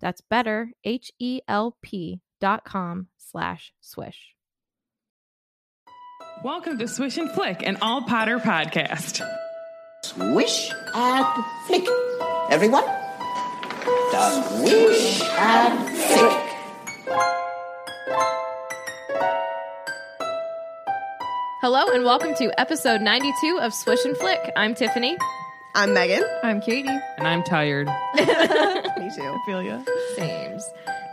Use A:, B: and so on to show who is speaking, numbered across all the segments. A: That's better, H-E-L-P dot com slash swish.
B: Welcome to Swish and Flick, an all Potter podcast.
C: Swish and flick. Everyone? Swish and flick.
A: Hello and welcome to episode 92 of Swish and Flick. I'm Tiffany.
D: I'm Megan.
E: I'm Katie.
B: And I'm tired.
D: Me too.
E: Feel ya.
A: Sames.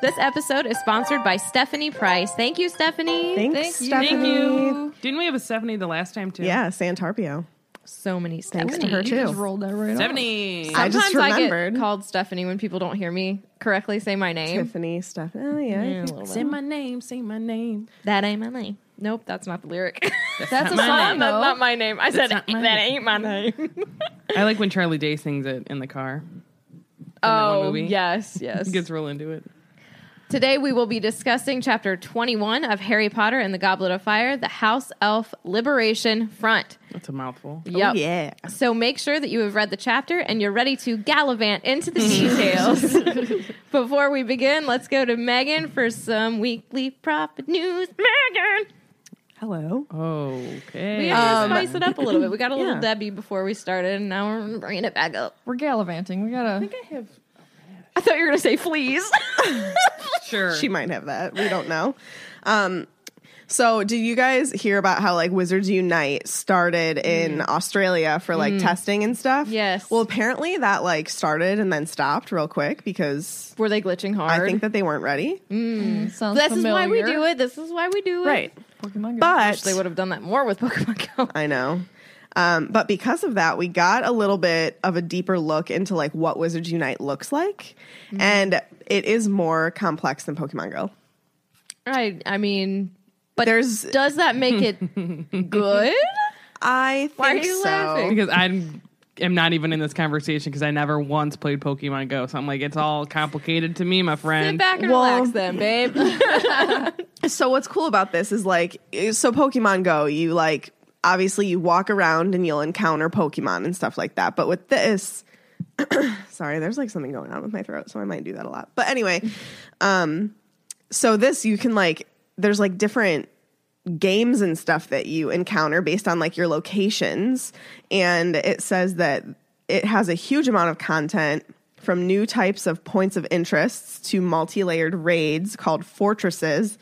A: This episode is sponsored by Stephanie Price. Thank you, Stephanie.
D: Thanks, Stephanie.
B: Thank you. Didn't we have a Stephanie the last time, too?
D: Yeah, Santarpio.
A: So many
D: Thanks
A: Stephanie.
D: to her too.
E: Rolled that right
B: Stephanie.
D: I just
A: Sometimes I,
D: remembered.
A: get called Stephanie when people don't hear me correctly say my name.
D: Tiffany stuff. Oh yeah. I think-
B: Say my name, say my name.
A: That ain't my name. Nope, that's not the lyric.
E: That's
B: Not
E: a
B: my name.
E: song,
A: that's
E: though.
A: not my name. I said
B: not
A: that
B: my name."
A: ain't my name.
B: I like when Charlie Day sings it in the car. one
A: oh
B: movie.
A: yes, yes.
B: He gets real into it.
A: Today we will be discussing chapter 21 of Harry Potter and the Goblet of Fire, the House Elf Liberation Front.
B: That's a mouthful.
A: Yep.
D: Oh, yeah.
A: So make sure that you have read the chapter and you're ready to gallivant into the
D: Mm-hmm.
A: details. Before we begin, let's go to Megan for some weekly profit news. Megan,
D: Hello.
B: Okay.
A: we had to spice it up a little bit. We got a little
D: Um, Yeah.
A: Debbie before we started, and now we're bringing it back up.
E: We're gallivanting. We gotta.
A: I thought you were going to say fleas.
B: sure.
D: She might have that. We don't know. Um so did you guys hear about how like Wizards Unite
B: Mm.
D: started in Australia for like testing and stuff?
A: Yes.
D: Well, apparently that like started and then stopped real quick because
A: Were they glitching hard?
D: I think that they weren't ready.
E: Sounds
A: this is why we
E: familiar.
A: do it. This is why we do it.
E: Pokemon Go.
D: But
A: They would have done that more with Pokemon Go.
D: I know. Um, but because of that, we got a little bit of a deeper look into like what Wizards Unite looks like,
A: Mm-hmm.
D: and it is more complex than Pokemon Go.
A: I, I mean, but
D: There's,
A: does that make it good?
D: I think
A: Why are you
D: so.
A: laughing?
B: because I'm am not even in this conversation because I never once played Pokemon Go. So I'm like, it's all complicated to me, my
A: Sit
B: friend.
A: back and
D: Well-
A: relax then, babe.
D: So what's cool about this is like, so Pokemon Go, you like obviously you walk around and you'll encounter Pokemon and stuff like that. But with this, sorry, there's like something going on with my throat, so I might do that a lot. But anyway, um, so this you can like, there's like different games and stuff that you encounter based on like your locations. And it says that it has a huge amount of content from new types of points of interests to multi layered raids called fortresses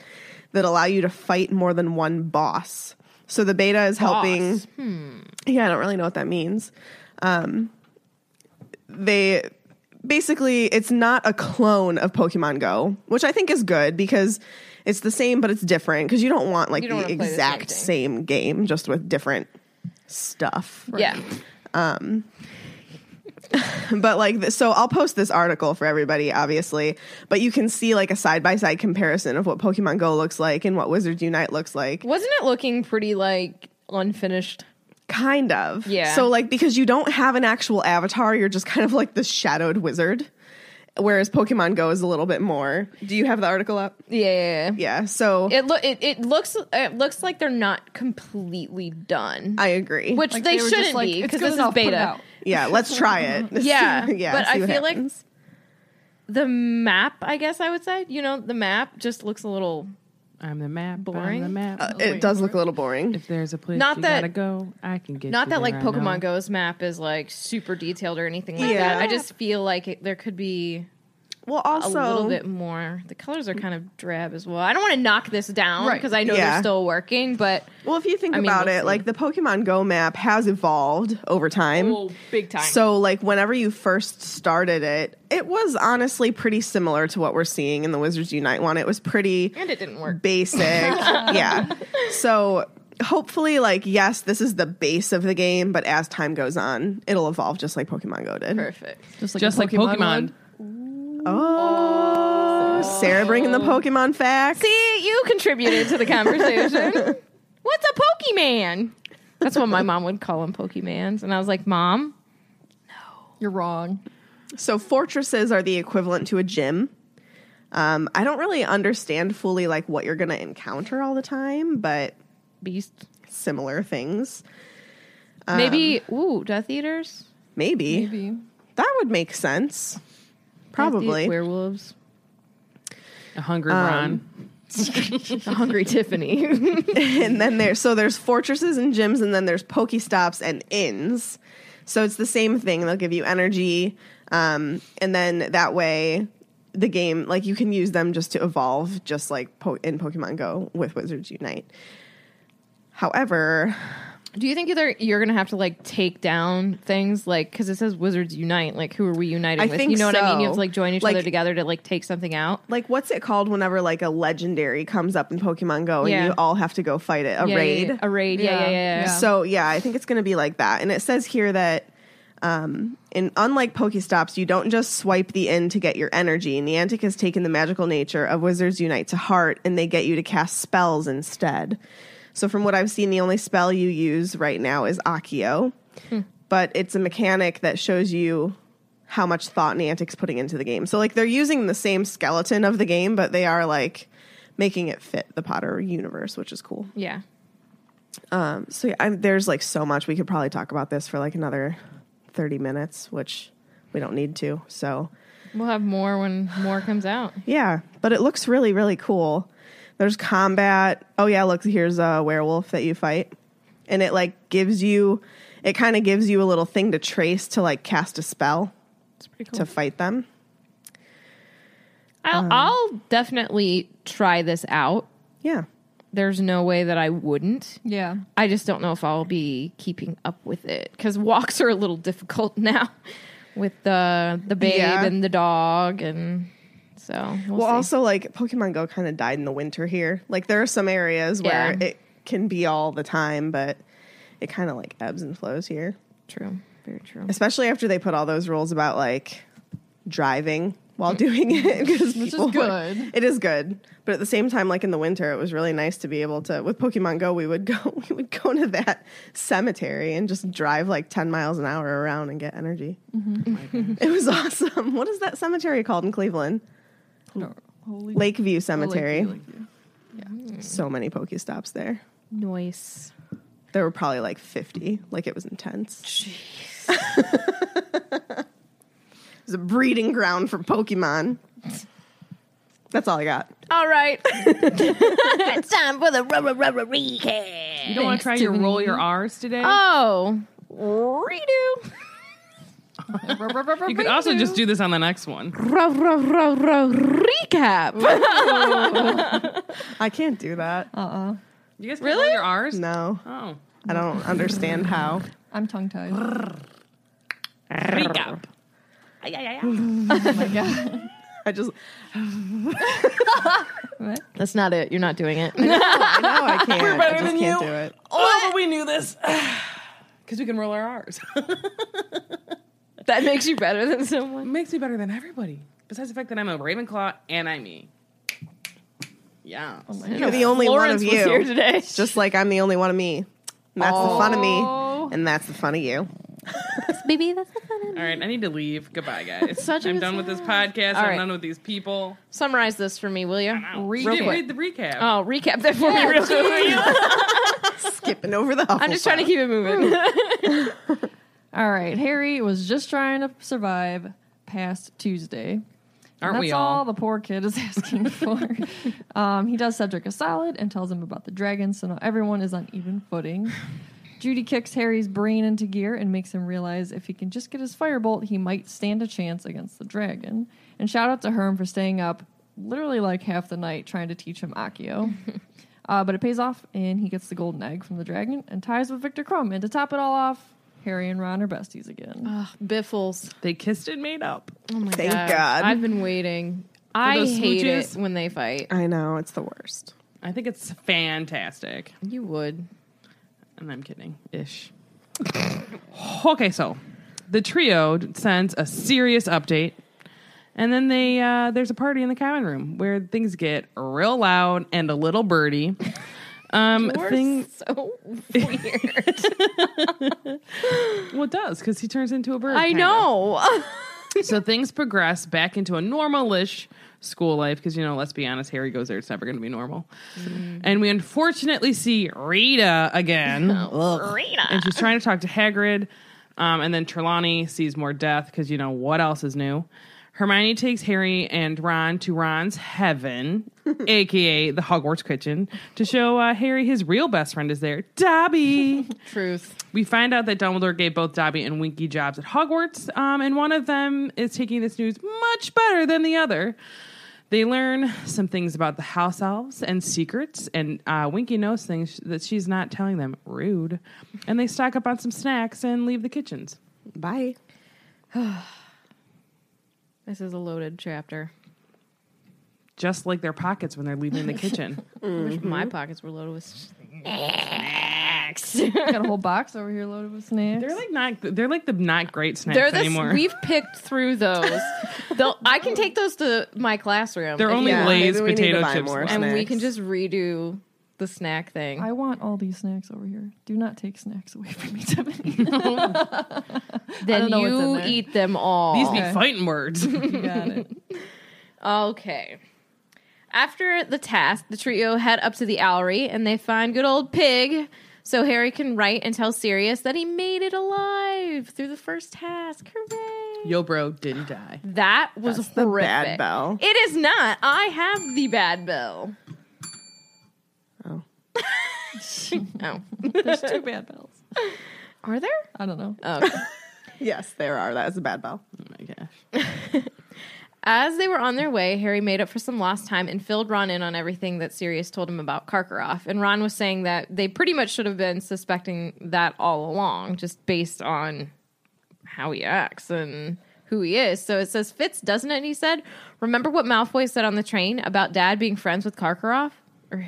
D: that allow you to fight more than one boss. So the beta is helping. Yeah, I don't really know what that means. Um, they basically it's not a clone of Pokemon Go, which I think is good because it's the same but it's different because you don't want like
A: You don't wanna play
D: the
A: the same
D: exact
A: thing.
D: same game just with different stuff.
A: Yeah.
D: but like th- so i'll post this article for everybody obviously but you can see like a side-by-side comparison of what pokemon go looks like and what wizards unite looks like
A: Wasn't it looking pretty like unfinished?
D: kind of
A: Yeah.
D: so like because you don't have an actual avatar you're just kind of like this shadowed wizard whereas pokemon go is a little bit more do you have the article up
A: Yeah.
D: yeah so
A: It look it, it looks it looks like they're not completely done.
D: i agree
A: which
E: Like,
A: they,
E: were just
A: shouldn't
E: like,
A: be
E: "It's
A: because
E: good
A: this is
E: enough, put it
A: beta.
E: out."
D: yeah let's try it
A: Yeah.
D: yeah
A: But
D: see
A: I
D: what
A: feel like
D: happens.
A: the map, I guess I would say, you know, the map just looks a little
B: I'm the map.
A: Boring.
B: Boring. I'm the map.
D: it does look a little boring
B: if there's a place
A: Not
B: you
A: that-
B: gotta go, I can get.
A: not
B: you
A: that
B: there,
A: like
B: I know.
A: Pokemon Go's map is like super detailed or anything like
D: Yeah.
A: that. I just feel like it, there could be
D: Well,
F: a
D: also
F: little bit more. The colors are kind of drab as well. I don't want to knock this down
E: Right.
F: because I know
D: Yeah.
F: they're still working, but
D: Well, if you think
F: I mean,
D: about
F: we'll
D: it,
F: see.
D: like the Pokemon Go map has evolved over time.
F: oh, big time.
D: So, like, whenever you first started it, it was honestly pretty similar to what we're seeing in the Wizards Unite one. It was pretty
F: and it didn't work.
D: basic. yeah. So, hopefully, like, yes, this is the base of the game, but as time goes on, it'll evolve just like Pokemon Go did.
F: Perfect.
E: Just like,
B: Just
E: a
B: like Pokemon.
E: would.
D: Oh, Sarah bringing the Pokemon facts.
F: See, you contributed to the conversation. What's a Pokemon? That's what my mom would call them, Pokemans. And I was like, Mom,
E: You're wrong.
D: So fortresses are the equivalent to a gym. Um, I don't really understand fully like what you're going to encounter all the time, but
F: beast.
D: similar things.
F: Maybe, ooh, Death Eaters?
D: Maybe.
E: Maybe.
D: that would make sense.
F: Death Eat-
D: Probably.
F: werewolves.
B: A hungry Ron.
F: The Hungry Tiffany.
D: and then there's so there's fortresses and gyms, and then there's Pokestops and inns. So it's the same thing. They'll give you energy, um, and then that way the game like you can use them just to evolve, just like po- in Pokemon Go with Wizards Unite. However,
F: Do you think either you're going to have to like take down things like, because it says Wizards Unite, like who are we uniting
D: I
F: with?
D: think
F: you know what I mean? You
D: so.
F: have to like join each
D: Like-
F: other together to like take something out.
D: like what's it called whenever like a legendary comes up in Pokemon Go and
F: Yeah.
D: you all have to go fight it? A
F: Yeah, yeah,
D: raid.
F: yeah. A raid. Yeah, yeah, yeah.
E: Yeah.
F: yeah.
E: Yeah.
D: So yeah, I think it's going to be like that. And it says here that um, in unlike Pokestops, you don't just swipe the end to get your energy. Niantic has taken the magical nature of Wizards Unite to heart, and they get you to cast spells instead. So from what I've seen, the only spell you use right now is Akio, but it's a mechanic that shows you how much thought Niantic's putting into the game. So like they're using the same skeleton of the game, but they are like making it fit the Potter universe, which is cool.
F: Yeah.
D: Um, so yeah, I'm, there's like so much we could probably talk about this for like another 30 minutes, which we don't need to. So
F: We'll have more when more comes out.
D: yeah, but it looks really really cool. There's combat. Oh yeah, look here's a werewolf that you fight, and it like gives you, it kind of gives you a little thing to trace to like cast a spell
F: It's pretty cool.
D: to fight them.
F: I'll, I'll definitely try this out.
D: Yeah,
F: There's no way that I wouldn't.
E: Yeah.
F: I just don't know if I'll be keeping up with it because walks are a little difficult now with the the babe
D: Yeah.
F: and the dog, and so we'll,
D: Well,
F: see.
D: also like Pokemon Go kind of died in the winter here. Like there are some areas where
F: Yeah.
D: it can be all the time, but it kind of like ebbs and flows here.
F: true, very true.
D: especially after they put all those rules about like driving while doing it because
E: Which is
D: people were-
E: good.
D: it is good but at the same time like in the winter it was really nice to be able to with pokemon go we would go we would go to that cemetery and just drive like 10 miles an hour around and get energy
E: Mm-hmm.
D: it was awesome what is that cemetery called in cleveland
E: No, holy
D: lakeview cemetery
E: Lakeview, Lakeview.
D: so many pokestops there
F: Noise.
D: there were probably like 50 like it was intense jeez it was a breeding ground for pokemon that's all i got
F: All right,
G: It's time for the rubber rubber recap.
B: You don't want to try your roll your R's today?
F: oh redo.
B: you could also just do this on the next one.
F: Ro- ro- ro- ro- recap.
D: i can't do that
F: Oh.
E: Uh-uh.
B: You guys can really? roll your R's?
D: no
B: Oh.
D: i don't understand how
E: I'm tongue tied.
B: Recap.
E: my god.
D: i just
F: That's not it. You're not doing it.
D: i know i can't i
B: better
D: just
B: than
D: can't
B: you.
D: do it
B: Oh, but we knew this. Because we can roll our R's.
F: that makes you better than someone.
B: makes me better than everybody. Besides the fact that I'm a Ravenclaw and I'm me. Yeah.
D: you're the only
F: Florence
D: one of
F: was here
D: you
F: today.
D: just like i'm the only one of me and that's the fun of
F: Oh.
D: me and that's the fun of you
F: baby, that's the fun of
B: All right, I need to leave. Goodbye, guys.
F: Such a
B: I'm
F: good
B: done with this
F: time.
B: podcast.
F: All
B: I'm
F: right.
B: done with these people.
F: Summarize this for me, will you?
B: You
F: Real
B: didn't
F: quick.
B: read the recap.
F: Oh, recap that for me real quick.
D: skipping over the
F: I'm just trying to keep it moving.
E: All right. Harry was just trying to survive past Tuesday.
B: Aren't
E: That's
B: we
E: all?
B: all?
E: the poor kid is asking for. um, he does Cedric a solid and tells him about the dragon, so now everyone is on even footing. Judy kicks Harry's brain into gear and makes him realize if he can just get his firebolt, he might stand a chance against the dragon. And shout out to Herm for staying up literally like half the night trying to teach him Accio. uh, but it pays off, and he gets the golden egg from the dragon and ties with Victor Crumb. And to top it all off, Harry and Ron are besties again.
F: Ugh, biffles.
B: They kissed and made up.
F: Oh my
D: Thank
F: gosh.
D: God.
F: I've been waiting. I
B: those
F: hate
B: smooches.
F: it when they fight.
D: I know it's the worst.
B: I think it's fantastic.
F: You would.
B: And I'm kidding ish. okay, so the trio sends a serious update. And then they uh, there's a party in the common room where things get real loud and a little birdie. Um, thing,
F: So weird.
B: well, it does because he turns into a bird.
F: I
B: kinda.
F: know.
B: so things progress back into a normalish school life because you know let's be honest harry goes there it's never going to be normal and we unfortunately see rita again rita and she's trying to talk to hagrid um, and then trelawney sees more death because you know what else is new hermione takes harry and ron to ron's heaven aka the hogwarts kitchen to show uh, harry his real best friend is there dobby
F: Truth.
B: we find out that Dumbledore gave both Dobby and Winky jobs at Hogwarts, um, and one of them is taking this news much better than the other. They learn some things about the house elves and secrets, and uh, Winky knows things that she's not telling them. Rude. And they stock up on some snacks and leave the kitchens.
D: Bye.
F: This is a loaded chapter.
B: Just like their pockets when they're leaving the kitchen.
F: I
D: Mm-hmm.
F: wish my pockets were loaded with.
E: Got a whole box over here loaded with snacks.
B: They're like not. They're like the not great snacks
F: They're this.
B: anymore.
F: We've picked through those. They'll, I can take those to my classroom.
B: they're
F: if
B: only
F: you
D: Yeah,
F: want,
B: Lay's
D: maybe we need to
B: potato
D: buy
B: chips.
D: more.
B: left.
F: and we
D: snacks.
F: can just redo the snack thing.
E: I want all these snacks over here. Do not take snacks away from me, Tiffany.
F: then
E: don't know what's in
F: you
E: there.
F: eat them all.
B: These be fighting words.
E: you got it.
F: Okay. After the task, the trio head up to the Owlery and they find good old Pig. So Harry can write and tell Sirius that he made it alive through the first task. Hooray!
B: Yo, bro, didn't die.
F: That was
D: That's the
F: horrific.
D: bad bell.
F: It is not. I have the bad bell.
D: Oh.
F: oh.
E: There's two bad bells.
F: Are there?
E: I don't know.
F: Oh, okay.
D: Yes, there are. That is a bad bell.
B: Oh my gosh.
F: As they were on their way, Harry made up for some lost time and filled Ron in on everything that Sirius told him about Karkaroff. And Ron was saying that they pretty much should have been suspecting that all along, just based on how he acts and who he is. So it says, Fitz, doesn't it? And he said, Remember what Malfoy said on the train about dad being friends with Karkaroff? Or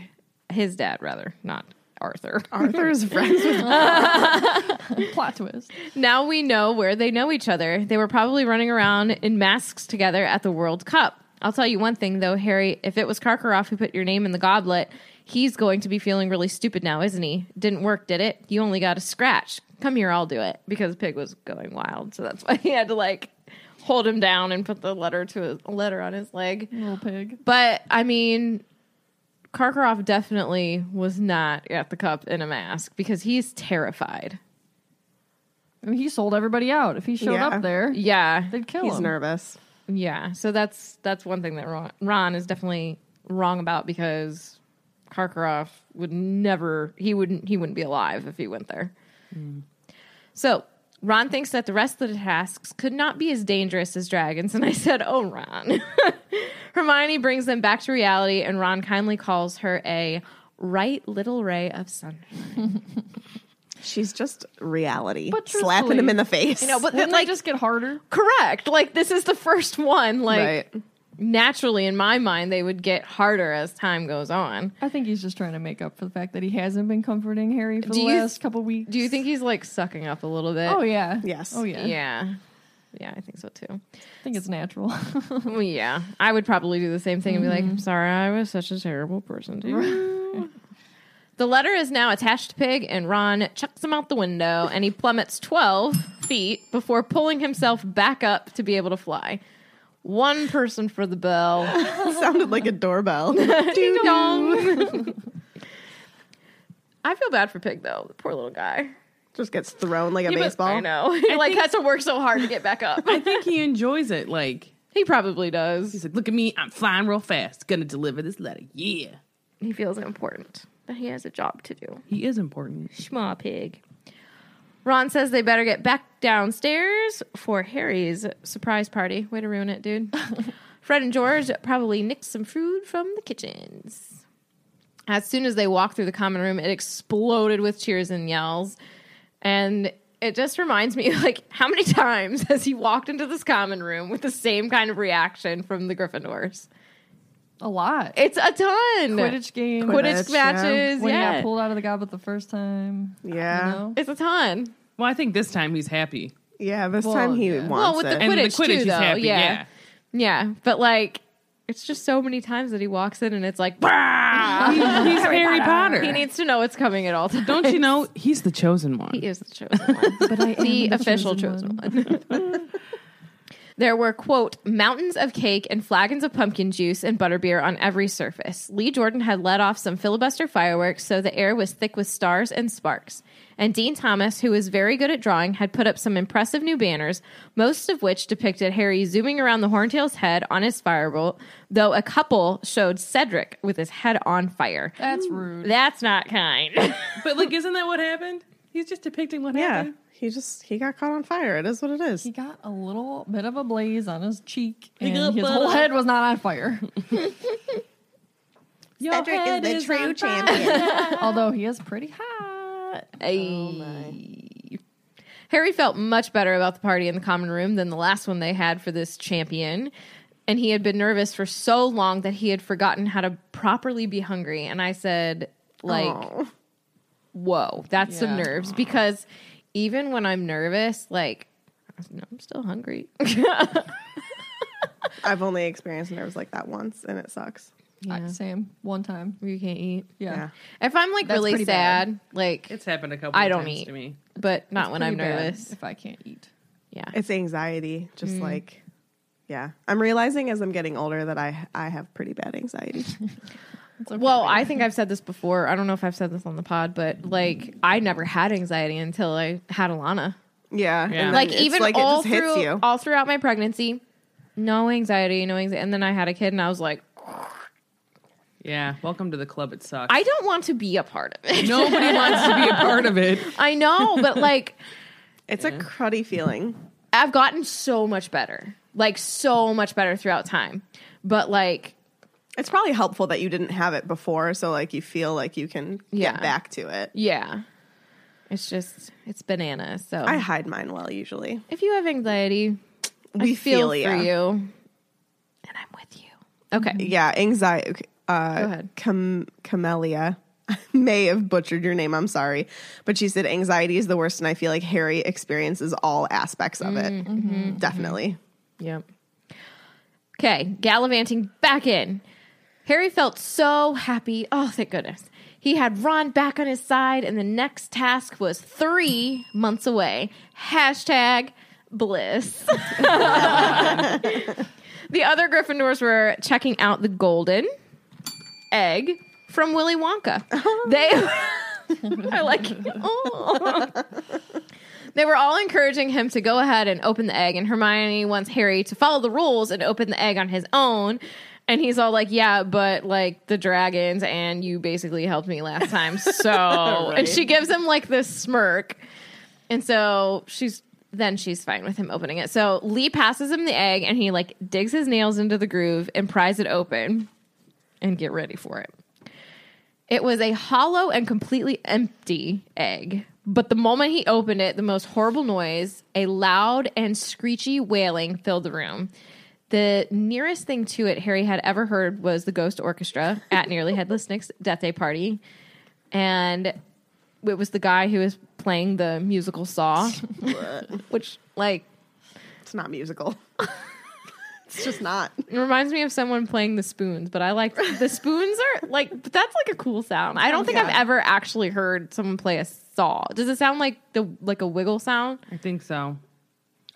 F: his dad, rather, not Arthur.
D: Arthur is friends with
E: Plot twist.
F: Now we know where they know each other. They were probably running around in masks together at the World Cup. I'll tell you one thing though, Harry, if it was Karkaroff who put your name in the goblet, he's going to be feeling really stupid now, isn't he? Didn't work, did it? You only got a scratch. Come here, I'll do it. Because Pig was going wild, so that's why he had to like hold him down and put the letter to his, a letter on his leg.
E: Little pig.
F: But I mean, Karkaroff definitely was not at the cup in a mask because he's terrified.
E: I mean, he sold everybody out. If he showed
D: Yeah.
E: up there,
F: Yeah.
E: they'd kill
D: He's
E: him.
D: nervous.
F: Yeah, so that's that's one thing that Ron, Ron is definitely wrong about because Karkaroff would never he wouldn't he wouldn't be alive if he went there.
D: Mm.
F: So Ron thinks that the rest of the tasks could not be as dangerous as dragons, and I said, "Oh, Ron." Hermione brings them back to reality, and Ron kindly calls her a right little ray of sunshine.
D: She's just reality.
E: But
D: slapping him in the face. You know,
F: but
E: Wouldn't they just get harder?
F: correct, like this is the first one. Like
D: right.
F: naturally, in my mind, they would get harder as time goes on.
E: I think he's just trying to make up for the fact that he hasn't been comforting Harry for
F: Do
E: the
F: you-
E: last couple weeks.
F: Do you think he's like sucking up a little bit?
E: Oh yeah.
D: Yes.
E: Oh yeah.
F: yeah. Yeah, I think so too.
E: I think it's natural.
F: Well, yeah, I would probably do the same thing and be like, I'm sorry, I was such a terrible person to you." The letter is now attached to Pig, and Ron chucks him out the window, and he plummets 12 feet before pulling himself back up to be able to fly. One person for the bell.
D: sounded like a doorbell. Ding
F: I feel bad for Pig, though. The poor little guy.
D: Just gets thrown like a
F: He must-
D: baseball.
F: I know. He like has to work so hard to get back up.
B: I think he enjoys it. Like
F: he probably does.
B: he's like, look at me, I'm flying real fast. Gonna deliver this letter. Yeah,
F: He feels important. That he has a job to do.
B: he is important.
F: Schma pig. Ron says they better get back downstairs for Harry's surprise party. Way to ruin it, dude. Fred and George probably nicked some food from the kitchens. As soon as they walked through the common room, it exploded with cheers and yells. And it just reminds me, like, how many times has he walked into this common room with the same kind of reaction from the Gryffindors?
E: A lot.
F: It's a ton.
E: Quidditch game.
F: Quidditch
D: Quidditch, yeah.
F: matches.
E: When he
F: Yeah.
E: got pulled out of the goblet the first time.
D: Yeah.
E: You know?
F: It's a ton.
B: Well, I think this time he's happy.
D: Yeah, this
E: Well,
D: time he
E: yeah.
D: wants
F: Well, with
D: it.
F: the
B: And
F: Quidditch,
B: the Quidditch
F: too,
B: is
F: though.
B: happy.
F: Yeah.
B: Yeah.
F: Yeah, but like, it's just so many times that he walks in and it's like, "Brah!"
B: He- he's Ah. Harry Potter.
F: he needs to know what's coming at all times.
B: Don't you know he's the chosen one?
F: He is the chosen one,
E: But I am
F: the official chosen one. there were quote mountains of cake and flagons of pumpkin juice and butterbeer on every surface. Lee Jordan had let off some filibuster fireworks, so the air was thick with stars and sparks. And Dean Thomas, who was very good at drawing, had put up some impressive new banners, most of which depicted Harry zooming around the Horntail's head on his firebolt, though a couple showed Cedric with his head on fire.
E: That's rude.
F: That's not kind.
B: But like, isn't that what happened? He's just depicting what
D: yeah,
B: happened.
D: he just he got caught on fire. It is what it is.
E: He got a little bit of a blaze on his cheek,
B: got a
E: and his
B: bit
E: whole
B: of-
E: head was not on fire.
B: Your
C: Cedric is
B: head
C: the
B: is
C: true
B: on
C: champion.
E: Although he is pretty hot.
F: Oh, Harry felt much better about the party in the common room than the last one they had for this champion. And he had been nervous for so long that he had forgotten how to properly be hungry. And I said, like,
D: Aw.
F: whoa, that's some
E: Yeah.
F: nerves. Because even when I'm nervous, like, no, I'm still hungry.
D: I've only experienced nerves like that once, and it sucks.
E: I- same. One time.
F: you can't eat.
E: Yeah.
D: Yeah.
F: If I'm like
E: That's
F: really
E: pretty bad.
F: sad, like,
B: It's happened a couple.
F: I
B: of
F: don't
B: times
F: eat.
B: to me.
F: but not when I'm
E: Pretty bad
F: nervous.
E: If I can't eat.
F: Yeah.
D: It's anxiety, just like yeah. I'm realizing as I'm getting older that I I have pretty bad anxiety.
E: It's okay.
F: Well, I think I've said this before. I don't know if I've said this on the pod, but like I never had anxiety until I had Alana.
B: Yeah.
D: yeah, then
F: Like
D: it's
F: even
D: like
F: all
D: it just
F: through
D: hits you.
F: all throughout my pregnancy, no anxiety, no anxiety. And then I had a kid, and I was like,
B: Yeah. Welcome to the club. It sucks.
F: I don't want to be a part of it.
B: Nobody wants to be a part of it.
F: I know, but like
D: It's a cruddy feeling.
F: I've gotten so much better, like so much better throughout time. But like,
D: It's probably helpful that you didn't have it before, so like you feel like you can
F: Yeah.
D: get back to it.
F: yeah, it's just it's banana. So
D: I hide mine well usually.
F: if you have anxiety,
D: We
F: I feel for
D: ya.
F: you, and I'm with you. Okay,
D: Yeah, anxiety. Uh,
F: Go ahead.
D: Cam- Camellia. I may have butchered your name. I'm sorry, but she said anxiety is the worst, and I feel like Harry experiences all aspects of it. Definitely.
F: Yep. Okay, gallivanting back in. Harry felt so happy. Oh, thank goodness. He had Ron back on his side, and the next task was three months away. Hashtag bliss. the other Gryffindors were checking out the golden egg from Willy Wonka. They I like oh. They were all encouraging him to go ahead and open the egg, and Hermione wants Harry to follow the rules and open the egg on his own. And he's all like, "Yeah, but like the dragons, and you basically helped me last time." So, and she gives him like this smirk, and so she's then she's fine with him opening it. So Lee passes him the egg, and he like digs his nails into the groove and pries it open, and get ready for it. It was a hollow and completely empty egg. But the moment he opened it, the most horrible noise, a loud and screechy wailing filled the room. The nearest thing to it Harry had ever heard was the Ghost Orchestra at Nearly Headless Nick's death day party. And it was the guy who was playing the musical Saw, which, like,
D: It's not musical. it's just not.
F: It reminds me of someone playing the spoons, but I like the spoons are like but that's like a cool sound. I don't think I've ever actually heard someone play a saw. Does it sound like the like a wiggle sound?
B: I think so.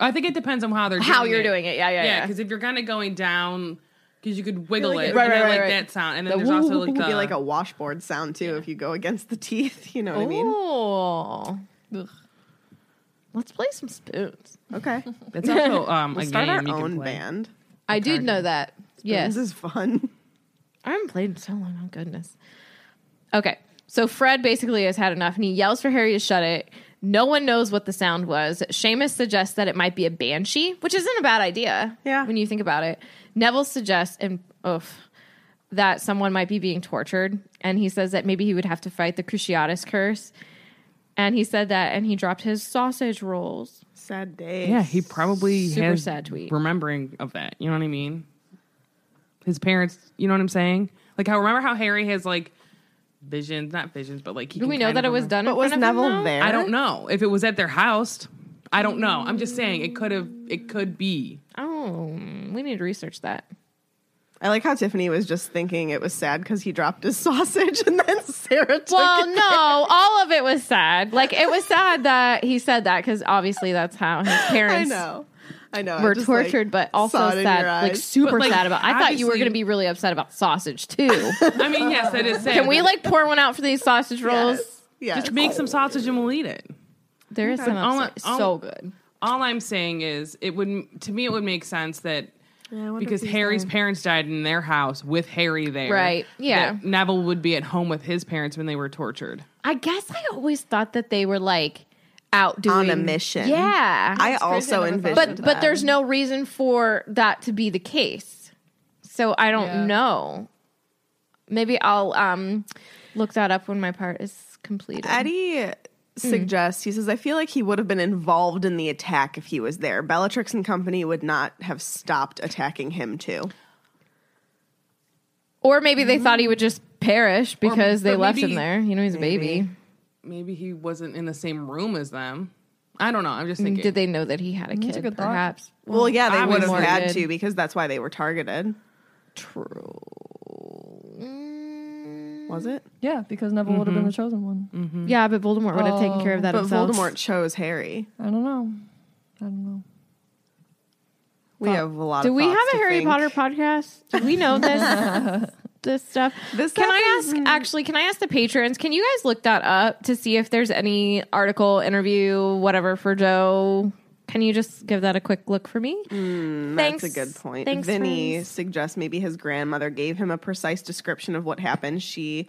B: I think it depends on how they're
F: How
B: doing
F: you're
B: it.
F: doing it? Yeah, yeah,
B: Yeah,
F: yeah.
B: because if you're kind of going down, because you could wiggle
D: like
B: it,
D: it-
B: right,
D: Right,
B: right,
D: right,
B: like
D: right,
B: that sound, and then
F: The
B: there's also
F: woo-
B: like uh,
D: It
B: the
D: could be like a washboard sound too if you go against the teeth. You know what I mean?
F: Oh,
E: Ugh.
F: let's play some spoons.
D: Okay.
B: it's also um
D: We'll
B: a
D: start
B: game
D: our
B: you can
D: own
B: play.
D: band.
F: I did know that. Yes,
D: This is fun.
F: I haven't played in so long. Oh goodness. Okay, so Fred basically has had enough, and he yells for Harry to shut it. No one knows what the sound was. Seamus suggests that it might be a banshee, which isn't a bad idea.
D: Yeah.
F: When you think about it, Neville suggests and oof, that someone might be being tortured, and he says that maybe he would have to fight the Cruciatus curse. And he said that, and he dropped his sausage rolls.
D: Sad day.
B: Yeah, he probably
F: Super
B: has
F: sad tweet.
B: remembering of that. You know what I mean? His parents. You know what I'm saying? Like how remember how Harry has like visions, not visions, but like he
F: Do
B: can
F: we know
B: kind
F: that
B: of
F: it was
B: remember-
F: done? in
D: But was
F: front of him,
D: Neville
F: though?
D: there?
B: I don't know if it was at their house. I don't know. I'm just saying it could have. It could be.
F: Oh, we need to research that.
D: I like how Tiffany was just thinking it was sad because he dropped his sausage and then Sarah took
F: Well,
D: it.
F: no, all of it was sad. Like it was sad that he said that because obviously that's how his
D: I
F: parents
D: know. I know. I
F: were
D: just, like,
F: tortured, but also
D: saw it in
F: sad,
D: your
F: like
D: eyes.
F: super
B: But, like,
F: sad about. I thought you were
B: obviously-
F: going to be really upset about sausage too.
B: I mean, yes, that is sad.
F: Can we
B: but
F: like pour one out for these sausage rolls?
D: Yes. yes.
B: just make some sausage and we'll eat it?
F: There is some
B: I'll-
F: upset.
B: I'll-
F: so good.
B: All I'm saying is, it would to me it would make sense that
D: Yeah, I wonder
B: because
D: if he's
B: Harry's
D: there.
B: parents died in their house with Harry there,
F: Right, yeah.
B: that Neville would be at home with his parents when they were tortured.
F: I guess I always thought that they were like out doing
D: on a mission.
F: Yeah,
D: I also envisioned
F: but
D: that.
F: but there's no reason for that to be the case. So I don't
E: Yeah.
F: know. Maybe I'll um look that up when my part is completed.
D: Eddie suggests he says I feel like he would have been involved in the attack if he was there. Bellatrix and company would not have stopped attacking him too.
F: or maybe they thought he would just perish because they
B: but
F: left
B: maybe-
F: him there. You know, he's a baby.
B: Maybe he wasn't in the same room as them. I don't know. I'm just thinking.
F: Did they know that he had a kid?
E: a good thought.
F: perhaps.
D: Well, yeah, they would have
F: obviously.
D: had
F: Targeted.
D: to because that's why they were targeted.
F: True.
D: Was it?
E: Yeah, because Neville would
B: Mm-hmm.
E: have been the chosen one.
B: Mm.
F: Yeah, but Voldemort would have taken care of that
D: Oh, But
F: himself.
D: Voldemort chose Harry.
E: I don't know. I don't know.
D: We have a lot.
F: Do
D: of
F: we have
D: thoughts
F: a
D: to
F: Harry
D: think.
F: Potter podcast? Do we know this this stuff?
D: This
F: can I ask
D: happens-
F: actually, can I ask the patrons, can you guys look that up to see if there's any article, interview, whatever for Joe? Can you just give that a quick look for me?
D: Hmm, That's a good point.
F: Thanks,
D: Vinny
F: friends.
D: suggests maybe his grandmother gave him a precise description of what happened. She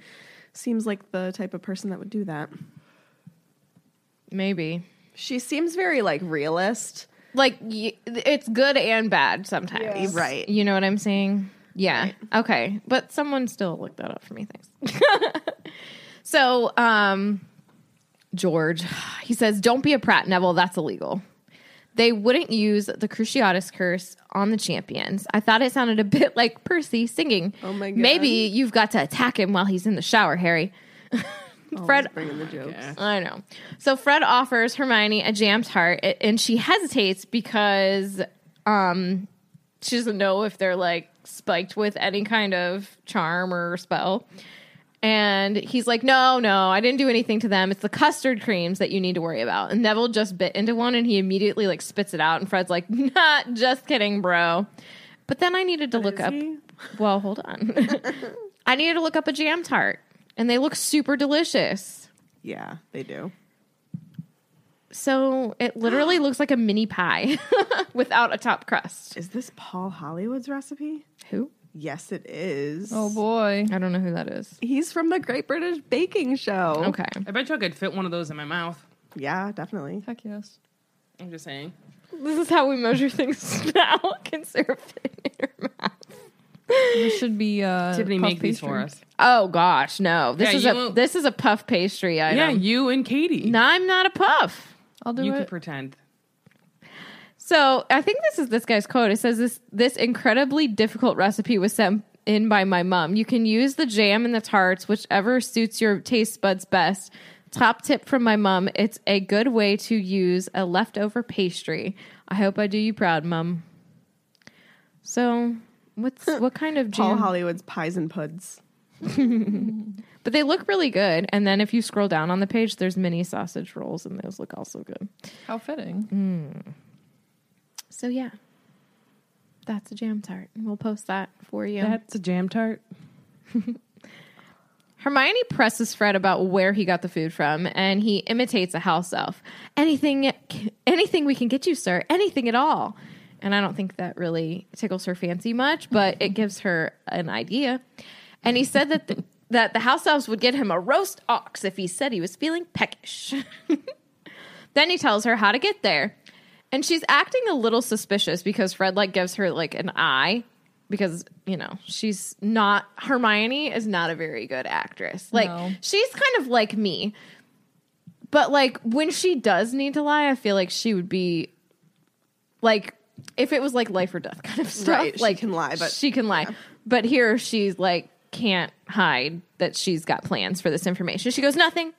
D: seems like the type of person that would do that.
F: Maybe.
D: She seems very like realist.
F: Like y- it's good and bad sometimes.
D: Right.
F: You know what I'm saying? Yeah. Okay. But someone still looked that up for me. Thanks. so, um, George, he says, don't be a prat, Neville. That's illegal. They wouldn't use the Cruciatus curse on the champions. I thought it sounded a bit like Percy singing.
D: Oh my God.
F: Maybe you've got to attack him while he's in the shower, Harry. Fred
D: bringing the jokes.
F: I know. So Fred offers Hermione a jammed heart, a- and she hesitates because um, she doesn't know if they're like spiked with any kind of charm or spell. And he's like, "No, no, I didn't do anything to them. It's the custard creams that you need to worry about." And Neville just bit into one, and he immediately like spits it out. And Fred's like, "Nah, just kidding, bro." But then I needed to look up. Well, hold on. I needed to look up a jam tart, and they look super delicious.
D: Yeah, they do.
F: So it literally looks like a mini pie without a top crust.
D: Is this Paul Hollywood's recipe?
F: Who?
D: Yes, it is.
E: Oh boy.
F: I don't know who that is.
D: He's from the Great British Baking Show.
F: Okay.
B: I bet you I could fit one of those in my mouth.
D: Yeah, definitely.
E: Heck yes.
B: I'm just saying.
F: This is how we measure things now. Can Sarah fit in your mouth?
E: This should be uh
B: Tiffany,
E: puff
B: make these for
E: pastry.
B: us.
F: Oh gosh, no. This
B: Yeah,
F: is
B: you
F: a
B: won't-
F: this is a puff pastry
B: Yeah,
F: item.
B: you and Katie.
F: no, I'm not a puff.
E: I'll do
B: you
E: it.
B: can pretend.
F: So I think this is this guy's quote. It says this this incredibly difficult recipe was sent in by my mom. You can use the jam and the tarts, whichever suits your taste buds best. Top tip from my mom: It's a good way to use a leftover pastry. I hope I do you proud, mom. So, what's what kind of
D: Paul
F: jam?
D: Hollywood's pies and puds.
F: But they look really good. And then if you scroll down on the page, there's mini sausage rolls, and those look also good.
E: How fitting.
F: So yeah, that's a jam tart, and we'll post that for you.
B: That's a jam tart.
F: Hermione presses Fred about where he got the food from, and he imitates a house elf. Anything, anything we can get you, sir. Anything at all. And I don't think that really tickles her fancy much, but it gives her an idea. And he said that the, that the house elves would get him a roast ox if he said he was feeling peckish. Then he tells her how to get there. And she's acting a little suspicious because Fred like gives her like an eye because, you know, she's not Hermione is not a very good actress. Like
E: No.
F: she's kind of like me. But like when she does need to lie, I feel like she would be like if it was like life or death kind of stuff.
D: Right, she
F: like
D: can lie, but-
F: she can lie. But here she's like can't hide that she's got plans for this information. She goes nothing.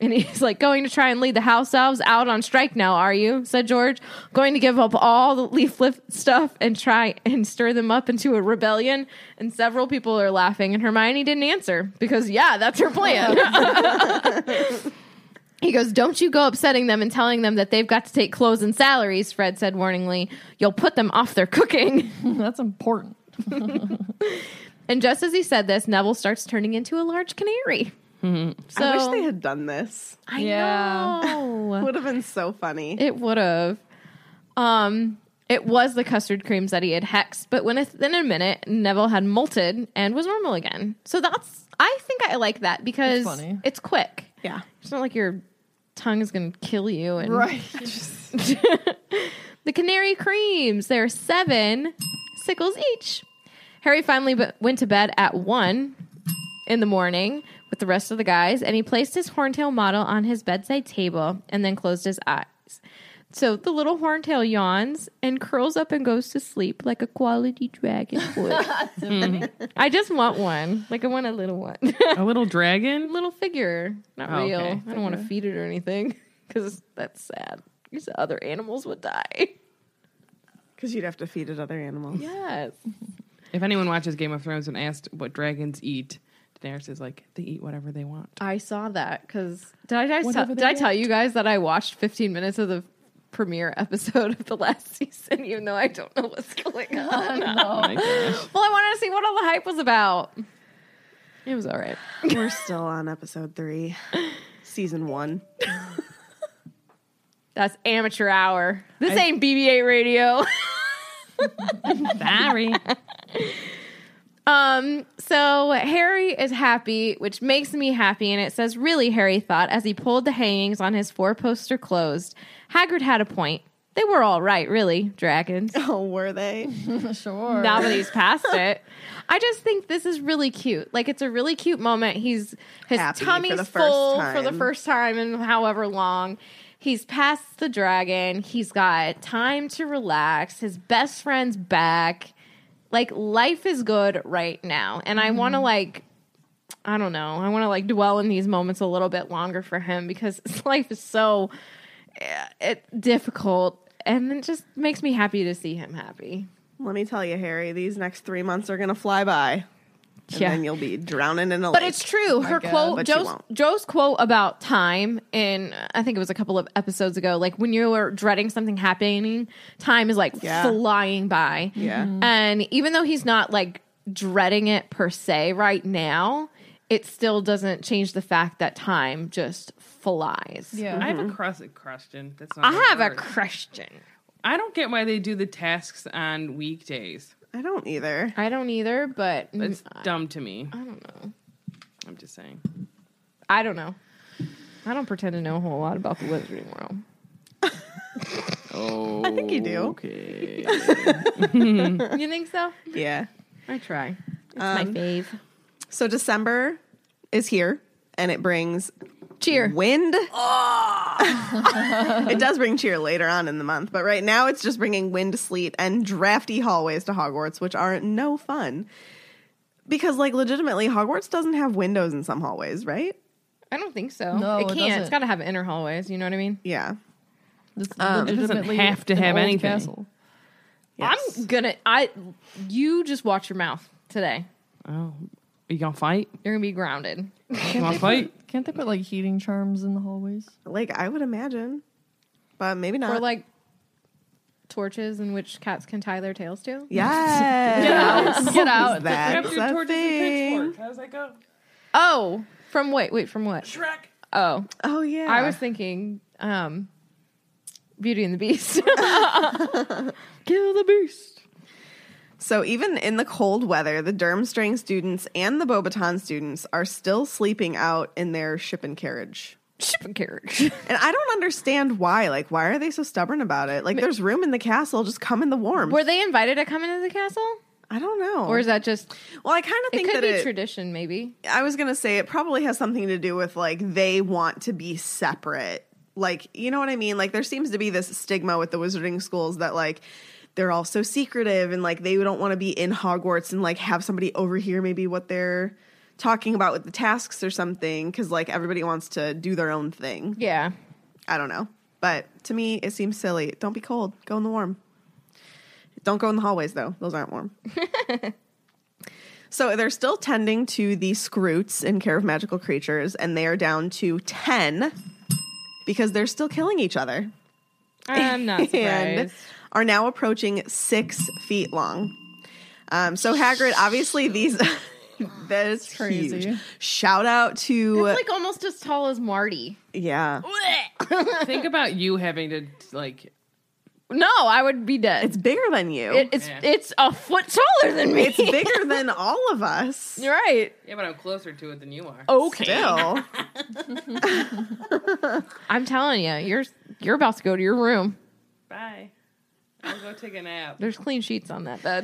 F: And he's like, going to try and lead the house elves out on strike now, are you? said George. Going to give up all the leaflet stuff and try and stir them up into a rebellion. And several people are laughing, and Hermione didn't answer because, yeah, that's her plan. he goes, Don't you go upsetting them and telling them that they've got to take clothes and salaries, Fred said warningly. You'll put them off their cooking.
B: Mm.
E: That's important.
F: And just as he said this, Neville starts turning into a large canary. So,
D: I wish they had done this.
F: I
E: Yeah.
F: know.
D: Would have been so funny.
F: It would have. Um, it was the custard creams that he had hexed, but when within a minute, Neville had molted and was normal again. So that's I think I like that because
E: That's funny.
F: it's quick.
D: yeah.
F: It's not like your tongue is going to kill you. And
E: Right.
F: the canary creams. There are seven sickles each. Harry finally b- went to bed at one in the morning with the rest of the guys, and he placed his horntail model on his bedside table and then closed his eyes. So the little horntail yawns and curls up and goes to sleep like a quality dragon would. I just want one. Like I want a little one.
B: A little dragon?
F: little figure, not
B: Oh,
F: real.
B: okay.
F: I don't want to feed it or anything because that's sad. Because other animals would die.
D: Because you'd have to feed it other animals.
F: Yes.
B: If anyone watches Game of Thrones and asked what dragons eat, Daenerys is like, they eat whatever they want.
F: I saw that because did I, did I tell-
B: they
F: did I tell you guys that I watched 15 minutes of the premiere episode of the last season, even though I don't know what's going on?
B: Oh my gosh.
F: Well, I wanted to see what all the hype was about. It was all right.
D: We're still on episode three, season one.
F: That's amateur hour. This ain't BB8 radio.
B: Sorry.
F: Um, so Harry is happy, which makes me happy, and it says, Really, Harry thought as he pulled the hangings on his four poster closed. Hagrid had a point. They were all right, really, dragons.
D: Oh, were they?
E: sure.
F: now that he's past it. I just think this is really cute. Like it's a really cute moment. He's his
D: Happy for
F: tummy's
D: the first
F: full for the
D: time.
F: first time in however long. He's past the dragon. He's got time to relax. His best friend's back. Like life is good right now. And I want to
D: Mm-hmm.
F: like I don't know. I want to like dwell in these moments a little bit longer for him because his life is so eh, it, difficult and it just makes me happy to see him happy.
D: Let me tell you, Harry, these next three months are going to fly by. And
F: Yeah.
D: then you'll be drowning in a
F: But
D: lake.
F: it's true. Her quote,
D: But you
F: Joe's,
D: won't.
F: Joe's quote about time, in I think it was a couple of episodes ago. Like when you are dreading something happening, time is like
D: Yeah.
F: flying by.
D: Yeah. Mhm.
F: And even though he's not like dreading it per se right now, it still doesn't change the fact that time just flies.
E: yeah.
B: I have a cross- question. That's not
F: I
B: the
F: have a
B: word.
F: question.
B: I don't get why they do the tasks on weekdays.
D: I don't either.
F: I don't either, but
B: It's dumb to me.
F: I don't know.
B: I'm just saying.
F: I don't know. I don't pretend to know a whole lot about the wizarding world.
B: Oh,
D: I think you do.
B: Okay.
F: you think so?
D: Yeah.
F: I try. It's my fave.
D: So December is here and it brings
F: Cheer.
D: wind. it does bring cheer later on in the month, but right now it's just bringing wind, sleet, and drafty hallways to Hogwarts, which are no fun. Because, like, legitimately, Hogwarts doesn't have windows in some hallways, right?
F: I don't think so.
E: No,
F: it
E: it
F: can't.
E: doesn't.
F: it's got to have inner hallways. You know what I mean?
D: Yeah.
E: It's
B: Uh, It doesn't
E: legitimately
B: have to
E: an
B: have
E: old
B: anything.
E: castle.
D: Yes.
F: I'm gonna. I. You just watch your mouth today.
B: Oh, you gonna fight?
F: You're gonna be grounded.
B: You wanna fight?
E: Can't they put like heating charms in the hallways?
D: Like, I would imagine, but maybe not.
F: or like torches in which cats can tie their tails to. uh,
D: yes.
E: Get out.
D: That's
B: Grab your
D: a
B: torches and
D: thing.
B: pitchforks. How's that go?
F: Oh, from wait, wait, from what?
B: Shrek.
F: Oh,
D: Oh, yeah.
F: I was thinking, um, Beauty and the Beast. Kill the beast.
D: So even in the cold weather, the Durmstrang students and the Bobaton students are still sleeping out in their ship and carriage
F: shipping carriage.
D: And I don't understand why. Like, why are they so stubborn about it? Like, there's room in the castle. Just come in the warmth.
F: Were they invited to come into the castle,
D: I don't know.
F: or is that just?
D: well, I kind of
F: It
D: think
F: could
D: that
F: be
D: it,
F: tradition, maybe.
D: I was gonna say it probably has something to do with like they want to be separate. Like, you know what I mean? Like there seems to be this stigma with the wizarding schools that like they're all so secretive and like they don't want to be in Hogwarts and like have somebody overhear maybe what they're talking about with the tasks or something cuz like everybody wants to do their own thing.
F: Yeah.
D: I don't know. But to me it seems silly. Don't be cold. Go in the warm. Don't go in the hallways though. Those aren't warm. So they're still tending to the scroots in Care of Magical Creatures, and they are down to 10 because they're still killing each other
F: I'm not
D: and
F: surprised.
D: are now approaching six feet long. Um, so Hagrid, obviously, these. That's
E: crazy.
D: huge. Shout out to
F: it's like almost as tall as Marty.
D: yeah.
B: Think about you having to like.
F: No, I would be dead.
D: It's bigger than you.
F: It- it's it's a foot taller than me.
D: it's bigger than all of us.
F: You're right.
B: Yeah, but I'm closer to it than you are.
F: Okay.
D: Still,
F: I'm telling you, you're you're about to go to your room.
B: Bye. I'll go take a nap.
F: There's clean sheets on that bed.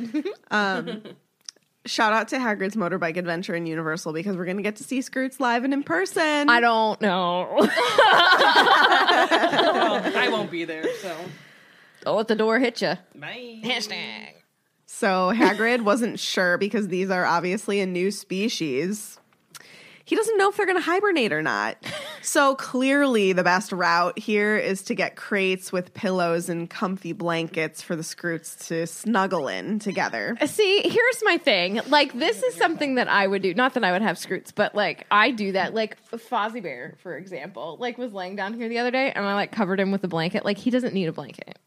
D: shout out to Hagrid's motorbike adventure in Universal because we're gonna get to see Scroots live and in person.
F: I don't know.
B: Well, I won't be there, so
F: don't let the door hit you.
B: bye.
D: So Hagrid wasn't sure because these are obviously a new species. He doesn't know if they're going to hibernate or not. So clearly, the best route here is to get crates with pillows and comfy blankets for the Scroots to snuggle in together.
F: See, here's my thing. Like, this is something that I would do. Not that I would have scroots, but like I do that. Like Fozzie Bear, for example, like was laying down here the other day, and I like covered him with a blanket. Like he doesn't need a blanket.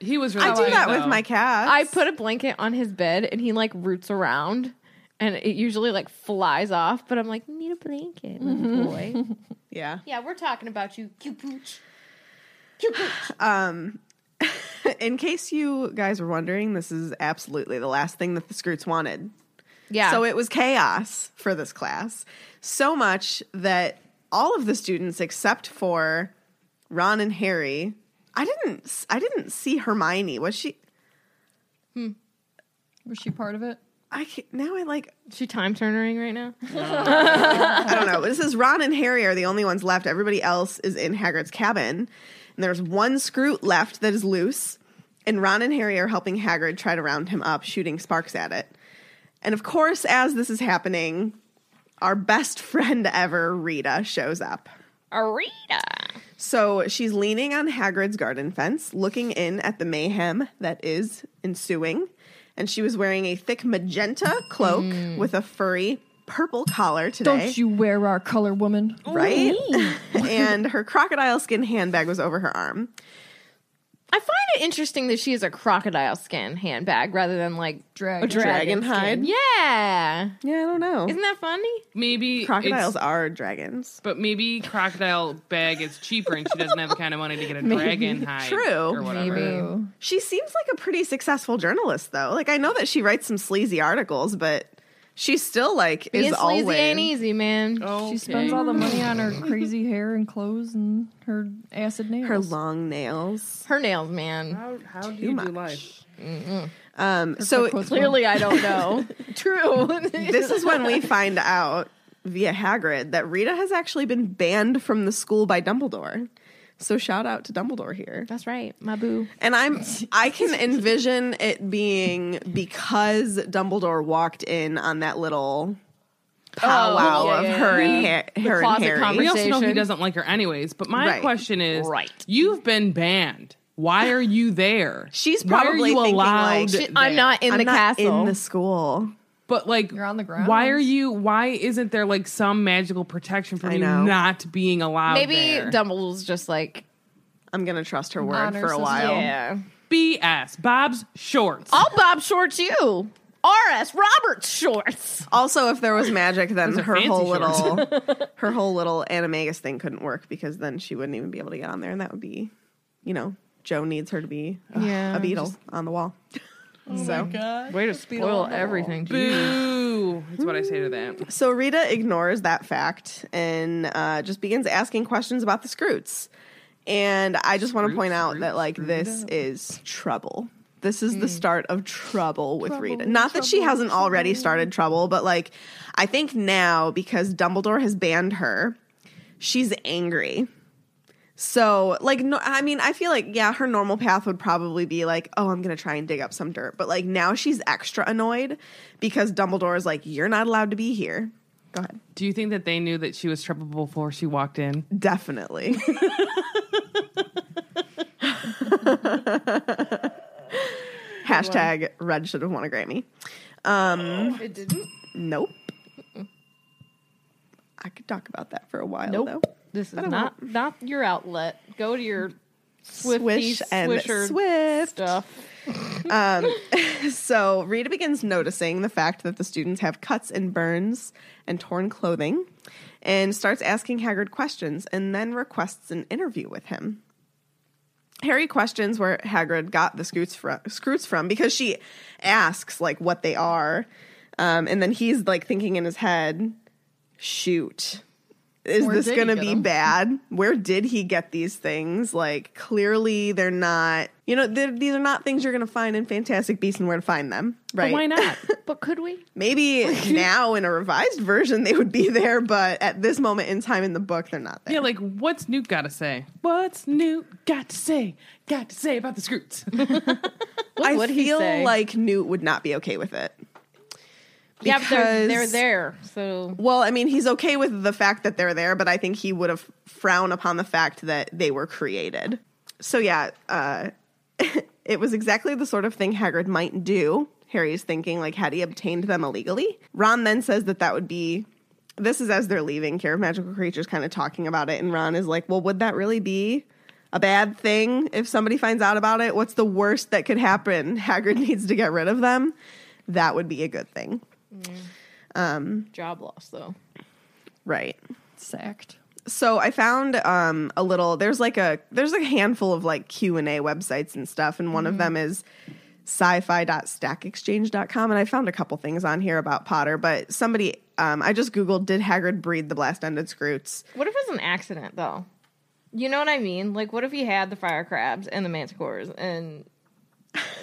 B: He was really.
D: I do
B: good,
D: that
B: though.
D: with my cats.
F: I put a blanket on his bed, and he like roots around, and it usually like flies off. But I'm like, "You need a blanket, little boy.
D: yeah.
F: Yeah, we're talking about you, cute pooch.
D: Um, In case you guys were wondering, this is absolutely the last thing that the Scroots wanted.
F: Yeah.
D: So it was chaos for this class. So much that all of the students except for Ron and Harry, I didn't I didn't see Hermione. Was she
E: Was she part of it?
D: I can't, now I like
F: she time turnering right now.
D: I don't know. This is Ron and Harry are the only ones left. Everybody else is in Hagrid's cabin. And there's one scroot left that is loose. And Ron and Harry are helping Hagrid try to round him up, shooting sparks at it. And of course, as this is happening, our best friend ever, Rita, shows up.
F: Arita.
D: So she's leaning on Hagrid's garden fence, looking in at the mayhem that is ensuing. And she was wearing a thick magenta cloak with a furry purple collar today.
E: Don't you wear our color, woman?
D: Right? and her crocodile skin handbag was over her arm.
F: I find it interesting that she is a crocodile skin handbag rather than like
E: Dragon.
F: a dragon,
D: Dragon hide.
F: skin. Yeah.
D: Yeah, I don't know.
F: Isn't that funny?
B: maybe
D: Crocodiles
B: it's-
D: are dragons.
B: But maybe crocodile bag is cheaper, and she doesn't have the kind of money to get a dragon hide.
D: True.
B: Or whatever.
E: Ooh.
D: She seems like a pretty successful journalist, though. Like, I know that she writes some sleazy articles, but she still, like,
F: Being
D: is
F: sleazy
D: always.
F: ain't easy, man.
B: Okay.
E: She spends all the money on her crazy hair and clothes and her acid nails.
D: her long nails.
F: Her nails, man.
B: How, how do you
D: much.
B: do life?
D: Um, so
E: Quotes from-
F: Clearly, I don't know. True.
D: this is when we find out via Hagrid that Rita has actually been banned from the school by Dumbledore. So shout out to Dumbledore here.
F: That's right, my boo.
D: And I'm I can envision it being because Dumbledore walked in on that little powwow
F: Oh, yeah,
D: of
F: yeah,
D: her and ha- her and
F: closet
D: Harry.
F: conversation.
B: We also know he
F: Station.
B: doesn't like her anyways. But my
D: Right.
B: question is,
F: Right.
B: You've been banned. Why are you there?
D: She's
B: Why are
D: probably
B: you
D: thinking,
B: allowed
D: like, She-
B: there?
F: I'm not in
D: I'm
F: the
D: not
F: castle.
D: in the school.
B: But like
E: You're on the grounds.
B: Why are you? Why isn't there like some magical protection for
D: I
B: you
D: know.
B: not being allowed?
F: Maybe
B: there?
F: Dumbledore's just like
D: I'm gonna trust her word
E: Honor
D: for a
E: system.
D: while.
F: yeah.
B: BS. Bob's shorts.
F: I'll Bob Shorts you. R.S. Roberts Shorts.
D: Also, if there was magic, then
B: Those are
D: her
B: fancy
D: whole little her whole little animagus thing couldn't work because then she wouldn't even be able to get on there, and that would be, you know, Joe needs her to be uh,
F: Yeah,
D: a beetle on the wall. so
F: Way to spoil everything.
B: Boo! That's what I say to that.
D: So Rita ignores that fact and uh, just begins asking questions about the Scroots. And I just want to point out that like this is trouble. This is the start of Mm. trouble with Rita. Not that she hasn't already started trouble, but like I think now because Dumbledore has banned her, she's angry. So, like, no, I mean, I feel like, yeah, her normal path would probably be like, oh, I'm going to try and dig up some dirt. But, like, now she's extra annoyed because Dumbledore is like, you're not allowed to be here. Go ahead.
B: Do you think that they knew that she was trouble before she walked in?
D: Definitely. Hashtag Red should have won a Grammy. Um, it didn't? Nope. I could talk about that for a while,
F: Nope.
D: though.
F: This is not not your outlet. Go to your Swifty
D: Swish and
F: Swisher
D: Swift.
F: stuff.
D: So Rita begins noticing the fact that the students have cuts and burns and torn clothing and starts asking Hagrid questions and then requests an interview with him. Harry questions where Hagrid got the scoots from, scroots from because she asks like what they are. Um, and then he's like thinking in his head, shoot, is
E: Where
D: this
E: did he
D: going to
E: get
D: be
E: them?
D: bad? Where did he get these things? Like, clearly they're not, you know, they're- these are not things you're going to find in Fantastic Beasts and Where to Find Them, right?
B: But why not?
F: But could we?
D: Maybe now in a revised version they would be there, but at this moment in time in the book, they're not there.
B: yeah, like what's Newt got to say? What's Newt got to say? Got to say about the Scroots?
D: I
F: would he
D: feel
F: say?
D: like Newt would not be okay with it.
F: Yeah, but they're, they're
D: Because-
F: there. So
D: Well, I mean, he's okay with the fact that they're there, but I think he would have frowned upon the fact that they were created. So, yeah, uh, it was exactly the sort of thing Hagrid might do. Harry's thinking, like, had he obtained them illegally? Ron then says that that would be. This is as they're leaving, Care of Magical Creatures kind of talking about it. And Ron is like, well, would that really be a bad thing if somebody finds out about it? What's the worst that could happen? Hagrid needs to get rid of them. That would be a good thing.
F: job loss though.
D: Right.
E: Sacked.
D: so I found um, a little. There's like a there's a handful of like Q and A websites and stuff, and one of them is sci-fi.stackexchange.com and I found a couple things on here about Potter, but somebody um, I just googled did Hagrid breed the blast-ended Scroots?
F: What if it was an accident though? You know what I mean? Like, what if he had the fire crabs and the manticores and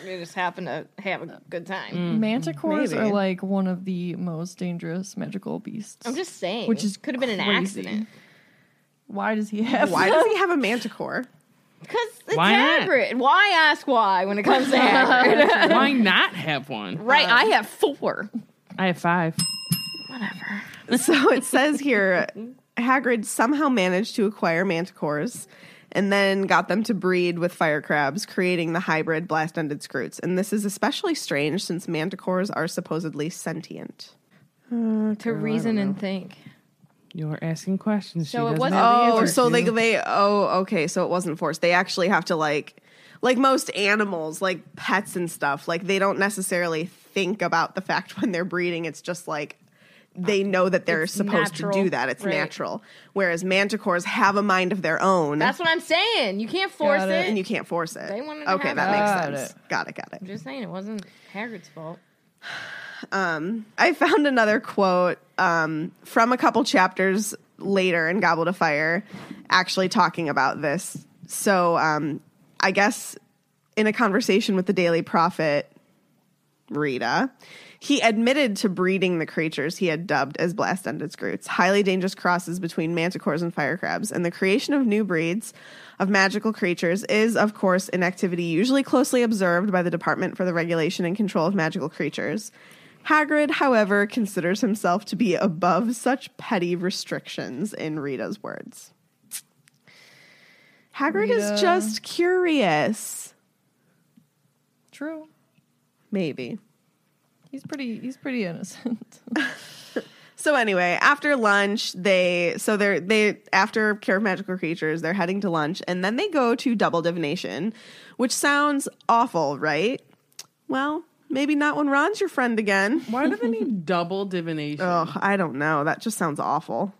F: they just happened to have a good time?
E: Manticores
D: Maybe.
E: are like one of the most dangerous magical beasts.
F: I'm just saying,
E: Which is
F: could have been an
E: crazy.
F: accident
E: Why does he have?
D: Why does he have a manticore?
F: because it's
B: Why not?
F: Hagrid. Why ask why when it comes to Hagrid?
B: why not have one?
F: right? I have four.
B: I have five.
F: Whatever.
D: So it says here Hagrid somehow managed to acquire manticores and then got them to breed with fire crabs, creating the hybrid blast ended scroots. And this is especially strange since manticores are supposedly sentient.
F: To reason and think.
B: You're asking questions.
F: So
B: she
F: it
B: doesn't
F: wasn't-
B: have the
D: Oh,
B: answers
D: so
B: to.
D: they they oh okay, so it wasn't forced. They actually have to like like most animals, like pets and stuff, like they don't necessarily think about the fact when they're breeding. It's just like they know that they're
F: It's
D: supposed to
F: natural,
D: do that. It's
F: right.
D: natural. Whereas manticores have a mind of their own.
F: That's what I'm saying. You can't force
E: Got
F: it.
E: it.
D: and you can't force it.
F: They wanted to
D: okay,
F: have
D: that
F: it.
D: makes
E: Got
D: sense. Got it, got it.
F: I'm just saying it wasn't Hagrid's fault.
D: I found another quote um, from a couple chapters later in Goblet of Fire, actually talking about this. So um, I guess in a conversation with the Daily Prophet, Rita, he admitted to breeding the creatures he had dubbed as blast ended scroots, highly dangerous crosses between manticores and fire crabs. And the creation of new breeds of magical creatures is, of course, an activity usually closely observed by the Department for the Regulation and Control of Magical Creatures. Hagrid, however, considers himself to be above such petty restrictions, in Rita's words. Hagrid
E: Rita.
D: is just curious.
E: True.
D: Maybe.
E: He's pretty. He's pretty innocent.
D: So anyway, after lunch, they so they're they after Care of Magical Creatures, they're heading to lunch, and then they go to Double Divination, which sounds awful, right? Well, maybe not when Ron's your friend again.
B: Why do they need double divination?
D: Oh, I don't know. That just sounds awful.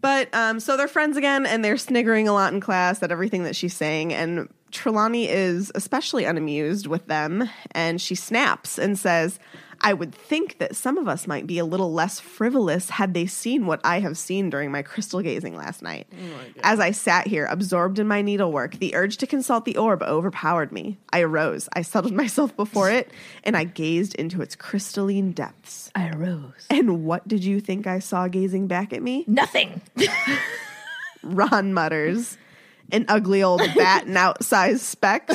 D: But um, so they're friends again, and they're sniggering a lot in class at everything that she's saying. And Trelawney is especially unamused with them, and she snaps and says, I would think that some of us might be a little less frivolous had they seen what I have seen during my crystal gazing last night. As I sat here, absorbed in my needlework, the urge to consult the orb overpowered me. I arose, I settled myself before it, and I gazed into its crystalline depths.
F: I rose.
D: And what did you think I saw gazing back at me?
F: Nothing.
D: Ron mutters, an ugly old bat and outsized speck.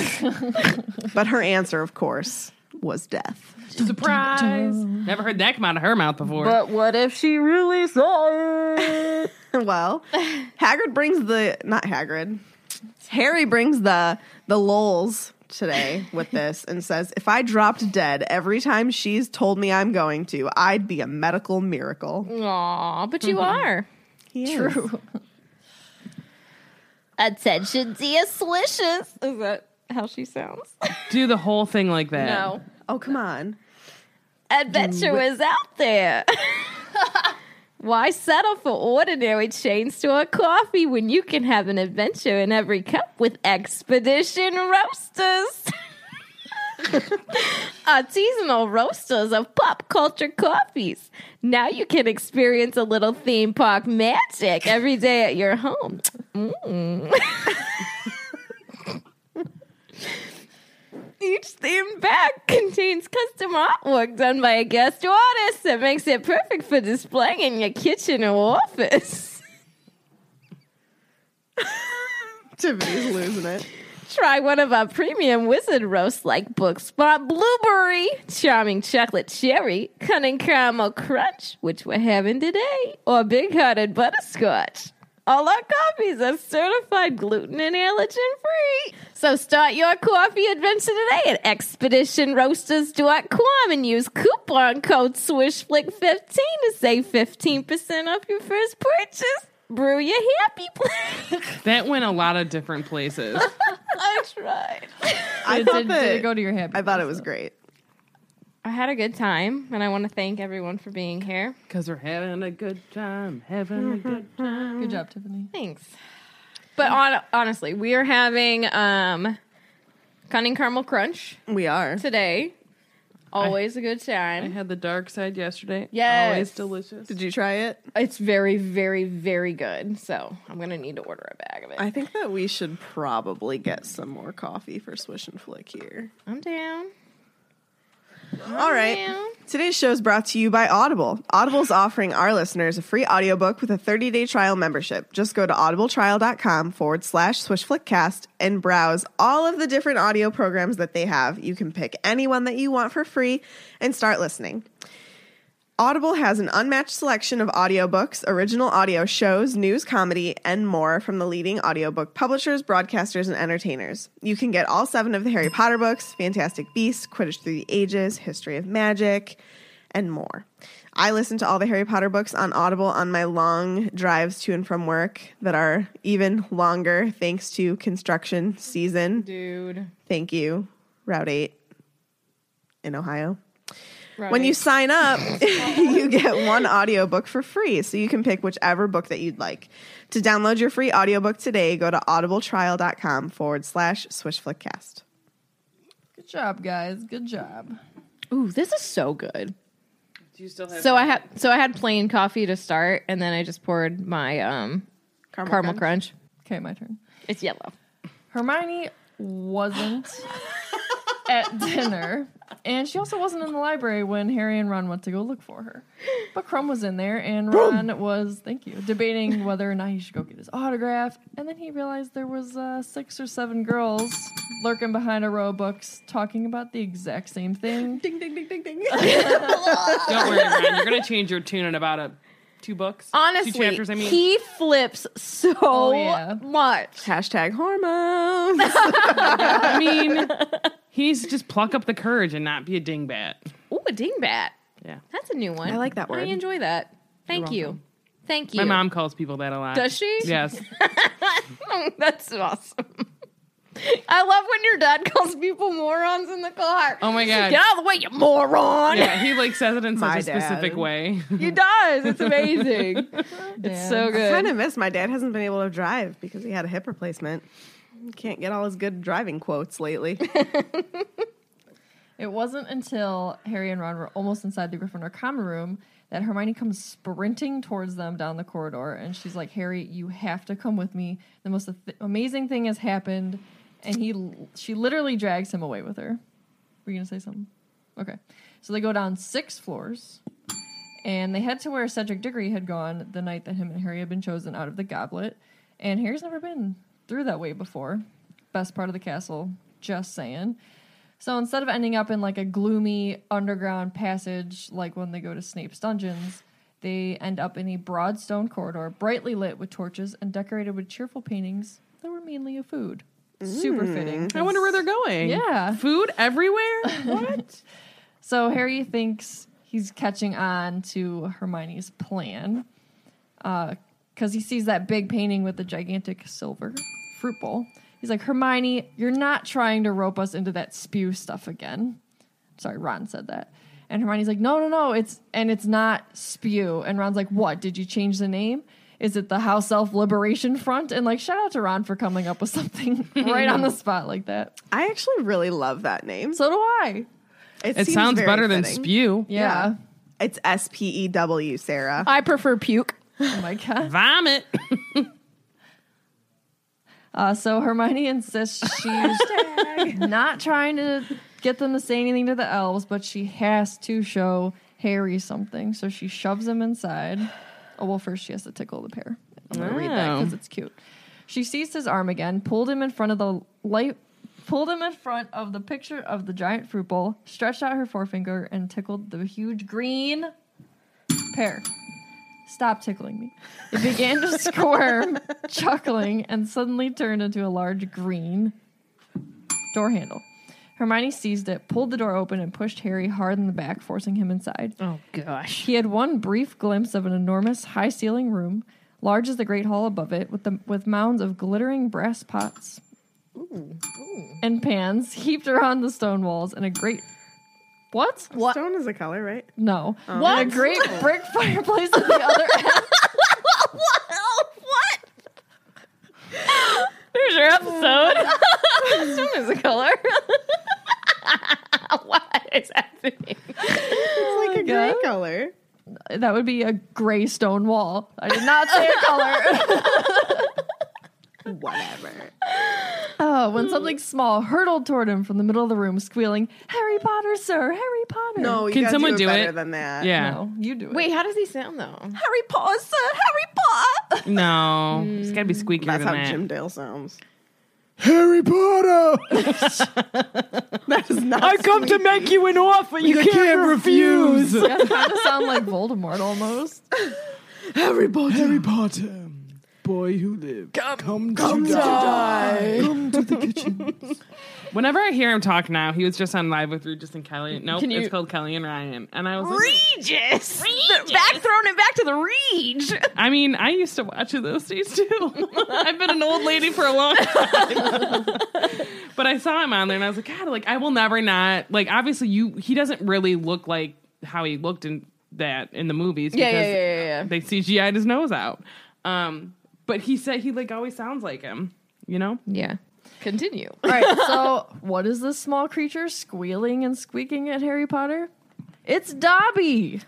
D: but her answer, of course, was death.
B: Surprise! Never heard that come out of her mouth before.
F: what if she really saw it?
D: well, Hagrid brings the not Hagrid. Harry brings the the lolls today with this and says, "If I dropped dead every time she's told me I'm going to, I'd be a medical miracle."
F: Aw, but you are.
D: True.
C: Attention, dear swishes.
F: Is that how she sounds?
B: Do the whole thing like that.
F: No.
D: Oh, come on.
F: Adventure was out there. Why settle for ordinary chains to a coffee when you can have an adventure in every cup with Expedition Roasters? Artisanal roasters of pop culture coffees. Now you can experience a little theme park magic every day at your home. Mm. Each themed bag contains custom artwork done by a guest artist that makes it perfect for displaying in your kitchen or office.
D: Tiffany's losing it.
F: Try one of our premium wizard roasts like Book Spot Blueberry, Charming Chocolate Cherry, Cunning Caramel Crunch, which we're having today, or Big Hearted Butterscotch. All our coffees are certified gluten and allergen free. So start your coffee adventure today at expeditionroasters.com and use coupon code SwishFlick15 to save 15% off your first purchase. Brew your happy place.
B: That went a lot of different places.
F: I tried.
D: I
E: Did,
D: thought
E: did,
D: that,
E: did it go to your happy?
D: I thought it was great.
F: I had a good time, and I want to thank everyone for being here.
B: Because we're having a good time. Having a good
E: Good job, Tiffany.
F: Thanks. But on, honestly, we are having um, Cunning Caramel Crunch
D: We are.
F: today. Always a good
B: I
F: time.
B: had the dark side yesterday.
F: Yes.
B: Always delicious.
D: Did you try it?
F: It's very, very, very good. So I'm going to need to order a bag of it.
D: I think that we should probably get some more coffee for Swish and Flick here.
F: I'm down.
D: All right. Today's show is brought to you by Audible. Audible's offering our listeners a free audiobook with a 30-day trial membership. Just go to audibletrial.com forward slash swishflickcast and browse all of the different audio programs that they have. You can pick anyone that you want for free and start listening. Audible has an unmatched selection of audiobooks, original audio shows, news, comedy, and more from the leading audiobook publishers, broadcasters, and entertainers. You can get all seven of the Harry Potter books Fantastic Beasts, Quidditch Through the Ages, History of Magic, and more. I listen to all the Harry Potter books on Audible on my long drives to and from work that are even longer thanks to construction season.
F: Dude.
D: Thank you, Route 8 in Ohio. When you sign up, you get one audiobook for free, so you can pick whichever book that you'd like. To download your free audiobook today, go to audibletrial.com forward slash swishflickcast.
E: Good job, guys. Good job.
F: Ooh, this is so good.
B: Do you still have
F: So I had so I had plain coffee to start, and then I just poured my um, caramel, crunch.
E: Okay, my turn.
F: It's yellow.
E: Hermione wasn't at dinner, and she also wasn't in the library when Harry and Ron went to go look for her. But Crumb was in there, and Ron was, thank you, debating whether or not he should go get his autograph. And then he realized there was uh, six or seven girls lurking behind a row of books talking about the exact same thing.
D: Ding, ding, ding, ding, ding.
B: Don't worry, Ryan. You're gonna change your tune in about a two books.
F: Honestly,
B: two chapters. I mean,
F: he flips so
E: yeah.
F: much.
D: Hashtag hormones.
B: I mean, he needs to just pluck up the courage and not be a dingbat.
F: Ooh, a dingbat.
B: Yeah.
F: That's a new one.
D: I like that
F: I
D: word.
F: enjoy that. Thank you.
B: welcome.
F: Thank you.
B: My mom calls people that a lot.
F: Does she?
B: Yes.
F: That's awesome. I love when your dad calls people morons in the car.
B: Oh my god.
F: Get out of the way, you moron.
B: Yeah, he like says it in such
D: My
B: a specific
D: dad.
B: way.
F: He does. It's amazing.
E: It's
F: so
D: I
F: good.
D: kind of miss my dad hasn't been able to drive because he had a hip replacement. Can't get all his good driving quotes lately.
E: It wasn't until Harry and Ron were almost inside the Gryffindor common room that Hermione comes sprinting towards them down the corridor, and she's like, "Harry, you have to come with me. The most th- amazing thing has happened." And he, l- she literally drags him away with her. Were you gonna say something? Okay, so they go down six floors, and they head to where Cedric Diggory had gone the night that him and Harry had been chosen out of the goblet. And Harry's never been through that way before. Best part of the castle, just saying. So instead of ending up in like a gloomy underground passage, like when they go to Snape's dungeons, they end up in a broad stone corridor, brightly lit with torches and decorated with cheerful paintings that were mainly of food. Super
D: Mm.
E: fitting.
B: I wonder where they're going.
E: Yeah.
B: Food everywhere? What?
E: So Harry thinks he's catching on to Hermione's plan because he sees that big painting with the gigantic silver fruit bowl. He's like, Hermione, you're not trying to rope us into that spew stuff again. Sorry, Ron said that. And Hermione's like, no, no, no, it's and it's not spew. And Ron's like, what? Did you change the name? Is it the House Elf Liberation Front? And like, shout out to Ron for coming up with something right on the spot like that.
D: I actually really love that name.
E: So do I.
B: It
D: seems
B: sounds
D: very
B: better than
D: fitting.
B: spew.
E: Yeah.
D: It's S P E W, Sarah.
A: I prefer puke.
E: Oh my god.
B: Vomit.
E: Uh, so Hermione insists she's not trying to get them to say anything to the elves, but she has to show Harry something. So she shoves him inside. Oh, well, first she has to tickle the pear. I'm going to read that
B: Oh.
E: because it's cute. She seized his arm again, pulled him in front of the light, pulled him in front of the picture of the giant fruit bowl, stretched out her forefinger, and tickled the huge green pear. Stop tickling me. It began to squirm, chuckling, and suddenly turned into a large green door handle. Hermione seized it, pulled the door open, and pushed Harry hard in the back, forcing him inside.
F: Oh gosh.
E: He had one brief glimpse of an enormous, high ceiling room, large as the Great Hall above it, with, the, with mounds of glittering brass pots and pans heaped around the stone walls, and a great. What?
D: What? Stone is a color, right?
E: No. What? And a great brick fireplace at the other end.
F: There's your episode. Stone is a color. what is happening?
D: It's like a gray color.
E: that would be a gray stone wall. I did not say a color.
D: Whatever.
E: oh, when something small hurtled toward him from the middle of the room, squealing, "Harry Potter, sir! Harry Potter!"
D: No, you
B: Can
D: gotta
B: someone
D: do it
B: do
D: better
B: it?
D: than that.
B: yeah.
E: no, you do it.
F: Wait, how does he sound though?
E: Harry Potter, sir! Harry Potter.
B: No. It's got to be squeakier
D: That's how
B: than that.
D: Jim Dale sounds. Harry Potter. that is not.
B: come to make you an offer you, can't, refuse.
E: yeah, kind of sound like Voldemort almost.
D: Harry Potter.
H: Harry Potter, boy who lived, come, come, to, die. Come to the kitchen.
B: Whenever I hear him talk now, he was just on Live with Regis and Kelly. Nope, it's called Kelly and Ryan. And I was like,
F: Regis. Back throwing it back to the Reg.
B: I mean, I used to watch it those days too. I've been an old lady for a long time. but I saw him on there and I was like, God, like I will never not like obviously you he doesn't really look like how he looked in that in the movies
F: Yeah, yeah, yeah, yeah, yeah.
B: they CGI'd his nose out. Um but he said he like always sounds like him, you know?
F: Yeah. Continue.
E: All right, so what is this small creature squealing and squeaking at Harry Potter? It's Dobby,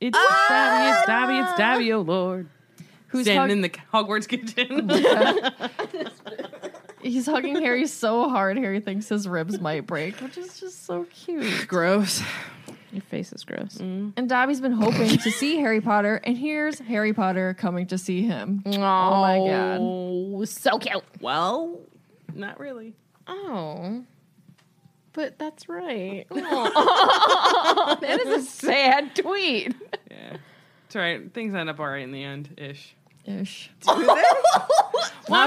B: It's Dobby, it's Dobby, it's Dobby, oh Lord.
E: who's
B: Standing
E: hug-
B: in the Hogwarts kitchen.
E: he's hugging Harry so hard Harry thinks his ribs might break, which is just so cute.
B: Gross.
F: Your face is gross.
E: And Dobby's been hoping to see Harry Potter, and here's Harry Potter coming to see him.
F: Oh,
E: my
F: god. Oh, So cute.
B: Well, not really.
F: Oh. But that's right. that is a sad tweet.
B: Yeah. It's all right. Things end up all right in the end ish.
E: Ish.
B: Well,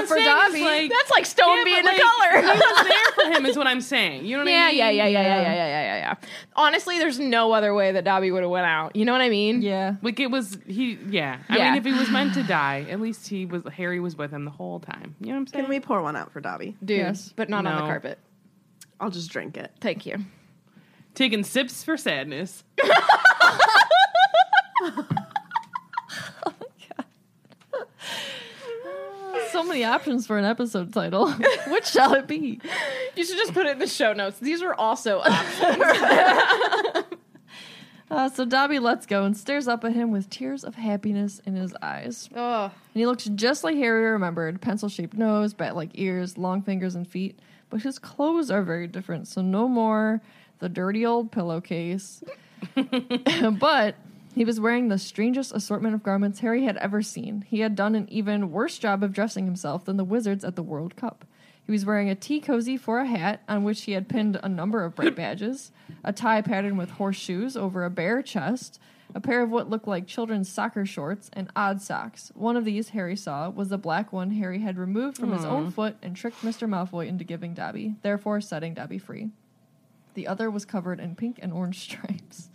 E: for Dobby.
F: That's like stone
B: Yeah,
F: being
B: but,
F: a color.
B: like, he was there for him, is what I'm saying. You know what
F: Yeah,
B: I mean?
F: yeah, yeah, yeah, yeah, yeah, yeah, yeah, yeah. Honestly, there's no other way that Dobby would have went out. You know what I mean?
E: Yeah.
B: Like it was he. Yeah. I
F: Yeah.
B: mean, if he was meant to die, at least he was. Harry was with him the whole time. You know what I'm saying?
D: Can we pour one out for Dobby?
F: Dude,
E: Yes.
F: but not on the
B: No.
F: carpet.
D: I'll just drink it.
F: Thank you.
B: Taking sips for sadness.
E: so many options for an episode title. Which shall it be?
F: You should just put it in the show notes. These were also options.
E: Uh, so Dobby lets go and stares up at him with tears of happiness in his eyes.
F: oh,
E: And he looks just like Harry remembered pencil shaped nose, bat like ears, long fingers, and feet. But his clothes are very different, so no more the dirty old pillowcase. but he was wearing the strangest assortment of garments Harry had ever seen. He had done an even worse job of dressing himself than the wizards at the World Cup. He was wearing a tea cozy for a hat on which he had pinned a number of bright badges, a tie patterned with horseshoes over a bare chest, a pair of what looked like children's soccer shorts, and odd socks. One of these Harry saw was the black one Harry had removed from his own foot and tricked Mr. Malfoy into giving Dobby, therefore setting Dobby free. The other was covered in pink and orange stripes.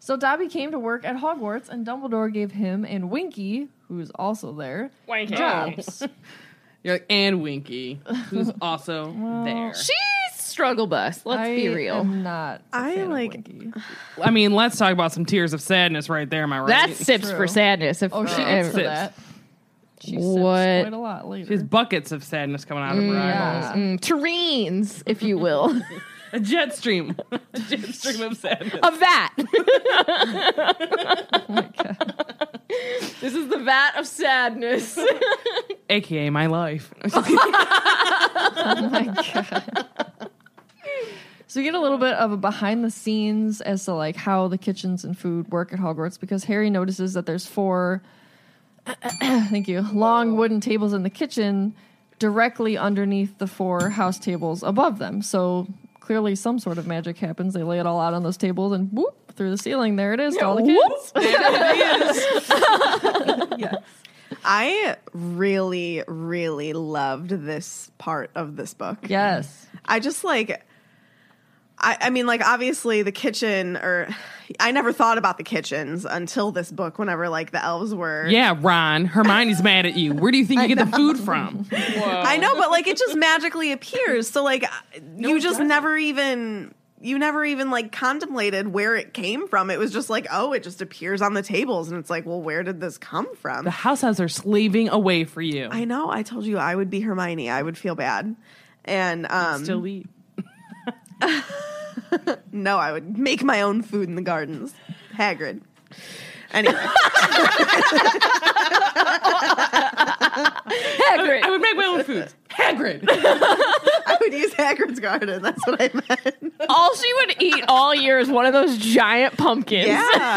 E: So Dobby came to work at Hogwarts, and Dumbledore gave him and Winky, who's also there,
B: Winky.
E: jobs.
B: You're like, and Winky, who's also there.
F: she's struggle bus. Let's be
E: I
F: real.
E: am not. a
D: I
E: fan of
D: like-
E: Winky.
B: I mean, let's talk about some tears of sadness right there. Am I right?
F: That's sips
E: true.
F: for sadness. If,
E: Oh, she
F: if-
E: gets to
B: sips.
E: that. She sips
F: What?
E: quite a lot later.
B: She's buckets of sadness coming out of her eyeballs.
E: yeah.
F: mm, terrenes, if you will,
B: A jet stream, a jet stream of sadness.
F: a vat.
E: Oh my God.
F: This is the vat of sadness.
B: AKA my life.
E: Oh my God. So we get a little bit of a behind the scenes as to like how the kitchens and food work at Hogwarts because Harry notices that there's four thank you long wooden tables in the kitchen directly underneath the four house tables above them. So clearly some sort of magic happens. They lay it all out on those tables and whoop through the ceiling there it is to all the kids.
D: I really, really loved this part of this book.
E: Yes.
D: I just like I, I mean like obviously the kitchen or I never thought about the kitchens until this book whenever like the elves were
B: yeah, Ron, Hermione's mad at you. Where do you think you get the food from?
D: I know but like it just magically appears so like you just never even you never even like contemplated where it came from it was just like oh it just appears on the tables and it's like well where did this come from
B: The house elves are slaving away for you.
D: I know I told you I would be Hermione I would feel bad and um
B: Still eat.
D: no I would make my own food in the gardens Hagrid anyway
B: I would make my own food. Hagrid.
D: I would use Hagrid's garden. That's what I meant.
F: all she would eat all year is one of those giant pumpkins.
D: Yeah.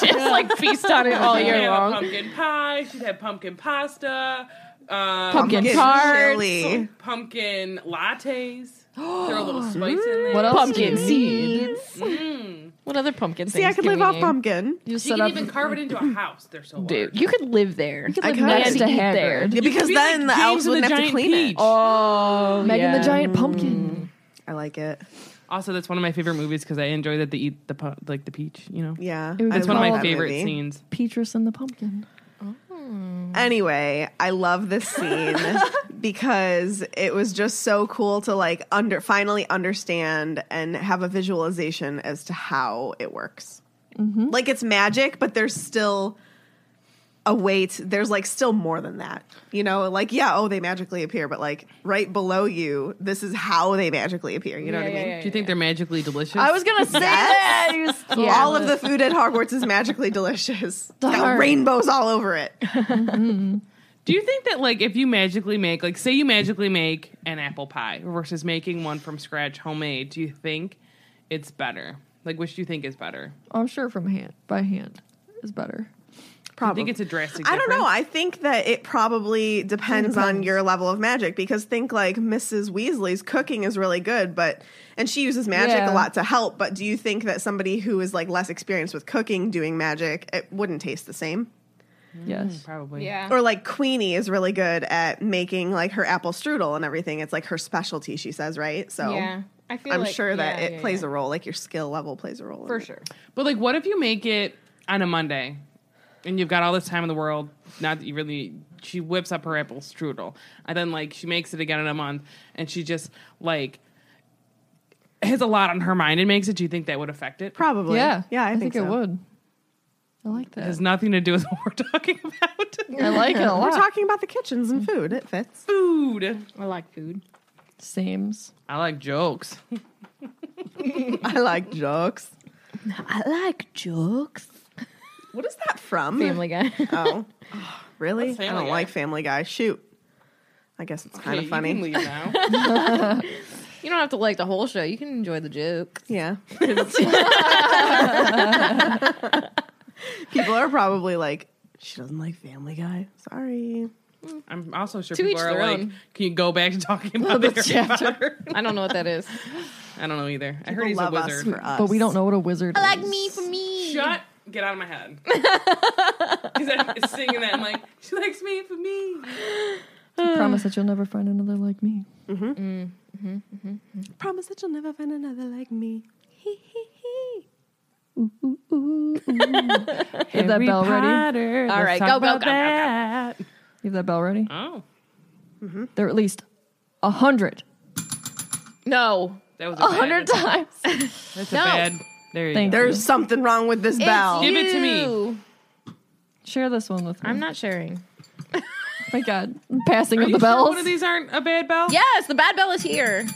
F: Just like feast on it all
B: She'd
F: year
B: have a
F: long.
B: pumpkin pie. She'd have pumpkin pasta. Um,
F: Pumpkin
D: Pumpkin
F: tarts.
D: chili.
B: pumpkin lattes. Throw a little spice in there.
E: What else do you
F: Pumpkin
E: need?
F: seeds. What other pumpkin
D: See, I
F: things
D: could
F: can
D: live
F: we
D: off
F: name?
D: pumpkin.
E: You
B: You can even carve it into a house. They're so large.
F: Dude, you could live there. You could
D: live next
E: to Hagrid.
D: Yeah, because
B: be
D: then
B: like James
D: the elves
B: and the
D: wouldn't have to
B: Giant
D: clean
B: Peach.
D: it.
F: Oh,
E: Megan
F: yeah.
E: the giant pumpkin.
D: I like it.
B: Also, that's one of my favorite movies because I enjoy that they eat the pu- like the peach. You know,
D: Yeah.
E: Ooh,
D: I
E: that's
B: it's one of
D: love
B: my
D: that
B: favorite
D: movie.
B: scenes.
E: Petrus and the pumpkin.
D: Anyway, I love this scene because it was just so cool to like under finally understand and have a visualization as to how it works. Like it's magic, but there's still a way to, there's like still more than that. You know, like yeah, oh they magically appear, but like right below you, this is how they magically appear. You know what I mean?
B: Do you think they're magically delicious?
E: I was gonna say that. You s-
D: All of the food at Hogwarts is magically delicious. Got
E: Darn.
D: rainbows all over it.
B: Do you think that like if you magically make like say you magically make an apple pie versus making one from scratch homemade, do you think it's better? Like which do you think is better?
E: Oh, I'm sure from hand by hand is better.
B: I think it's a drastic.
D: I don't know.
B: difference?
D: I think that it probably depends, on your level of magic because think like Mrs. Weasley's cooking is really good, but and she uses magic
E: Yeah.
D: a lot to help, but do you think that somebody who is like less experienced with cooking doing magic, it wouldn't taste the same?
E: Yes.
B: Probably.
F: Yeah.
D: Or like Queenie is really good at making like her apple strudel and everything. It's like her specialty, she says, right? So
F: Yeah. I feel
D: I'm
F: like-
D: sure that
F: yeah,
D: it
F: yeah,
D: plays
F: yeah.
D: a role, like your skill level plays a role. in
F: For
D: it.
F: sure.
B: But like, what if you make it on a Monday, and you've got all this time in the world? Not that you really. She whips up her apple strudel, and then like she makes it again in a month, and she just like has a lot on her mind and makes it. Do you think that would affect it?
D: Probably.
E: Yeah.
D: Yeah, I, think,
E: it
D: so.
E: would. I like that.
B: has nothing to do with what we're talking about.
E: I like it a
D: We're
E: lot.
D: talking about the kitchens and food. It fits.
B: Food.
F: I like food.
E: Sames.
B: I like jokes.
D: I like jokes.
F: I like jokes.
D: What is that from?
F: Family Guy.
D: Oh, really? I
B: Family
D: don't
B: Guy.
D: like Family Guy. Shoot. I guess it's kind of funny.
F: you don't have to like the whole show. You can enjoy the joke.
D: Yeah. People are probably like, she doesn't like Family Guy. Sorry.
B: I'm also sure
F: To
B: people
F: each
B: are
F: their
B: like,
F: own.
B: can you go back to talking about the
E: Another
B: Harry
E: chapter.
B: Potter?
F: I don't know what that is.
B: I don't know either. I heard
D: People
B: he's a
D: love us
B: wizard.
D: for us.
E: But we don't know what a wizard is.
C: Like me for me.
B: Shut. Get out of my head. Because I'm singing that. I'm like, she likes me for me.
E: I promise that you'll never find another like me.
D: Promise that you'll never find another like me.
E: You have that bell ready?
F: All right, go, go, go, go, go.
E: You have that bell ready?
B: Oh,
E: There are at least a hundred.
F: No.
B: that was a hundred.
E: times.
B: That's a bad. There you
E: Thank
B: go.
D: There's something wrong with this bell.
B: Give it to me.
F: Ew.
E: Share this one with me.
F: I'm not sharing.
E: My God. Passing
B: Are
E: of
B: you
E: the
B: sure
E: bells.
B: one of these aren't a bad bell.
F: Yes, the bad bell is here.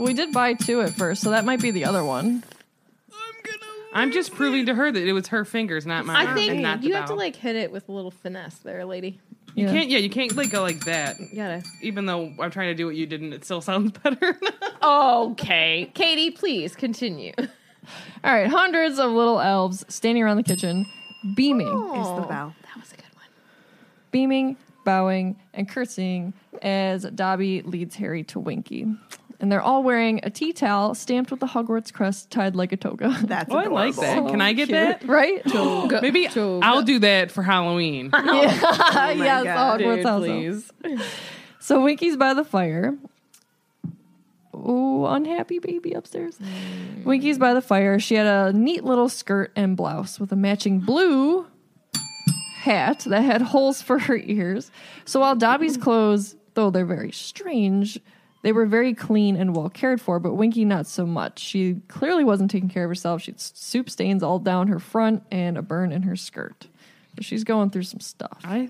E: we did buy two at first, so that might be the other one.
B: I'm just proving to her that it was her fingers, not
D: Uh,
B: mine.
F: I think
B: and not the
F: you have to
B: bell.
F: like hit it with a little finesse there, lady.
E: You
B: Can't yeah, you can't like go like that.
F: You gotta.
B: Even though I'm trying to do what you did, and it still sounds better.
F: Okay. Katie, please continue.
E: All right, hundreds of little elves standing around the kitchen, beaming,
D: It's the bell.
F: That was a good one.
E: beaming, bowing, and curtsying as Dobby leads Harry to Winky. And they're all wearing a tea towel stamped with the Hogwarts crest tied like a toga.
D: That's
B: oh, I like
D: adorable.
B: that. Can I get that?
E: right?
B: Maybe I'll do that for Halloween.
E: yes,
D: God,
E: Hogwarts house elf. So Winky's by the fire. Oh, unhappy baby upstairs. Winky's by the fire. She had a neat little skirt and blouse with a matching blue hat that had holes for her ears. So while Dobby's clothes, though they're very strange, they were very clean and well cared for, but Winky not so much. She clearly wasn't taking care of herself. She had soup stains all down her front and a burn in her skirt. So she's going through some stuff.
B: I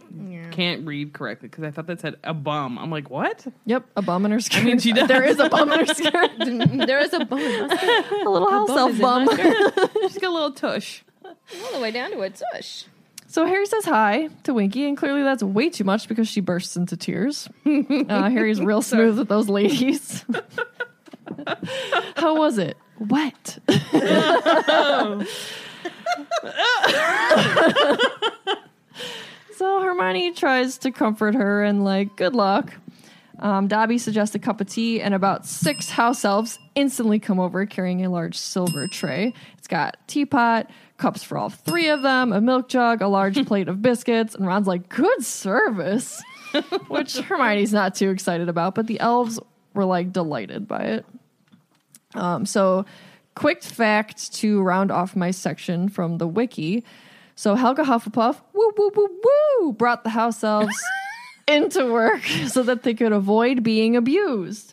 B: can't read correctly because I thought that said a bum. I'm like, what?
E: Yep, a bum in her skirt.
B: mean, she does.
E: There is a bum in her skirt.
F: Mm, There is a bone. Let's go
E: a little house elf bum.
B: She's got a little tush.
F: all the way down to a tush.
E: so Harry says hi to Winky, and clearly that's way too much because she bursts into tears. Uh, Harry's real smooth with those ladies. How was it? Wet. so Hermione tries to comfort her and like, good luck. Um, Dobby suggests a cup of tea, and about six house elves instantly come over carrying a large silver tray. It's got teapot, cups for all three of them, a milk jug, a large plate of biscuits, and Ron's like, good service, which Hermione's not too excited about, but the elves were like delighted by it. Um, so, quick fact to round off my section from the wiki. So, Helga Hufflepuff, woo, woo, woo, woo, brought the house elves into work so that they could avoid being abused.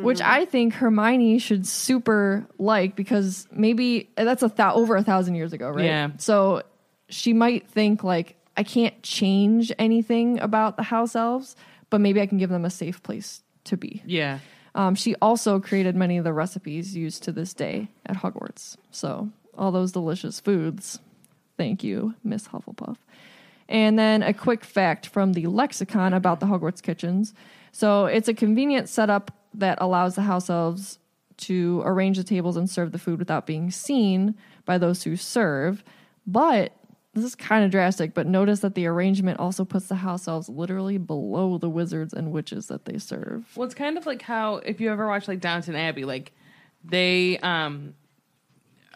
E: Which I think Hermione should super like because maybe uh, that's a thou- over a thousand years ago, right?
B: Yeah.
E: So she might think like I can't change anything about the house elves, but maybe I can give them a safe place to be.
B: Yeah.
E: Um, she also created many of the recipes used to this day at Hogwarts. So, all those delicious foods. Thank you, Miss Hufflepuff. And then a quick fact from the lexicon about the Hogwarts kitchens. So, it's a convenient setup that allows the house elves to arrange the tables and serve the food without being seen by those who serve. But this is kind of drastic, but notice that the arrangement also puts the house elves literally below the wizards and witches that they serve.
B: Well, it's kind of like how if you ever watch like Downton Abbey, like they um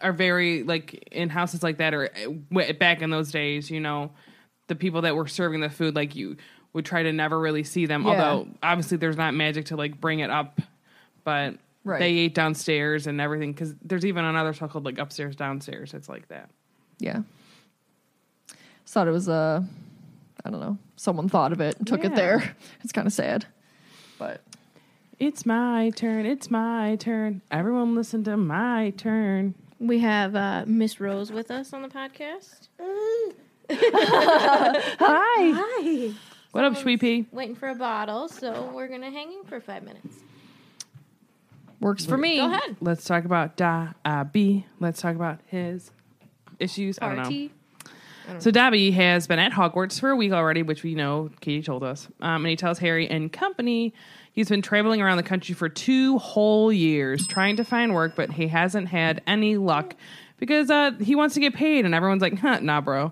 B: are very like in houses like that or uh, w- back in those days, you know, the people that were serving the food like you would try to never really see them.
E: Yeah.
B: Although obviously there's not magic to like bring it up, but
E: Right.
B: they ate downstairs and everything because there's even another show called like upstairs downstairs. It's like that.
E: Yeah. Just thought it was uh, I don't know. Someone thought of it and took it
B: Yeah.
E: there. It's kind of sad. But
B: It's my turn. It's my turn. Everyone listen to my turn.
F: We have uh, Miss Rose with us on the podcast.
E: Oh,
B: What up, Sweepy?
F: Waiting for a bottle, so we're gonna hang in for five minutes.
E: Works for me.
F: Go ahead.
B: Let's talk about Dobby. Let's talk about his issues. I don't know.
F: Party.
B: So Dobby has been at Hogwarts for a week already, which we know Katie told us. Um, and he tells Harry and company he's been traveling around the country for two whole years trying to find work, but he hasn't had any luck because uh, he wants to get paid, and everyone's like, huh, "Nah, bro."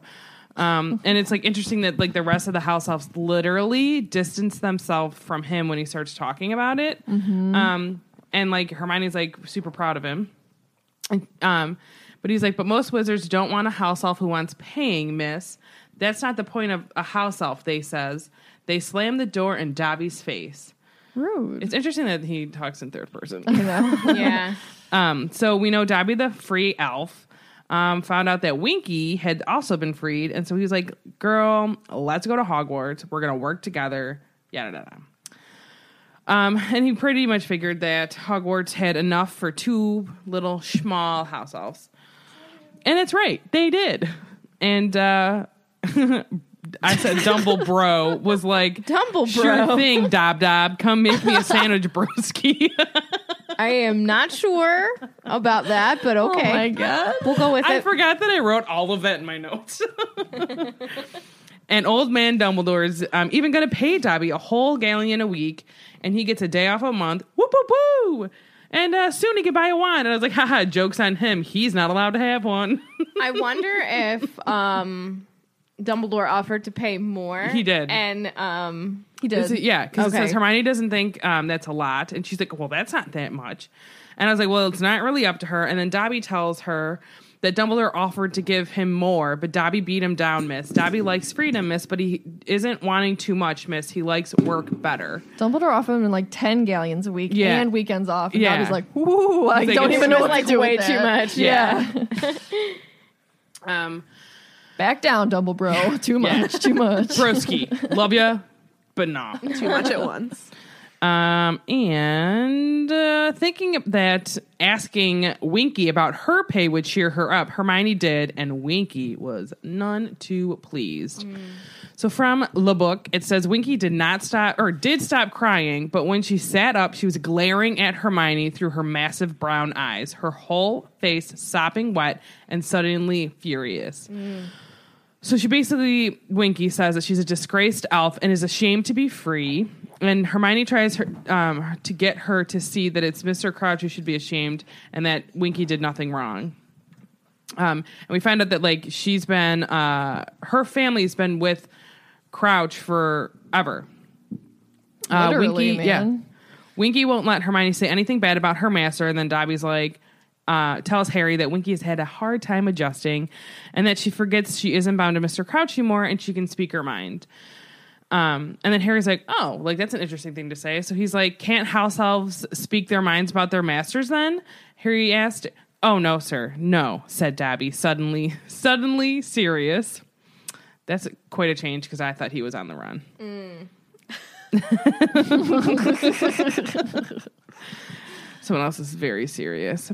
B: Um, and it's like interesting that like the rest of the house elves literally distance themselves from him when he starts talking about it. Um, and like Hermione's like super proud of him. Um, but he's like, but most wizards don't want a house elf who wants paying, miss. That's not the point of a house elf, they says. They slam the door in Dobby's face.
E: Rude.
B: It's interesting that he talks in third person.
F: yeah.
B: Um, so we know Dobby the free elf um, found out that Winky had also been freed, and so he was like, "Girl, let's go to Hogwarts. We're gonna work together." Yada yada. yada. Um, and he pretty much figured that Hogwarts had enough for two little small house elves, and it's right, they did. And uh, I said, "Dumblebro was like."
F: Dumble
B: Sure thing, Dob Dob. Come make me a sandwich, broski.
F: I am not sure about that, but okay.
E: Oh my god.
F: We'll go with
B: I
F: it.
B: forgot that I wrote all of that in my notes. and old man Dumbledore's um, even going to pay Dobby a whole galleon a week, and he gets a day off a month. Whoop whoop woo! And uh, soon he can buy a wine. And I was like, haha, jokes on him. He's not allowed to have one.
F: I wonder if um, Dumbledore offered to pay more.
B: He did.
F: And um,
E: He
B: Is
E: does.
B: it- yeah, because it
F: Okay.
B: says Hermione doesn't think um, that's a lot, and she's like, "Well, that's not that much." And I was like, "Well, it's not really up to her." And then Dobby tells her that Dumbledore offered to give him more, but Dobby beat him down, Miss. Dobby likes freedom, Miss, but he isn't wanting too much, Miss. He likes work better.
E: Dumbledore offered him like ten galleons a week
B: Yeah.
E: and weekends off. And
B: Yeah.
E: yeah. Dobby's like, woo, I
B: like,
E: don't
B: it's
E: even know
B: just
E: what
F: like
E: to do
F: way
E: with
F: too
E: that."
F: much.
E: Yeah.
B: Um,
E: Back down, Dumbledore. Too much. Too much.
B: Broski, love ya, but nah.
D: Too much at once.
B: Um, and uh, thinking of that asking Winky about her pay would cheer her up, Hermione did, and Winky was none too pleased. So from the book, it says Winky did not stop or did stop crying, but when she sat up, she was glaring at Hermione through her massive brown eyes, her whole face sopping wet and suddenly furious. So she basically, Winky says that she's a disgraced elf and is ashamed to be free. And Hermione tries her, um, to get her to see that it's Mr. Crouch who should be ashamed and that Winky did nothing wrong. Um, and we find out that like she's been, uh, her family's been with Crouch forever. Uh,
E: Literally,
B: Winky, yeah.
E: man.
B: Winky won't let Hermione say anything bad about her master, and then Dobby's like, uh, tells Harry that Winky has had a hard time adjusting, and that she forgets she isn't bound to Mr. Crouch anymore, and she can speak her mind. Um, and then Harry's like, "Oh, like that's an interesting thing to say." So he's like, "Can't house elves speak their minds about their masters?" Then Harry asked. "Oh no, sir, no," said Dobby, suddenly, suddenly serious. That's quite a change because I thought he was on the run. Someone else is very serious.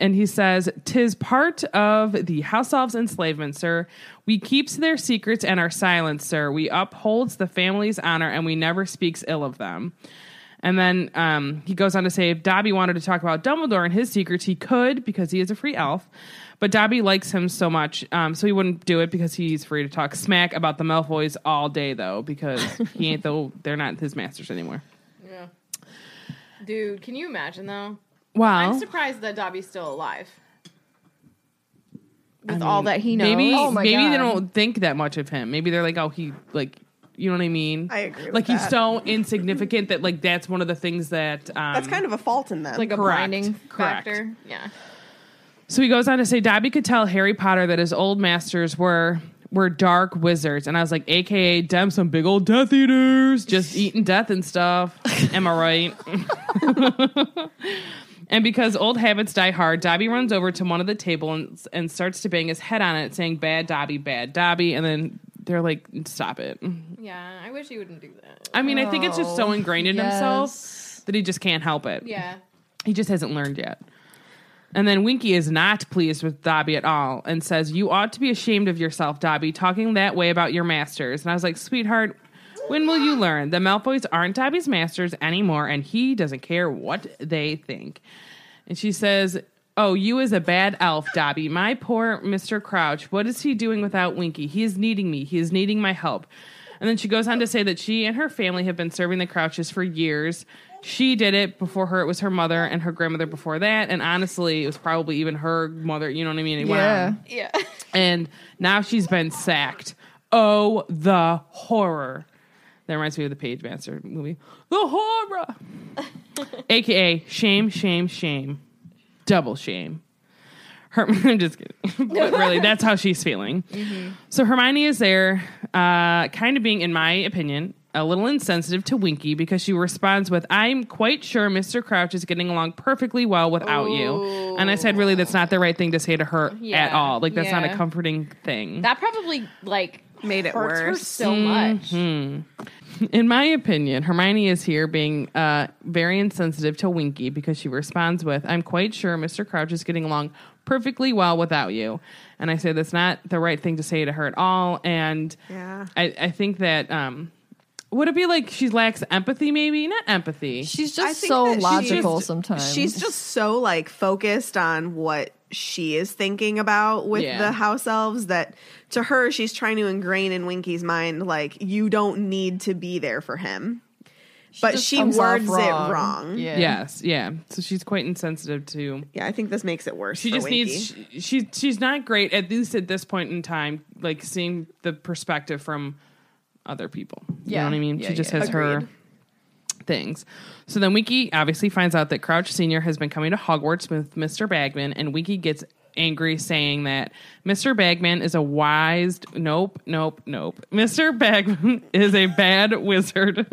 B: And he says, "Tis part of the house elves' enslavement, sir. We keeps their secrets and our silence, sir. We upholds the family's honor, and we never speaks ill of them." And then um, he goes on to say, if Dobby wanted to talk about Dumbledore and his secrets, he could because he is a free elf. But Dobby likes him so much, um, so he wouldn't do it because he's free to talk smack about the Malfoys all day, though, because he ain't though they're not his masters anymore.
F: dude, can you imagine
B: Oh.
F: though?
B: Wow.
F: I'm surprised that Dobby's still alive. With all that he knows.
B: Maybe
E: Oh my
B: maybe they
E: God.
B: don't think that much of him. Maybe they're like, oh, he like, you know what I mean?
D: I agree with
B: like he's
D: that.
B: so insignificant that like that's one of the things that um,
D: That's kind of a fault in them.
F: like a
B: Correct.
F: blinding
B: Correct.
F: factor. Yeah.
B: So he goes on to say Dobby could tell Harry Potter that his old masters were were dark wizards, and I was like, AKA them some big old Death Eaters, just eating death and stuff. Am I right? and because old habits die hard, Dobby runs over to one of the table and, and starts to bang his head on it, saying, "Bad Dobby, bad Dobby," and then. They're like, stop it.
F: Yeah. I wish he wouldn't do that.
B: I mean, I think it's just so ingrained in himself
E: Yes.
B: that he just can't help it.
F: Yeah.
B: He just hasn't learned yet. And then Winky is not pleased with Dobby at all and says, You ought to be ashamed of yourself, Dobby, talking that way about your masters. And I was like, Sweetheart, when will you learn? The Malfoys aren't Dobby's masters anymore, and he doesn't care what they think. And she says, Oh, you is a bad elf, Dobby. My poor Mr. Crouch. What is he doing without Winky? He is needing me. He is needing my help. And then she goes on to say that she and her family have been serving the Crouches for years. She did it before her. It was her mother and her grandmother before that. And honestly, it was probably even her mother. You know what I mean? It went
E: Yeah.
B: on. Yeah. And now she's been sacked. Oh, the horror. That reminds me of the Page Master movie. The horror. AKA shame, shame, shame. Double shame. Her, I'm just kidding. but really, that's how she's feeling.
F: Mm-hmm.
B: So Hermione is there, uh, kind of being, in my opinion, a little insensitive to Winky because she responds with, I'm quite sure Mr. Crouch is getting along perfectly well without you. And I said, really, that's not the right thing to say to her at
F: Yeah,
B: all. Like, that's not a
F: yeah.
B: comforting thing.
F: That probably like
D: Made it
F: hurts her
D: worse.
F: so much.
B: Mm-hmm. in my opinion, Hermione is here being uh, very insensitive to Winky because she responds with, I'm quite sure Mr. Crouch is getting along perfectly well without you. And I say that's not the right thing to say to her at all. And
D: Yeah.
B: I, I think that, um, would it be like she lacks empathy, maybe? Not empathy.
E: She's
D: I
E: just
D: think
E: so
D: that she's
E: logical
D: just-
E: sometimes.
D: She's just so like focused on what she is thinking about with
B: Yeah.
D: the house elves that to her she's trying to ingrain in Winky's mind like you don't need to be there for him. but
E: just
D: she
E: comes off
D: words it wrong. Yeah.
E: Yeah.
B: Yes, yeah. So she's quite insensitive to.
D: I think this makes it worse.
B: She
D: for
B: just
D: Winky.
B: needs. She, she she's not great at least at this point in time. Like seeing the perspective from other people. You
E: Yeah.
B: know what I mean?
E: Yeah,
B: she just
E: yeah.
B: has her things. So then Winky obviously finds out that Crouch Senior has been coming to Hogwarts with Mr. Bagman, and Winky gets angry saying that Mr. Bagman is a wise nope nope nope Mr. Bagman is a bad wizard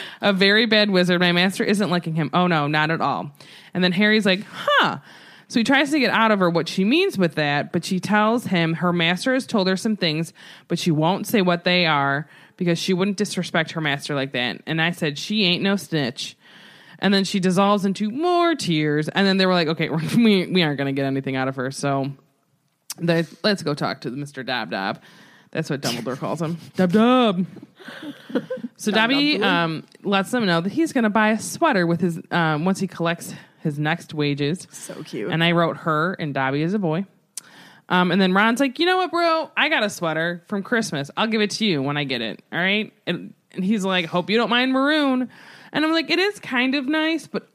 B: a very bad wizard my master isn't liking him oh no not at all and then Harry's like huh so he tries to get out of her what she means with that but she tells him her master has told her some things but she won't say what they are because she wouldn't disrespect her master like that and I said she ain't no snitch and then she dissolves into more tears. And then they were like, okay, we, we aren't going to get anything out of her. So they, let's go talk to Mr. Dab Dab. That's what Dumbledore calls him. Dab Dab. So Dobby um, lets them know that he's going to buy a sweater with his um, once he collects his next wages.
D: so cute.
B: And I wrote her and Dobby is a boy. Um, and then Ron's like, you know what, bro? I got a sweater from Christmas. I'll give it to you when I get it. All right. And, and he's like, hope you don't mind maroon. And I'm like, it is kind of nice, but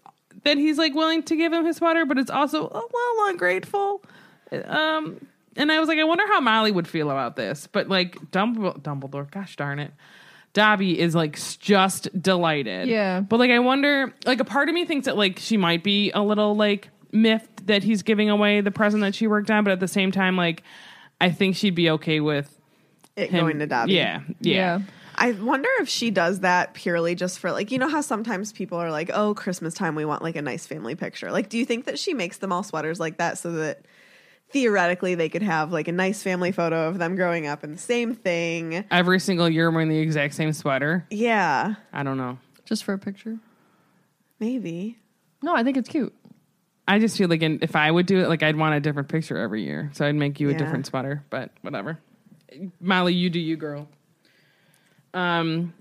B: then he's like willing to give him his sweater, but it's also a little ungrateful. Um, and I was like, I wonder how Molly would feel about this. But like Dumbledore, Dumbledore gosh darn it. Dobby is like s- just delighted.
E: Yeah.
B: But like, I wonder, like, a part of me thinks that like she might be a little like miffed that he's giving away the present that she worked on, but at the same time, like, I think she'd be okay with
D: it
B: him
D: going to Dobby.
B: Yeah, yeah,
E: Yeah.
D: I wonder if she does that purely just for like you know how sometimes people are like, "Oh, Christmas time we want like a nice family picture." Like do you think that she makes them all sweaters like that so that theoretically they could have like a nice family photo of them growing up and the same thing?
B: Every single year wearing the exact same sweater.
D: Yeah,
B: I don't know.
E: Just for a picture.
D: maybe.
E: No, I think it's cute.
B: I just feel like in, if I would do it, like I'd want a different picture every year. So I'd make you a
D: Yeah.
B: different sweater, but whatever. Molly, you do you, girl. Um,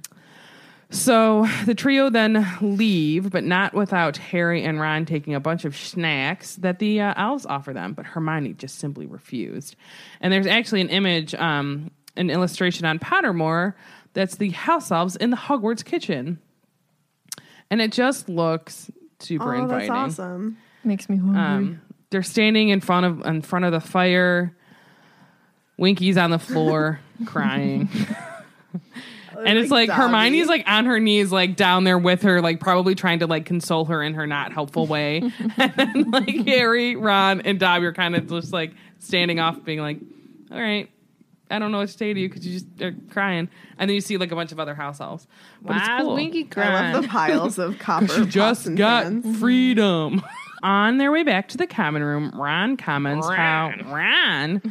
B: so the trio then leave, but not without Harry and Ron taking a bunch of snacks that the uh, elves offer them. But Hermione just simply refused. And there's actually an image, um, an illustration on Pottermore that's the house elves in the Hogwarts kitchen, and it just looks super
D: Oh, that's
B: inviting.
D: awesome.
E: Makes me hungry.
B: Um, they're standing in front of in front of the fire. Winky's on the floor crying. and it's like
D: Like Dobby.
B: Hermione's like on her knees, like down there with her, like probably trying to like console her in her not helpful way. and then like Harry, Ron, and Dobby are kind of just like standing off, being like, "All right, I don't know what to say to you because you just are crying." And then you see like a bunch of other house elves. But it's
F: Wow,
B: cool.
D: I
F: Winky
D: love
F: Grind.
D: the piles of copper.
B: She
D: pots
B: just
D: and
B: got
D: pans.
B: freedom. On their way back to the common room, Ron comments how Ron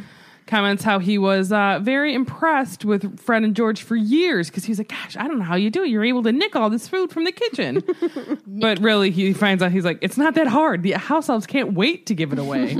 B: comments how he was uh, very impressed with Fred and George for years because he was like, "Gosh, I don't know how you do it. You're able to nick all this food from the kitchen." but really, he finds out he's like, "It's not that hard. The house elves can't wait to give it away."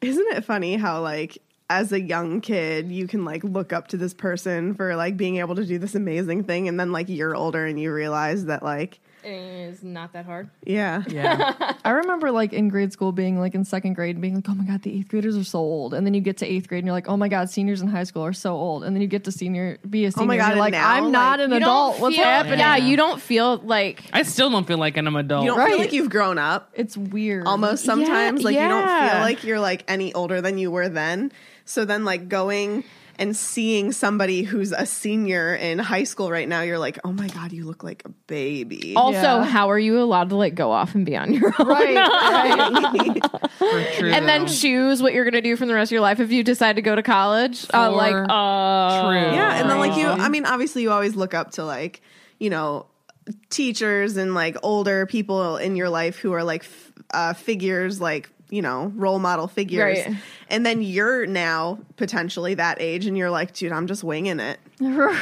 D: Isn't it funny how like as a young kid you can like look up to this person for like being able to do this amazing thing and then like you're older and you realize that like
F: It's not that hard.
D: yeah.
B: yeah,
E: I remember like in grade school being like in second grade and being like, oh my God, the eighth graders are so old. And then you get to eighth grade and you're like, oh my God, seniors in high school are so old. And then you get to senior, be a senior.
D: my
E: and
D: God,
E: you're
D: and
E: like,
D: now,
E: I'm not
D: like,
E: an
F: You don't
E: adult. What's
F: feel-
E: happening?
F: Yeah, you don't feel like
B: I still don't feel like I'm an adult.
D: You don't feel
E: Right.
D: like you've grown up
E: It's weird.
D: almost sometimes like you don't
F: yeah.
D: feel like you're like any older than you were then. So then like going and seeing somebody who's a senior in high school right now you're like, "Oh my god, you look like a baby."
F: Also,
E: Yeah.
F: how are you allowed to like go off and be on your own?
E: Right. right.
B: for true,
F: And then
B: though.
F: choose what you're gonna do for the rest of your life if you decide to go to college. Uh,
B: For
F: like, uh,
B: true.
D: Yeah, and then like you, I mean, obviously you always look up to like you know teachers and like older people in your life who are like f- uh, figures, like you know role model figures.
F: Right.
D: And then you're now potentially that age, and you're like, dude, I'm just winging it.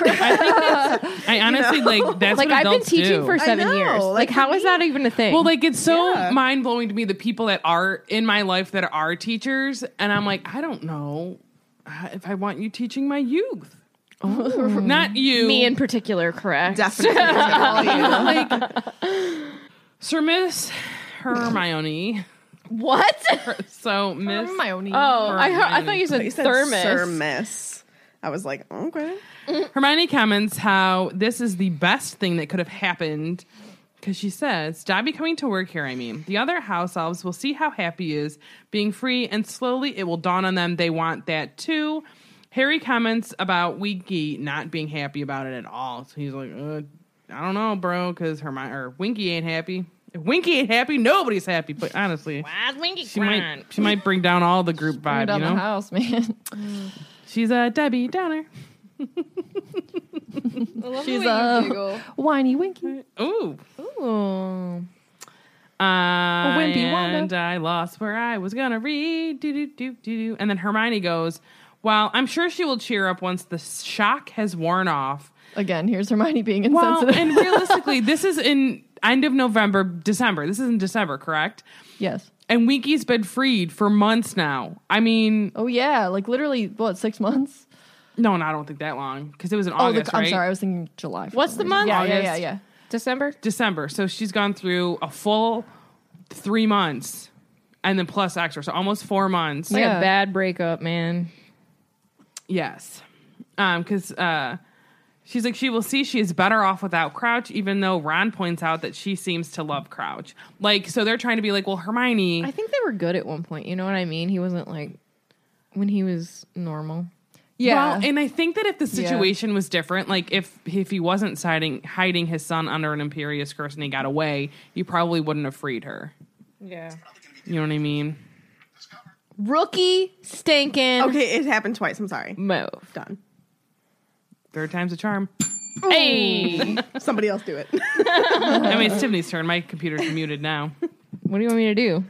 B: I honestly like that's
F: like
B: what
F: I've been
B: adults
F: teaching
B: do.
F: for seven
D: know,
F: years.
D: like,
F: Like,
D: for
F: how is
D: me-
F: that even a thing?
B: Well, like it's so mind blowing to me the people that are in my life that are teachers, and I'm like, I don't know uh, if I want you teaching my youth. Not you,
F: me in particular, correct?
D: Definitely. all you.
B: like Sir Miss Hermione.
F: What?
B: So Miss
E: Hermione.
F: Oh, I, heard, I
B: Hermione.
F: thought you said,
D: You said
F: thermos.
D: Sir Miss. I was like, okay.
B: Hermione comments how this is the best thing that could have happened because she says, Dobby coming to work here, I mean. The other house elves will see how happy he is being free, and slowly it will dawn on them they want that too. Harry comments about Winky not being happy about it at all. So he's like, uh, I don't know, bro, because Hermione or Winky ain't happy. If Winky ain't happy, nobody's happy. But honestly, she might she might bring E down all the group
E: Burned
B: vibe.
E: down
B: You
E: the
B: know,
E: house, man.
B: she's a Debbie Downer.
E: She's a whiny winky.
B: Ooh,
F: Ooh.
B: Uh,
E: wimpy Wanda.
B: and I lost where I was gonna read. Do do do do do. And then Hermione goes, "Well, I'm sure she will cheer up once the shock has worn off."
E: Again, here's Hermione being
B: Well,
E: insensitive.
B: and realistically, this is in end of November, December. This is in December, correct?
E: yes.
B: And Winky's been freed for months now. I mean,
E: Oh yeah, like literally what six months?
B: no, no, I don't think that long because it was in
E: Oh,
B: August,
E: the, I'm
B: right?
E: sorry, I was thinking July. for
F: What's
E: some
F: the month?
E: reason. Yeah, yeah, yeah,
F: August.
E: yeah.
F: December?
B: December. So she's gone through a full three months, and then plus extra, so almost four months.
F: Like
E: Yeah.
F: a bad breakup, man.
B: Yes. Um, cause, uh, she's like, she will see she is better off without Crouch, even though Ron points out that she seems to love Crouch. Like, so they're trying to be like, well, Hermione,
F: I think they were good at one point. You know what I mean? He wasn't like when he was normal.
E: Yeah.
B: Well, and I think that if the situation was different, like if if he wasn't siding, hiding his son under an imperious curse and he got away, he probably wouldn't have freed her.
F: Yeah.
B: You know what I mean?
F: Rookie stinking
D: Okay, it happened twice. I'm sorry.
F: move.
D: Done.
B: Third time's a charm.
F: Hey.
D: Somebody else do it.
B: I mean, it's Tiffany's turn. My computer's muted now.
F: what do you want me to do?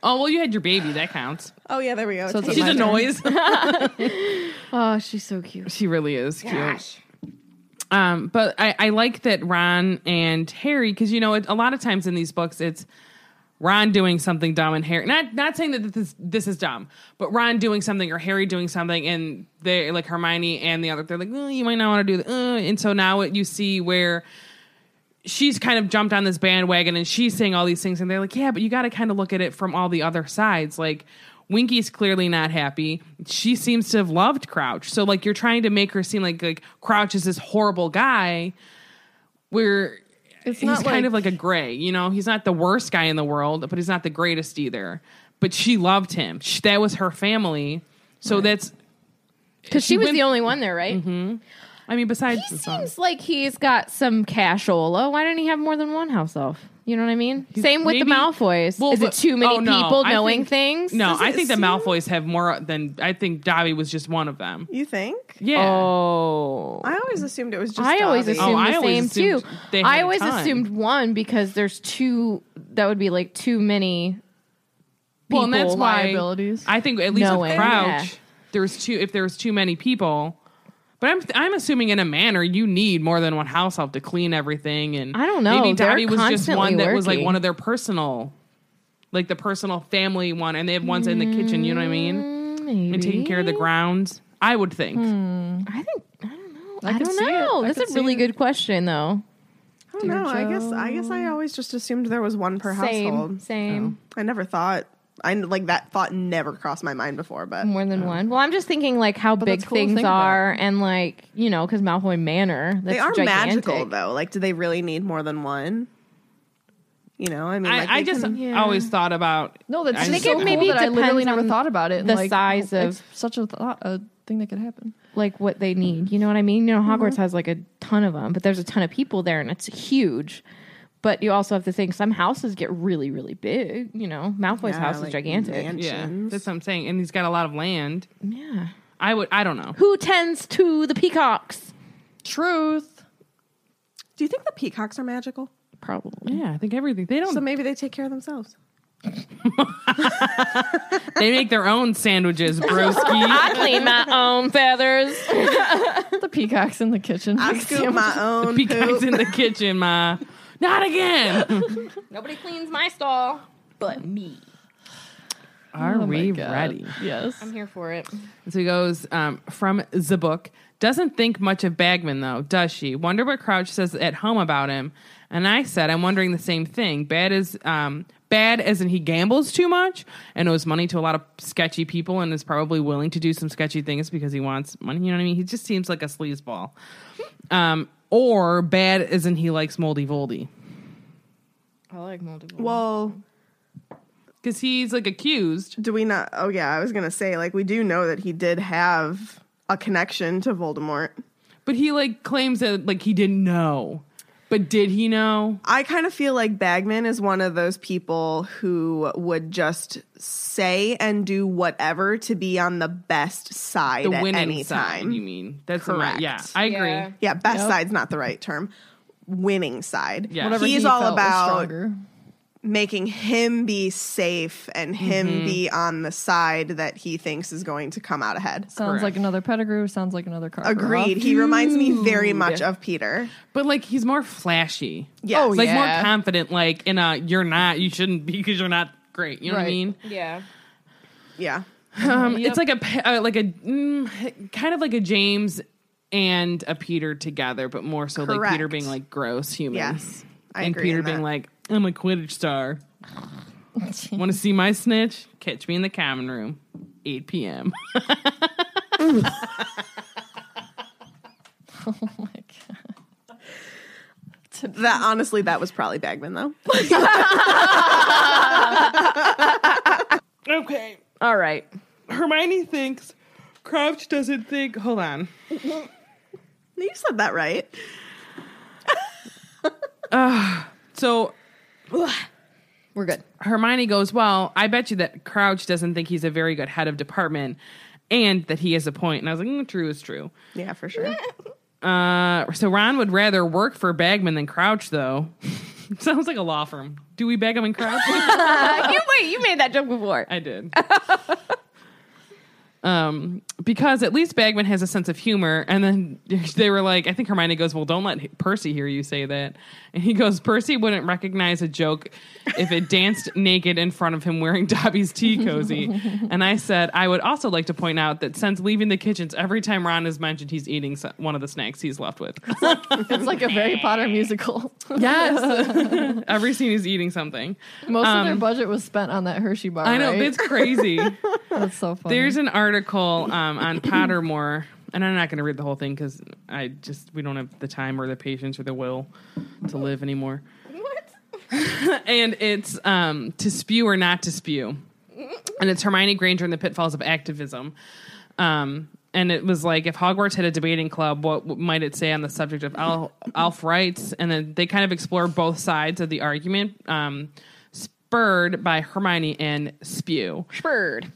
B: Oh well, you had your baby. That counts.
D: oh yeah, there we go.
E: So it's
B: She's
E: My
B: a
E: turn.
B: noise.
F: Oh, she's so cute.
B: She really is cute. Um, but I, I like that Ron and Harry, because you know, it, a lot of times in these books, it's Ron doing something dumb and Harry. Not not saying that this this is dumb, but Ron doing something or Harry doing something, and they like Hermione and the other. They're like, oh, you might not want to do that. Uh. And so now it, you see where she's kind of jumped on this bandwagon and she's saying all these things and they're like yeah but you got to kind of look at it from all the other sides like winky's clearly not happy she seems to have loved crouch so like you're trying to make her seem like like crouch is this horrible guy where
E: It's
B: he's
E: not
B: kind of like a gray you know he's not the worst guy in the world but he's not the greatest either but she loved him Sh that was her family so that's
F: Because she,
B: She
F: was
B: went-
F: the only one there, right?
B: i mean besides the song.
F: Seems like he's got some cashola. Why didn't he have more than one house elf? You know what I mean? Same with
B: maybe-
F: the Malfoys.
B: Well,
F: Is it
B: but-
F: too many
B: oh, no,
F: people
B: I
F: knowing
B: think-
F: things?
B: no i think the malfoys have more than i think dobby was just one of them
D: you think?
B: yeah
F: Oh.
D: I always assumed it was just.
F: I always
D: Dobby.
F: assumed
B: I
F: the
B: always
F: same
B: assumed
F: too.
B: they had
F: I
B: a
F: always
B: ton.
F: assumed one because there's two. That would be like too many
B: well, and that's
E: people
B: why
E: liabilities.
B: I think at least with
A: Knowing.
B: Crouch, there's too if there's too many people. But I'm I'm assuming in a manner you need more than one house help to clean everything and
A: I don't know.
B: Maybe
A: They're
B: Dottie was just one
A: constantly
B: that was like
A: working.
B: one of their personal, like the personal family one, and they have ones in the kitchen. You know what I mean?
A: Mm,
B: And taking care of the grounds. I would think.
A: Hmm. I think I don't know.
E: I
A: I,
E: could
A: don't
E: see it.
A: know.
E: I could
A: That's a
E: see
A: really
E: it.
A: good question, though.
D: I don't know. I guess I guess I always just assumed there was one per
A: Same,
D: household.
A: same.
D: I never thought I like that thought never crossed my mind before, but
A: More than one. Well, I'm just thinking like how big
E: that's cool to
A: things
E: think about.
A: are, and like you know, because Malfoy Manor. That's
D: they are
A: gigantic.
D: magical though. Like, do they really need more than one? You know, I mean, like,
B: I, I
D: they
B: just
D: can-
B: always thought about
E: no, that's
B: I
E: just
B: think
E: so
B: it
E: cool
A: maybe
E: that I literally
A: depends
E: never
A: on
E: thought about it. And
A: the
E: like,
A: size
E: it's
A: of-
E: such a thought, a thing that could happen.
A: Like what they need. You know what I mean? You know, Hogwarts has like a ton of them, but there's a ton of people there, and it's huge. But you also have to think some houses get really, really big. You know, Malfoy's
D: Yeah,
A: house
D: like
A: is gigantic.
B: yeah.
D: mansions.
B: That's what I'm saying, and he's got a lot of land.
A: Yeah.
B: I would. I don't know.
A: Who tends to the peacocks?
E: Truth.
D: Do you think the peacocks are magical?
A: Probably.
B: Yeah, I think everything they don't.
D: So maybe they take care of themselves.
B: they make their own sandwiches, broski.
A: Clean my own feathers.
E: The peacocks in the kitchen.
D: I scoop my own
B: Peacocks
D: poop.
B: in the kitchen, ma. Not again.
A: Nobody cleans my stall but me.
B: Are
E: Oh my
B: we
E: God.
B: ready?
E: Yes.
A: I'm here for it.
B: So he goes um, from the book. Doesn't think much of Bagman though, does she? Wonder what Crouch says at home about him. And I said, I'm wondering the same thing. Bad as um, bad as in he gambles too much and owes money to a lot of sketchy people and is probably willing to do some sketchy things because he wants money. You know what I mean? He just seems like a sleazeball. Um, or bad as in he likes moldy voldy
A: I like multiple.
D: Well,
B: because he's like accused.
D: do we not? Oh yeah, I was gonna say like we do know that he did have a connection to Voldemort.
B: But he like claims that like he didn't know. But did he know?
D: I kind of feel like Bagman is one of those people who would just say and do whatever to be on the best side
B: The
D: at
B: winning
D: any
B: side,
D: time.
B: you mean? That's the right- Yeah,
D: Correct.
B: I agree.
A: Yeah.
D: Yeah, best side's not the right term. Winning side.
B: Yeah. Whatever
D: He's all about
E: Stronger.
D: making him be safe and him
B: Mm-hmm.
D: be on the side that he thinks is going to come out ahead.
E: Sounds
B: Correct.
E: like another Pettigrew. Sounds like another Karkaroff.
D: Agreed. He reminds me very much of Peter.
B: But like he's more flashy.
D: Yes.
E: Oh,
B: Like
E: Yeah.
B: more confident, like in a you're not, you shouldn't be because you're not great. You know what I
E: Right.
B: mean?
A: yeah.
D: Yeah.
B: Um, It's like a pa- uh, like a mm, kind of like a James and a Peter together, but more so like Peter
D: Correct.
B: being like gross human.
D: Yes. I
B: and
D: agree
B: Peter
D: on
B: being
D: that.
B: like, "I'm a Quidditch star. Want to see my snitch? Catch me in the common room, 8 p.m."
E: Oh my god.
D: that honestly that was probably Bagman though.
B: okay,
A: All right.
B: Hermione thinks Crouch doesn't think. Hold on.
D: you said that right.
B: So
A: We're good.
B: Hermione goes, "Well, I bet you that Crouch doesn't think he's a very good head of department, and that he has a point." And I was like, mm, "True is true."
D: Yeah, for sure.
B: Uh, so Ron would rather work for Bagman than Crouch, though. Sounds like a law firm. Do we Bagman and Crouch?
A: Uh, you, wait, you made that joke before.
B: I did. um, because at least Bagman has a sense of humor. And then they were like, I think Hermione goes, Well, don't let Percy hear you say that. And he goes, Percy wouldn't recognize a joke if it danced naked in front of him wearing Dobby's tea cozy. and I said, I would also like to point out that since leaving the kitchens, every time Ron is mentioned, he's eating so- one of the snacks he's left with.
E: It's like a Harry Potter musical.
B: yes. every scene he's eating something.
E: Most of their budget was spent on that Hershey bar.
B: Um, I know,
E: right?
B: it's crazy.
E: that's so funny.
B: There's an article um, on Pottermore, and I'm not going to read the whole thing because I just we don't have the time or the patience or the will to live anymore. What? and it's um, to spew or not to spew, and it's Hermione Granger in the pitfalls of activism. Um, and it was like if Hogwarts had a debating club, what w- might it say on the subject of Al- Alf rights? And then they kind of explore both sides of the argument, um, spurred by Hermione and Spew
A: Bird.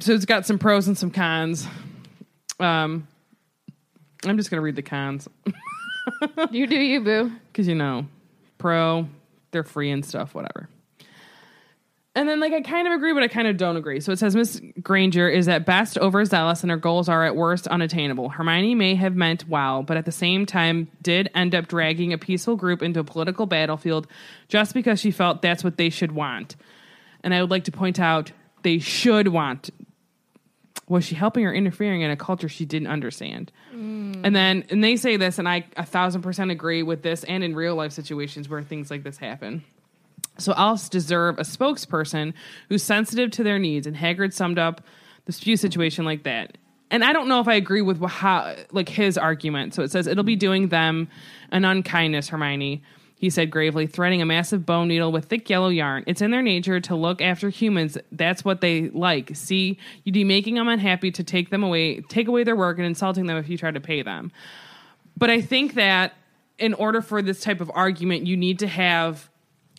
B: so it's got some pros and some cons. Um, I'm just gonna read the cons
A: You do you, boo.
B: because you know, pro, they're free and stuff, whatever. And then, like, I kind of agree, but I kind of don't agree. So it says Miss Granger is at best overzealous, and her goals are at worst unattainable. Hermione may have meant well, but at the same time, did end up dragging a peaceful group into a political battlefield just because she felt that's what they should want. And I would like to point out they should want. Was she helping or interfering in a culture she didn't understand? And then, and they say this, and I a thousand percent agree with this, and in real life situations where things like this happen. So elves deserve a spokesperson who's sensitive to their needs. And Hagrid summed up the spew situation like that. And I don't know if I agree with wh- how, like his argument. So it says it'll be doing them an unkindness, Hermione. He said gravely, threading a massive bone needle with thick yellow yarn. It's in their nature to look after humans. That's what they like. See, you'd be making them unhappy to take them away, take away their work, and insulting them if you try to pay them. But I think that in order for this type of argument, you need to have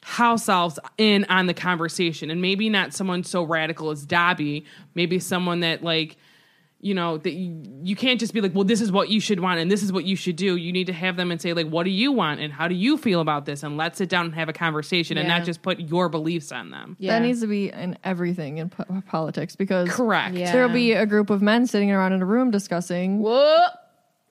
B: house elves in on the conversation and maybe not someone so radical as Dobby, maybe someone that like you know that you, you can't just be like well this is what you should want and this is what you should do you need to have them and say like what do you want and how do you feel about this and let's sit down and have a conversation and
F: Yeah.
B: not just put your beliefs on them
F: Yeah.
E: That needs to be in everything in po- politics because
B: correct
F: Yeah.
E: there'll be a group of men sitting around in a room discussing
F: Whoa.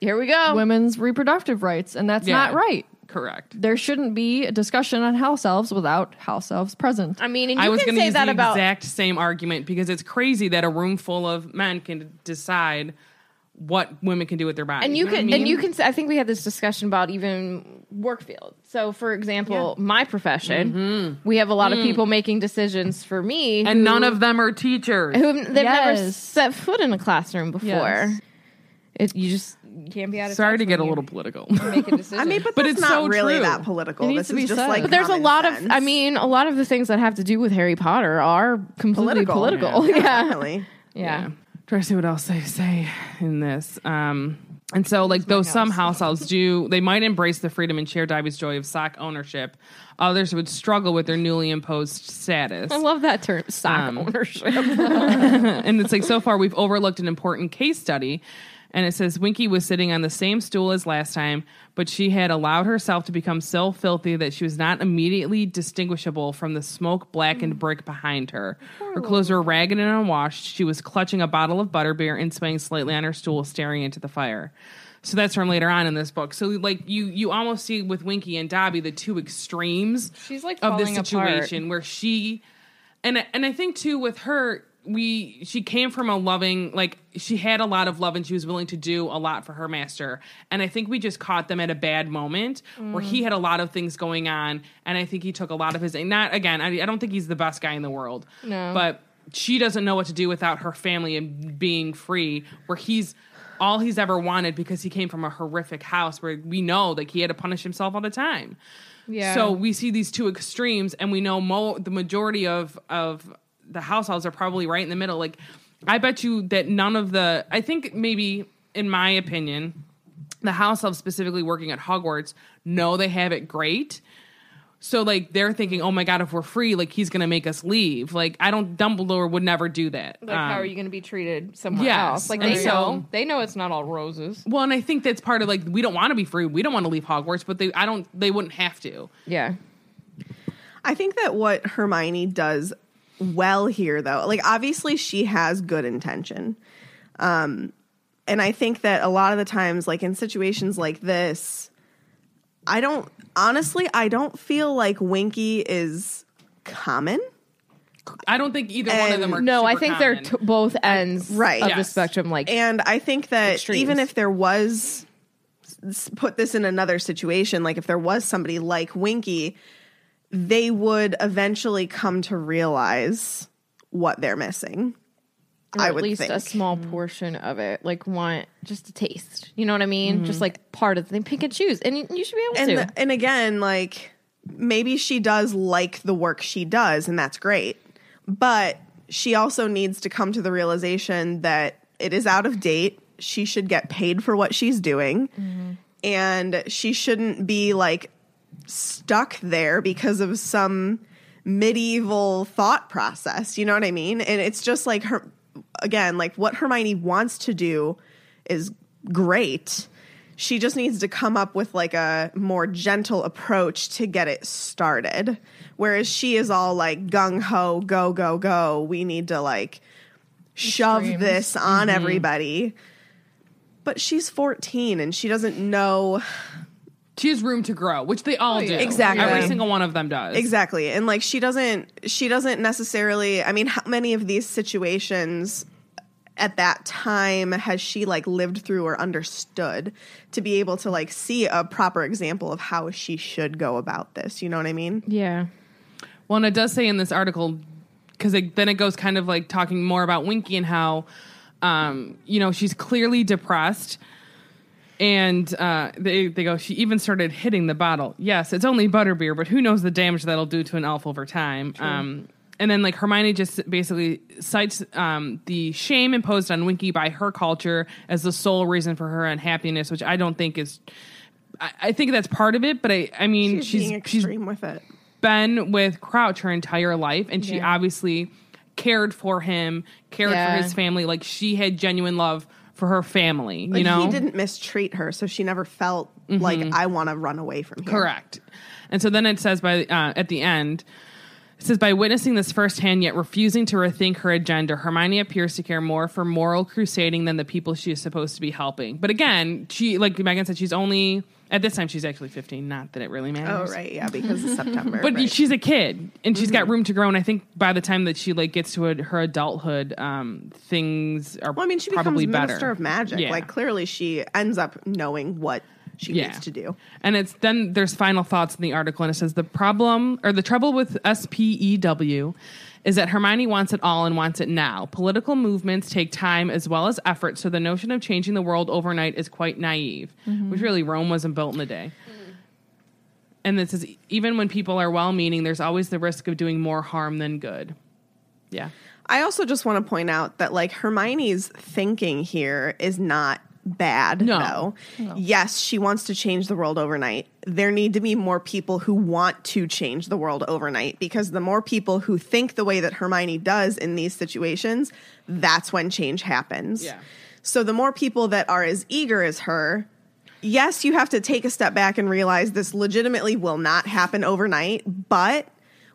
F: Here we go.
E: women's reproductive rights, and that's
B: Yeah.
E: not right.
B: correct
E: There shouldn't be a discussion on house elves without house elves present.
F: I mean, and you
B: I was going
F: can
B: to
F: say
B: use
F: that
B: the
F: about
B: exact same argument because it's crazy that a room full of men can decide what women can do with their bodies.
F: and you
B: know what I
F: can
B: mean?
F: and you can say- i think we had this discussion about even work field so for example my profession we have a lot of people making decisions for me
B: and
F: who-
B: none of them are teachers.
F: who they've never
E: Yes.
F: set foot in a classroom before
E: Yes.
F: it, you just you can't be out of
B: Sorry
F: touch
B: to get a
F: when you
B: little political.
F: make a decision
D: I mean, but,
B: But
D: that's
B: it's
D: not
B: so
D: really
B: true.
D: that political.
E: It needs
D: this
E: to be
D: is just
E: said.
D: like
E: But
F: there's a
D: common
F: lot
D: sense.
F: of i mean a lot of the things that have to do with harry potter are completely political,
D: Political.
F: Yeah. yeah
D: Definitely.
B: yeah. Try to see what else they say in this. Um, and so, like, though some house elves do, they might embrace the freedom and share Dobby's joy of sock ownership. Others would struggle with their newly imposed status.
F: i love that term stock ownership
B: and it's like so far we've overlooked an important case study and it says winky was sitting on the same stool as last time but she had allowed herself to become so filthy that she was not immediately distinguishable from the smoke
F: Mm.
B: blackened brick behind her her clothes were ragged and unwashed she was clutching a bottle of butterbeer and swaying slightly on her stool staring into the fire so that's from later on in this book so like you you almost see with winky and dobby the two extremes
F: She's, like,
B: of this
F: falling apart.
B: situation where she and and I think too with her we she came from a loving like she had a lot of love and she was willing to do a lot for her master and I think we just caught them at a bad moment where he had a lot of things going on and I think he took a lot of his and not again I, I don't think he's the best guy in the world
F: No.
B: but she doesn't know what to do without her family and being free where he's all he's ever wanted because he came from a horrific house where we know like he had to punish himself all the time
F: Yeah.
B: so we see these two extremes, and we know mo- the majority of of the households are probably right in the middle. Like, I bet you that none of the. I think maybe, in my opinion, the house elves specifically working at Hogwarts know they have it great. So like they're thinking, oh my god, if we're free, like he's gonna make us leave. Like I don't, Dumbledore would never do that.
F: like how
B: Um,
F: are you going to be treated somewhere
B: yes.
F: else like
B: And
F: they
B: so-
F: know they know it's not all roses
B: Well, and I think that's part of like we don't want to be free, we don't want to leave Hogwarts, but they, I don't, they wouldn't have to.
F: yeah
D: I think that what Hermione does well here, though, like obviously she has good intention. Um, and I think that a lot of the times, like in situations like this, I don't honestly, I don't feel like Winky is common.
B: I don't think either one of
D: And-
B: them are.
F: no i
B: super
F: think
B: common.
F: they're t- both ends
D: Right.
F: of the
B: Yes.
F: spectrum like
D: And I think that
F: Extremes.
D: even if there was s- put this in another situation, like if there was somebody like Winky, they would eventually come to realize what they're missing.
F: or
D: I
F: at
D: would
F: least
D: think.
F: a small
B: Mm.
F: portion of it like want just a taste you know what i mean
B: Mm-hmm.
F: just like part of the thing pick and choose and you should be able
D: and
F: to
D: the- and again like maybe she does like the work she does and that's great but she also needs to come to the realization that it is out of date she should get paid for what she's doing and she shouldn't be like stuck there because of some medieval thought process you know what i mean and it's just like her again like what hermione wants to do is great She just needs to come up with like a more gentle approach to get it started. Whereas she is all like gung ho, go, go, go. We need to like shove this on everybody. But she's 14 and she doesn't know
B: She has room to grow, which they all do.
D: Exactly.
B: Every single one of them does.
D: exactly and like she doesn't she doesn't necessarily i mean how many of these situations at that time has she like lived through or understood to be able to like see a proper example of how she should go about this you know what i mean
F: Yeah.
B: Well, and it does say in this article because then it goes kind of like talking more about Winky and how, um, you know, she's clearly depressed. And uh, they they go. She even started hitting the bottle. Yes, it's only butterbeer, but who knows the damage that'll do to an elf over time. Um, and then like Hermione just basically cites um, the shame imposed on Winky by her culture as the sole reason for her unhappiness, which I don't think is. I, I think that's part of it, but I I mean
D: she's, being
B: she's she's
D: extreme with it
B: been with Crouch her entire life, and she obviously cared for him, cared
F: Yeah.
B: for his family. Like she had genuine love for her family. You
D: like,
B: know, Mm-hmm.
D: he didn't mistreat her so she never felt like i want to run away from here
B: Correct. And so then it says by uh, at the end, it says by witnessing this firsthand yet refusing to rethink her agenda, Hermione appears to care more for moral crusading than the people she is supposed to be helping. But again, she like Megan said, she's only at this time she's actually fifteen. Not that it really
D: oh
B: matters.
D: right yeah because of september
B: But
D: right.
B: she's a kid, and she's
D: Mm-hmm.
B: got room to grow. And I think by the time that she like gets to a, her adulthood, um, things are
D: well i mean she becomes
B: probably better.
D: minister of magic
B: Yeah.
D: like clearly she ends up knowing what she
B: Yeah.
D: needs to do
B: And it's then there's final thoughts in the article, and it says the problem or the trouble with SPEW is that Hermione wants it all and wants it now. Political movements take time as well as effort, so the notion of changing the world overnight is quite naive,
D: Mm-hmm.
B: which really Rome wasn't built in a day. And this is even when people are well meaning, there's always the risk of doing more harm than good. Yeah.
D: I also just want to point out that like Hermione's thinking here is not bad
B: No.
D: though. Yes, she wants to change the world overnight. There need to be more people who want to change the world overnight because the more people who think the way that Hermione does in these situations, that's when change happens.
B: Yeah.
D: So the more people that are as eager as her, yes, you have to take a step back and realize this legitimately will not happen overnight, but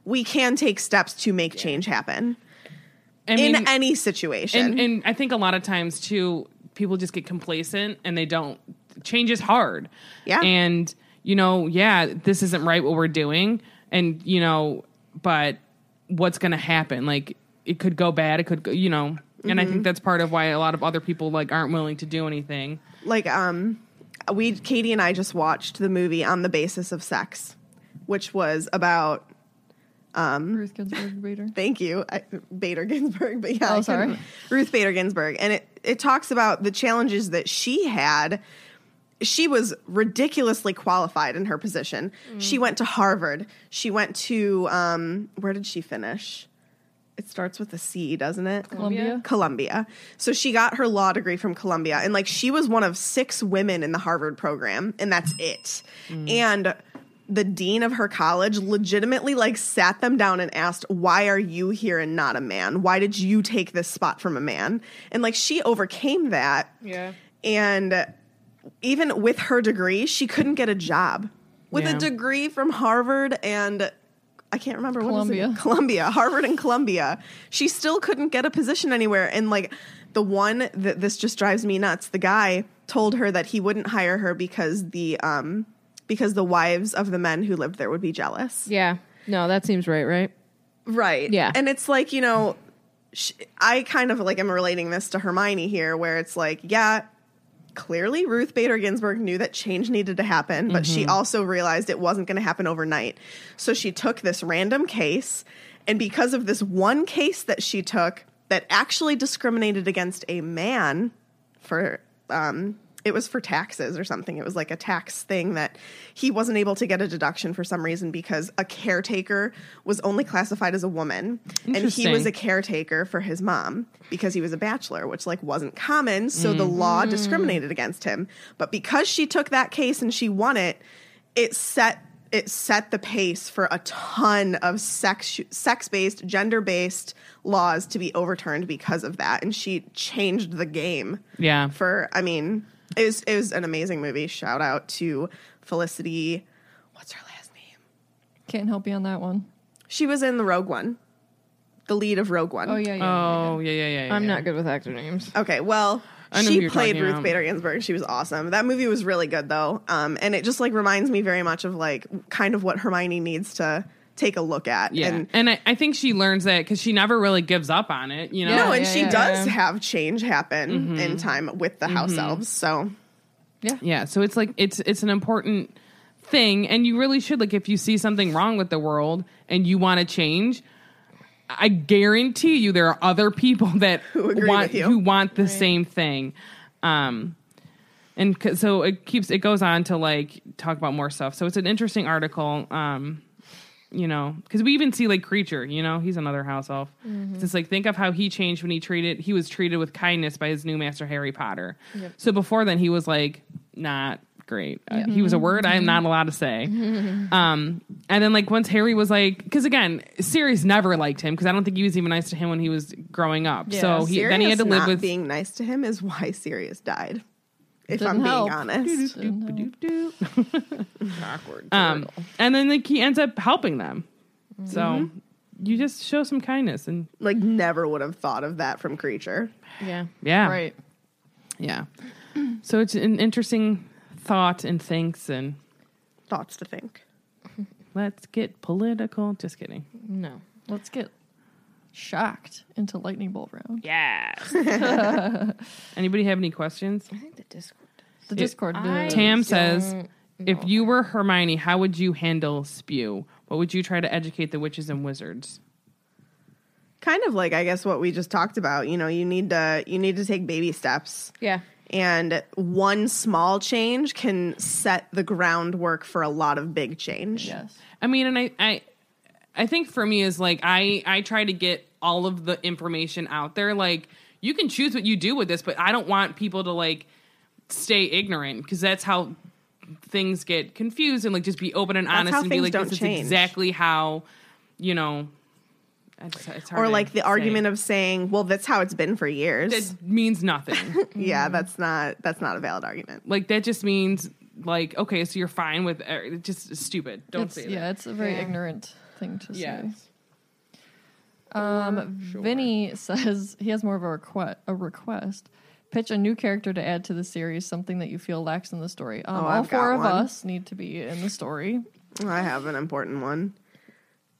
D: we can take steps to make change happen
B: I
D: in any situation.
B: And, and I think a lot of times too, people just get complacent and they don't. Change is hard.
D: Yeah.
B: And you know, yeah, this isn't right what we're doing, and you know, but what's going to happen? Like it could go bad. It could, go, you know. And I think that's part of why a lot of other people like aren't willing to do anything.
D: like um we Katie and I just watched the movie on the basis of sex, which was about
E: Ruth Ginsburg Bader.
D: thank you I, Bader Ginsburg, but yeah, I
E: Oh,
D: couldn't-
E: sorry.
D: Ruth Bader Ginsburg, and it it talks about the challenges that she had. She was ridiculously qualified in her position.
E: Mm.
D: She went to Harvard. She went to um, where did she finish? It starts with a C, doesn't it?
E: Columbia.
D: Columbia. So she got her law degree from Columbia. And like she was one of six women in the Harvard program, and that's it. And the dean of her college legitimately like sat them down and asked, Why are you here and not a man? Why did you take this spot from a man? And like she overcame that. Yeah. And even with her degree, she couldn't get a job. With
B: Yeah.
D: a degree from Harvard and I can't remember what
E: Columbia.
D: is it? Columbia, Harvard and Columbia. She still couldn't get a position anywhere. And like the one that this just drives me nuts, the guy told her that he wouldn't hire her because the um because the wives of the men who lived there would be jealous.
F: Yeah. No, that seems right, right?
D: Right.
F: Yeah.
D: And it's like, you know, sh I kind of like am relating this to Hermione here, where it's like, yeah, clearly Ruth Bader Ginsburg knew that change needed to happen, but she also realized it wasn't going to happen overnight. So she took this random case, and because of this one case that she took that actually discriminated against a man for um it was for taxes or something. It was like a tax thing that he wasn't able to get a deduction for some reason because a caretaker was only classified as a woman and he was
B: Interesting.
D: a caretaker for his mom because he was a bachelor, which like wasn't common, so the
E: Mm-hmm.
D: law discriminated against him. But because she took that case and she won it, it set it set the pace for a ton of sex sex-based, gender-based laws to be overturned because of that and she changed the game
B: Yeah.
D: for I mean It was it was an amazing movie. Shout out to Felicity. What's her last name?
E: Can't help you on that one.
D: She was in the Rogue One, the lead of Rogue One.
E: Oh yeah, yeah.
B: Oh yeah, yeah, yeah. yeah
F: I'm
B: yeah.
F: not good with actor names.
D: Okay, well,
B: I know who
D: she
B: you're
D: played
B: talking
D: Ruth
B: about.
D: Bader Ginsburg. She was awesome. That movie was really good though, um, and it just like reminds me very much of like kind of what Hermione needs to take a look at.
B: Yeah, and,
D: And,
B: I, I think she learns that because she never really gives up on it. You know,
D: no,
E: Yeah,
D: and
E: yeah,
D: she
E: yeah,
D: does have change happen
B: Mm-hmm.
D: in time with the house elves. So
B: yeah so it's like it's it's an important thing and you really should like if you see something wrong with the world and you want to change i guarantee you there are other people that
D: agree
B: want
D: with you.
B: who want the same thing um and c- so it keeps it goes on to like talk about more stuff so it's an interesting article um you know, because we even see like creature, you know, he's another house elf.
D: Mm-hmm.
B: It's just like think of how he changed when he treated he was treated with kindness by his new master Harry Potter. So before then he was like not great. Uh, he
D: Mm-hmm.
B: was a word I am not allowed to say. um, and then like once Harry was like, because again, Sirius never liked him because I don't think he was even nice to him when he was growing up. so he then he had to
D: Sirius
B: live
D: not
B: with
D: being nice to him is why Sirius died. If
E: Didn't
D: I'm
E: help.
D: being honest,
E: Awkward.
B: um, and then like he ends up helping them. So
D: Mm-hmm.
B: you just show some kindness and
D: like never would have thought of that from creature.
F: Yeah.
B: yeah,
E: Right.
B: Yeah. So it's an interesting thought and thinks and
D: Thoughts to think.
B: let's get political. Just kidding.
F: No.
E: Let's get shocked into lightning bolt round.
B: Yes. Anybody have any questions?
F: I think the Discord.
E: The Discord.
F: I-
E: did.
B: Tam says, if you were Hermione, how would you handle spew? What would you try to educate the witches and wizards?
D: Kind of like I guess what we just talked about. You know, you need to you need to take baby steps.
F: Yeah.
D: And one small change can set the groundwork for a lot of big change.
E: yes.
B: I mean, and I, I, I think for me is like I, I try to get all of the information out there. Like you can choose what you do with this, but I don't want people to like stay ignorant because that's how things get confused and like just be open and honest
D: how
B: and be
D: things
B: like
D: don't
B: this
D: change.
B: is exactly how you know. It's, it's hard
D: Or
B: to
D: like the
B: say.
D: argument of saying, "Well, that's how it's been for years."
B: that means nothing.
D: yeah,
E: Mm-hmm.
D: that's not that's not a valid argument.
B: like that just means like okay, so you're fine with er, just stupid. Don't
E: It's-
B: say
E: yeah, it's a very ignorant thing to
B: that. Yeah.
E: say. Um, Vinny says he has more of a request. A request. Pitch a new character to add to the series, something that you feel lacks in the story. Um,
D: Oh,
E: all
D: I've got
E: four of
D: one.
E: us need to be in the story.
D: I have an important one.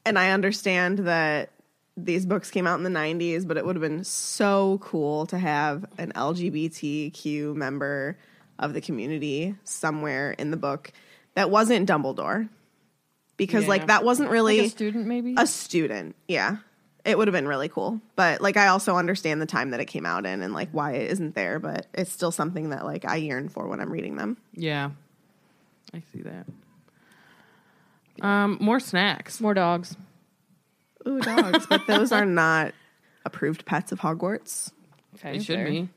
D: And I understand that these books came out in the 90s, but it would have been so cool to have an LGBTQ member of the community somewhere in the book that wasn't Dumbledore. Because, like, that wasn't really
E: Like a student, maybe.
D: a student. Yeah. It would have been really cool. But like I also understand the time that it came out in and like why it isn't there, but it's still something that like I yearn for when I'm reading them.
B: Yeah. I see that. Um, more snacks.
F: More dogs.
D: Ooh, dogs, but those are not approved pets of Hogwarts.
B: They should
F: fair.
B: be.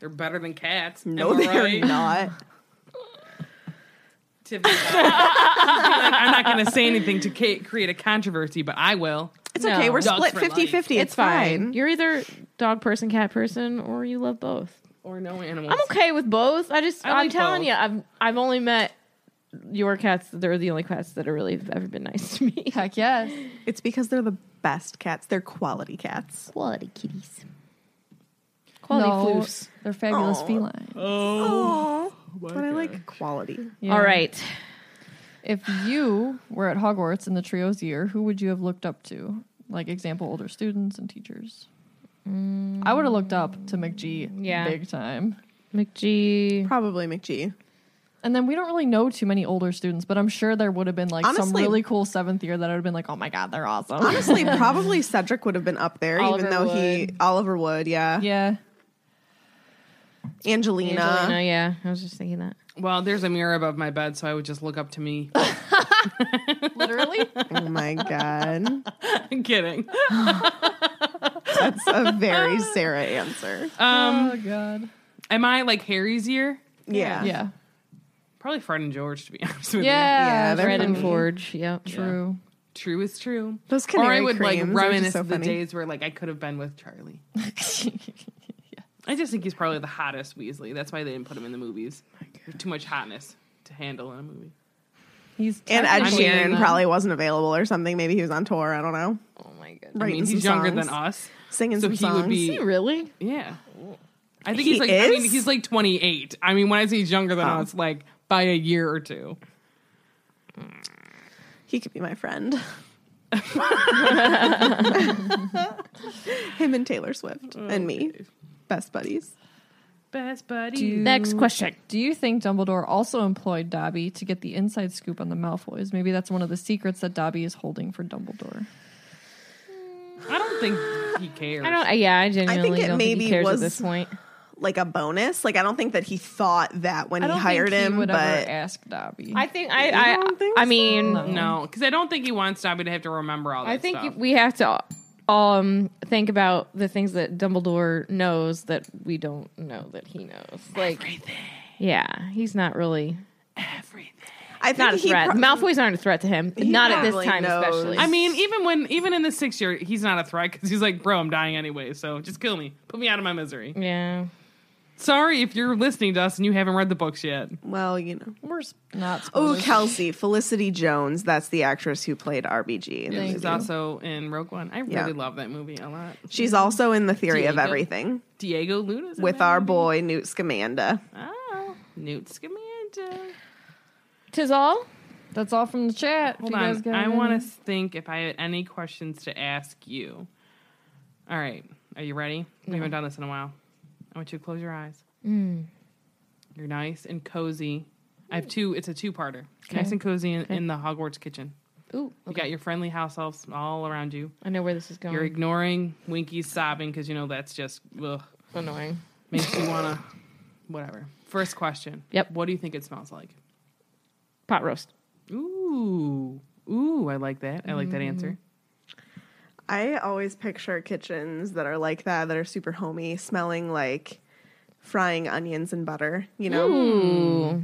B: They're better than cats.
D: No,
B: Am I
D: they're
B: right?
D: not.
B: Tiffany. I'm not going to say anything to ca- create a controversy, but I will.
D: It's
F: No.
D: okay. We're
B: Dogs
D: split
B: for life.
D: 50 50.
F: It's fine. You're either dog person, cat person, or you love both.
B: Or no animals.
F: I'm okay with both. I just
B: I
F: I am
B: like
F: telling
B: both.
F: you, I've I've only met your cats. They're the only cats that have really have ever been nice to me.
E: Heck yes.
D: It's because they're the best cats. They're quality cats.
C: Quality kitties.
F: Quality
E: no,
F: floofs.
E: they're fabulous
D: Aw.
E: felines.
D: Oh, but I like quality.
E: Yeah.
F: All right.
E: If you were at Hogwarts in the trio's year, who would you have looked up to? Like example, older students and teachers. I would have looked up to McGee
F: Yeah.
E: big time.
F: McGee.
D: Probably McGee.
E: And then we don't really know too many older students, but I'm sure there would have been like some
D: Honestly-
E: really cool seventh year that would have been like, oh my god, they're awesome.
D: Honestly, probably Cedric would have been up there,
F: Oliver
D: even though he Oliver Wood, yeah.
E: yeah,
D: Angelina.
F: Angelina, yeah. I was just thinking that.
B: Well, there's a mirror above my bed, so I would just look up to me.
E: literally.
D: Oh my god,
B: I'm kidding.
D: that's a very Sarah answer.
B: Um,
E: oh god.
B: am I like Harry's year?
D: yeah,
E: Yeah.
B: Probably Fred and George, to be honest with you.
E: Yeah.
D: Yeah, they're
F: Fred and
D: funny.
F: Forge. Yep.
E: True.
B: True is true.
D: Those
B: or
D: canary
B: I would like
D: creams are just
B: reminisce
D: so
B: of the
D: funny.
B: days where like I could have been with Charlie.
E: yeah.
B: I just think he's probably the hottest Weasley. That's why they didn't put him in the movies. There's too much hotness to handle in a movie.
E: He's
D: And Ed
E: technically-
B: mean,
D: Sheeran
B: um,
D: probably wasn't available or something. Maybe he was on tour. I don't know.
F: Oh my god.
B: I
D: Writing
B: mean, he's
D: some
B: younger
D: songs,
B: than us,
D: Singing
B: so
D: some
B: he
D: songs.
B: would be.
F: Really?
B: Yeah, I think
D: He
B: he's like. I mean,
D: is? Oh.
B: he's like 28. I mean, when I say he's younger than us, like by a year or two.
D: he could be my friend. Him and Taylor Swift and me, best buddies.
B: Best buddy.
F: Next question.
E: Do you think Dumbledore also employed Dobby to get the inside scoop on the Malfoys? Maybe that's one of the secrets that Dobby is holding for Dumbledore.
B: I don't think he cares.
F: I don't. uh, Yeah, I genuinely
D: it
F: don't think
D: maybe
F: he cares
D: was-
F: at this point.
D: Like a bonus. Like I don't think that he thought that when
E: I
D: he
E: don't
D: hired
E: think he
D: him,
E: would
D: but
E: ever ask Dobby.
F: I think I. I,
D: don't think
F: I mean,
B: No, because I don't think he wants Dobby to have to remember all that
F: I think
B: stuff.
F: we have to um think about the things that Dumbledore knows that we don't know that he knows. Like everything. Yeah, he's not really
D: I think
F: not a
D: he
F: threat.
D: pro-
F: Malfoys aren't a threat to him. Not at this
D: probably
F: time,
D: knows.
F: especially.
B: I mean, even when even in the sixth year, he's not a threat because he's like, bro, I'm dying anyway, so just kill me, put me out of my misery.
F: yeah.
B: Sorry if you're listening to us and you haven't read the books yet.
D: well, you know.
E: We're s- not.
D: Oh,
E: spoilers.
D: Kelsey, Felicity Jones. That's the actress who played RBG. in the
B: She's
D: movie.
B: also in Rogue One. I really
D: Yeah.
B: love that movie a lot.
D: She's also in The Theory of
B: Diego.
D: Everything
B: Diego Luna's in
D: with um,
B: that
D: our
B: movie.
D: boy Newt Scamander.
B: Oh, Newt Scamander.
F: Tis all.
E: That's all from the chat.
B: Hold
E: Do you guys
B: on,
E: got
B: I
E: any?
B: want to think if I had any questions to ask you. All right, are you ready? We haven't done this in a while. I want you to close your eyes.
D: Mm.
B: You're nice and cozy. I have two. It's a two-parter. Nice and cozy in, in the Hogwarts kitchen.
F: Ooh,
B: You got your friendly house elves all around you.
F: I know where this is going.
B: You're ignoring Winky's sobbing because you know that's just ugh,
F: annoying.
B: makes you wanna whatever. First question.
F: Yep.
B: What do you think it smells like?
F: Pot roast.
B: Ooh, ooh, I like that. I like that answer.
D: I always picture kitchens that are like that, that are super homey, smelling like frying onions and butter. You know,
B: Hmm.
F: Ooh.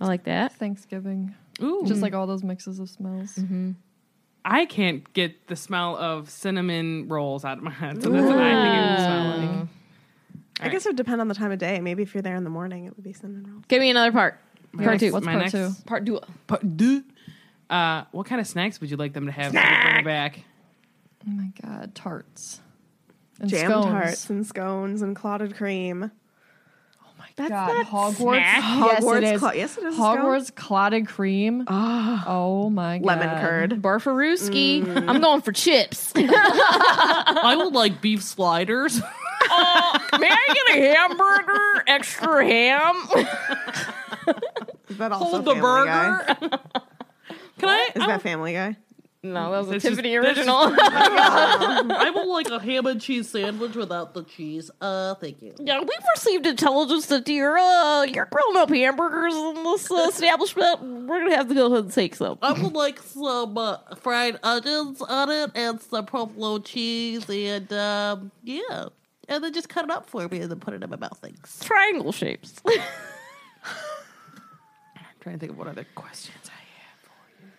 F: I like that.
E: Thanksgiving.
B: Mm-hmm. Ooh,
E: Just like all those mixes of smells.
B: I can't get the smell of cinnamon rolls out of my head. So that's what I think it would smell like.
D: I guess it would depend on the time of day. Maybe if you're there in the morning, it would be cinnamon rolls.
F: Give me another part.
B: My
E: Part
B: next-
E: two. What's
B: my next-
E: part two?
F: Part duo.
B: Part two. Uh, what kind of snacks would you like them to have? Snack! Bring back.
E: Oh my god, tarts. And
D: Jam
E: scones.
D: tarts and scones and clotted cream.
E: That's god,
D: Hogwarts
E: Hogwarts. Yes, it is.
D: clo- yes, it is a scone. Ah.
E: Hogwarts clotted cream. Oh, my god.
D: Lemon curd.
F: Barfarooski. I'm going for chips. Mm. May
B: I would like beef sliders.
F: I get a hamburger? Extra ham?
D: Is that also
B: Hold the
D: Family
B: burger.
D: Guy?
B: Can I?
D: Is that Family Guy?
F: No, that was a
B: That's
F: Tiffany
B: just- that's just-
F: original.
B: I would like a ham and cheese sandwich without the cheese. Uh, thank you.
F: yeah, we've received intelligence that your uh, your grown up hamburgers in this uh, establishment. We're gonna have to go ahead and take some.
I: I would like some uh, fried onions on it and some provolone cheese and um, yeah. And then just cut it up for me and then put it in my mouth. Thanks.
F: Triangle shapes.
B: trying to think of what other questions I have for you.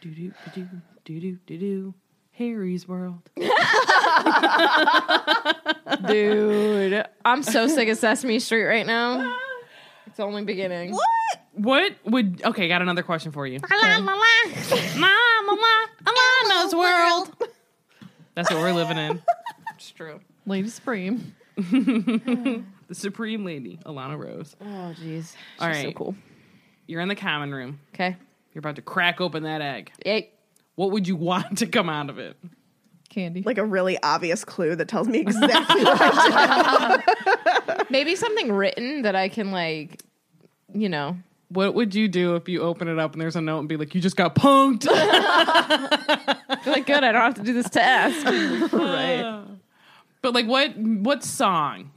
B: Do do do do do do do. Harry's world.
F: Dude, I'm so sick of Sesame Street right now. It's only beginning.
B: What would? Okay, got another question for you.
I: Mama's world.
B: That's what we're living in.
F: It's true.
E: Lady Supreme.
B: The Supreme Lady, Alana Rose.
F: Oh, jeez.
B: All
F: She's So
B: right.
F: cool.
B: You're in the common room.
F: Okay.
B: You're about to crack open that egg.
F: Yay.
B: What would you want to come out of it?
E: Candy.
D: Like a really obvious clue that tells me exactly what I
F: Maybe something written that I can like, you know.
B: What would you do if you open it up and there's a note and be like, "You just got punked"?
F: Feel like good. I don't have to do this test.
B: but like, what? What song?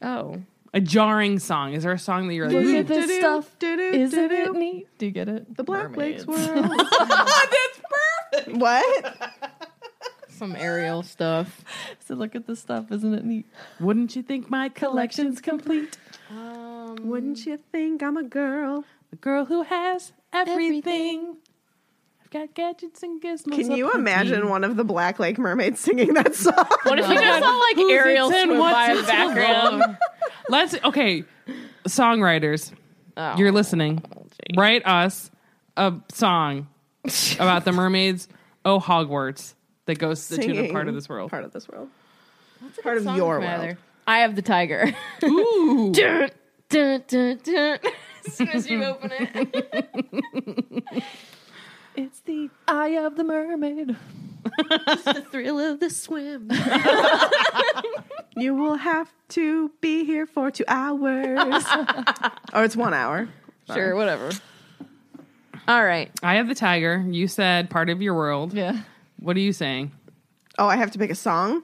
F: Oh,
B: A jarring song? Is there a song that you're like? "Ooh,
E: this stuff.
D: do.
E: Isn't it neat? Do you get it?
D: The Black Lakes World. That's perfect. What?
F: some aerial stuff.
E: So look at this stuff. Isn't it neat?
B: Wouldn't you think my collection's complete?
D: Wouldn't you think I'm a girl?
B: The girl who has everything. got gadgets and gizmos.
D: Can
B: up
D: you
B: her
D: imagine
B: team.
D: one of the Black Lake mermaids singing that song?
J: What if you just saw like
B: Who's it
J: Ariel
B: in?
J: swim
B: What's
J: by in
B: it
J: the
B: in?
J: background?
B: Let's okay, songwriters,
J: Oh.
B: you're listening. Write us a song about the mermaids. Oh, Hogwarts that goes to the tune of
D: Singing
B: part of this world.
D: Part of this world. part of your world.
F: I have the tiger.
B: Ooh,
F: dun, dun, dun, dun. as soon as you open it.
E: It's the eye of the mermaid.
F: the thrill of the swim.
D: You will have to be here for two hours. or it's one hour.
F: Sure, whatever. All right.
B: I have the tiger. You said part of your world.
E: Yeah.
B: What are you saying?
D: Oh, I have to pick a song?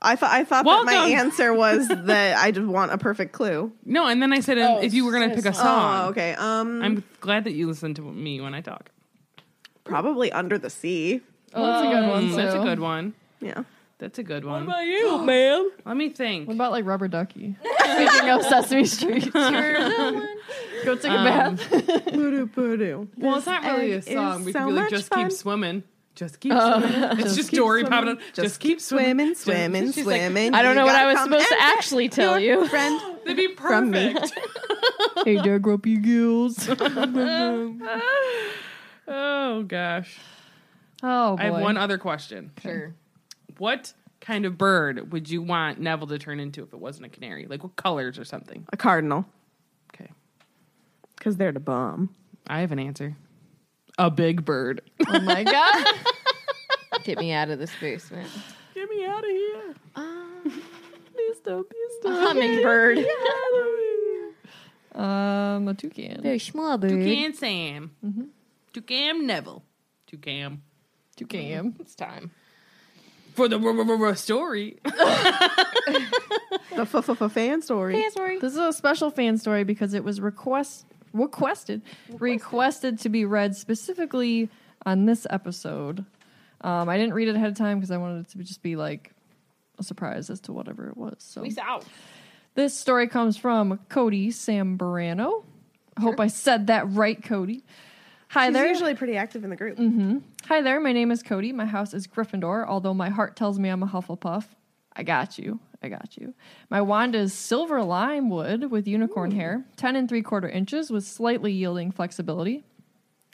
D: I thought I thought that my
B: Welcome.
D: answer was that I would want a perfect clue.
B: No, and then I said
E: Oh,
B: um, if you were going to pick a song.
D: Oh, okay. Um
B: I'm glad that you listened to me when I talk.
D: probably under the sea.
E: Oh, that's a good one.
B: Mm, that's a
E: too.
B: good one.
D: Yeah.
B: That's a good one.
J: you, ma'am?
B: Let me think.
E: What about like rubber ducky? Speaking of Sesame Street, Um, go take a bath.
D: Boo-doo-boo-doo.
B: Well, it's not really a
D: egg is
B: song. We
D: so
B: can be like,
D: much
B: just
D: fun." Oh.
B: keep swimming. Just keep swimming. It's just Dory popping up. Just, keep swimming.
D: Swimming, swimming,
B: She's like,
D: swimming.
F: I don't know what I
D: gotta
F: was
D: come
F: supposed to
D: and get
F: actually tell
D: your
F: you.
D: Friend
B: That'd be
D: from me.
B: perfect.
E: hey there, grumpy gills.
B: oh, gosh.
E: Oh boy.
B: I have one other question.
F: Sure.
B: What kind of bird would you want Neville to turn into if it wasn't a canary? Like what colors or something?
D: a cardinal.
B: Okay.
D: Because they're the bomb.
B: I have an answer. A big bird.
E: Oh my god.
F: Get me out of this basement.
B: Get me out of here.
F: Hummingbird.
E: Um, a toucan.
F: Very small bird.
B: Toucan Sam.
F: Mm-hmm.
B: Toucan Neville. Toucan.
E: Toucan.
F: It's time.
B: For the r- r- r- story.
D: The f- f- f- fan story.
F: sorry.
E: This is a special fan story because it was request requested requested, to be read specifically on this episode. Um, I didn't read it ahead of time because I wanted it to just be like a surprise as to whatever it was. So
B: out.
E: this story comes from Cody Sambrano. I Hope I said that right, Cody. Hi
D: She's
E: there.
D: usually pretty active in the group.
E: Mm-hmm. Hi there, my name is Cody. My house is Gryffindor, although my heart tells me I'm a Hufflepuff. I got you. I got you. My wand is silver lime wood with unicorn hair, 10 and 3 quarter inches with slightly yielding flexibility.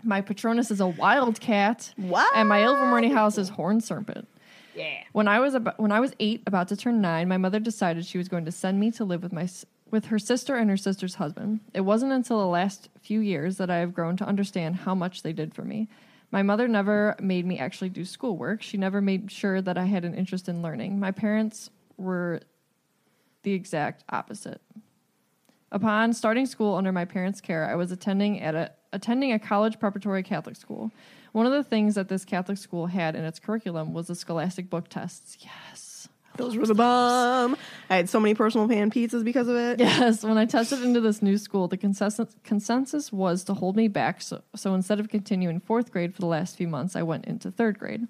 E: My Patronus is a wildcat.
D: What?
E: And my Ilvermorny house is horn serpent. Yeah. When I was about, when I was eight, about to turn nine, my mother decided she was going to send me to live with my s- with her sister and her sister's husband. It wasn't until the last few years that I have grown to understand how much they did for me. My mother never made me actually do schoolwork. She never made sure that I had an interest in learning. My parents were the exact opposite. Upon starting school under my parents' care, I was attending at a attending a college preparatory Catholic school. One of the things that this Catholic school had in its curriculum was the scholastic book tests. Yes.
D: Those were the bomb. I had so many personal pan pizzas because of it.
E: Yes, when I tested into this new school, the consensus consensus was to hold me back. So, so instead of continuing fourth grade for the last few months, I went into third grade.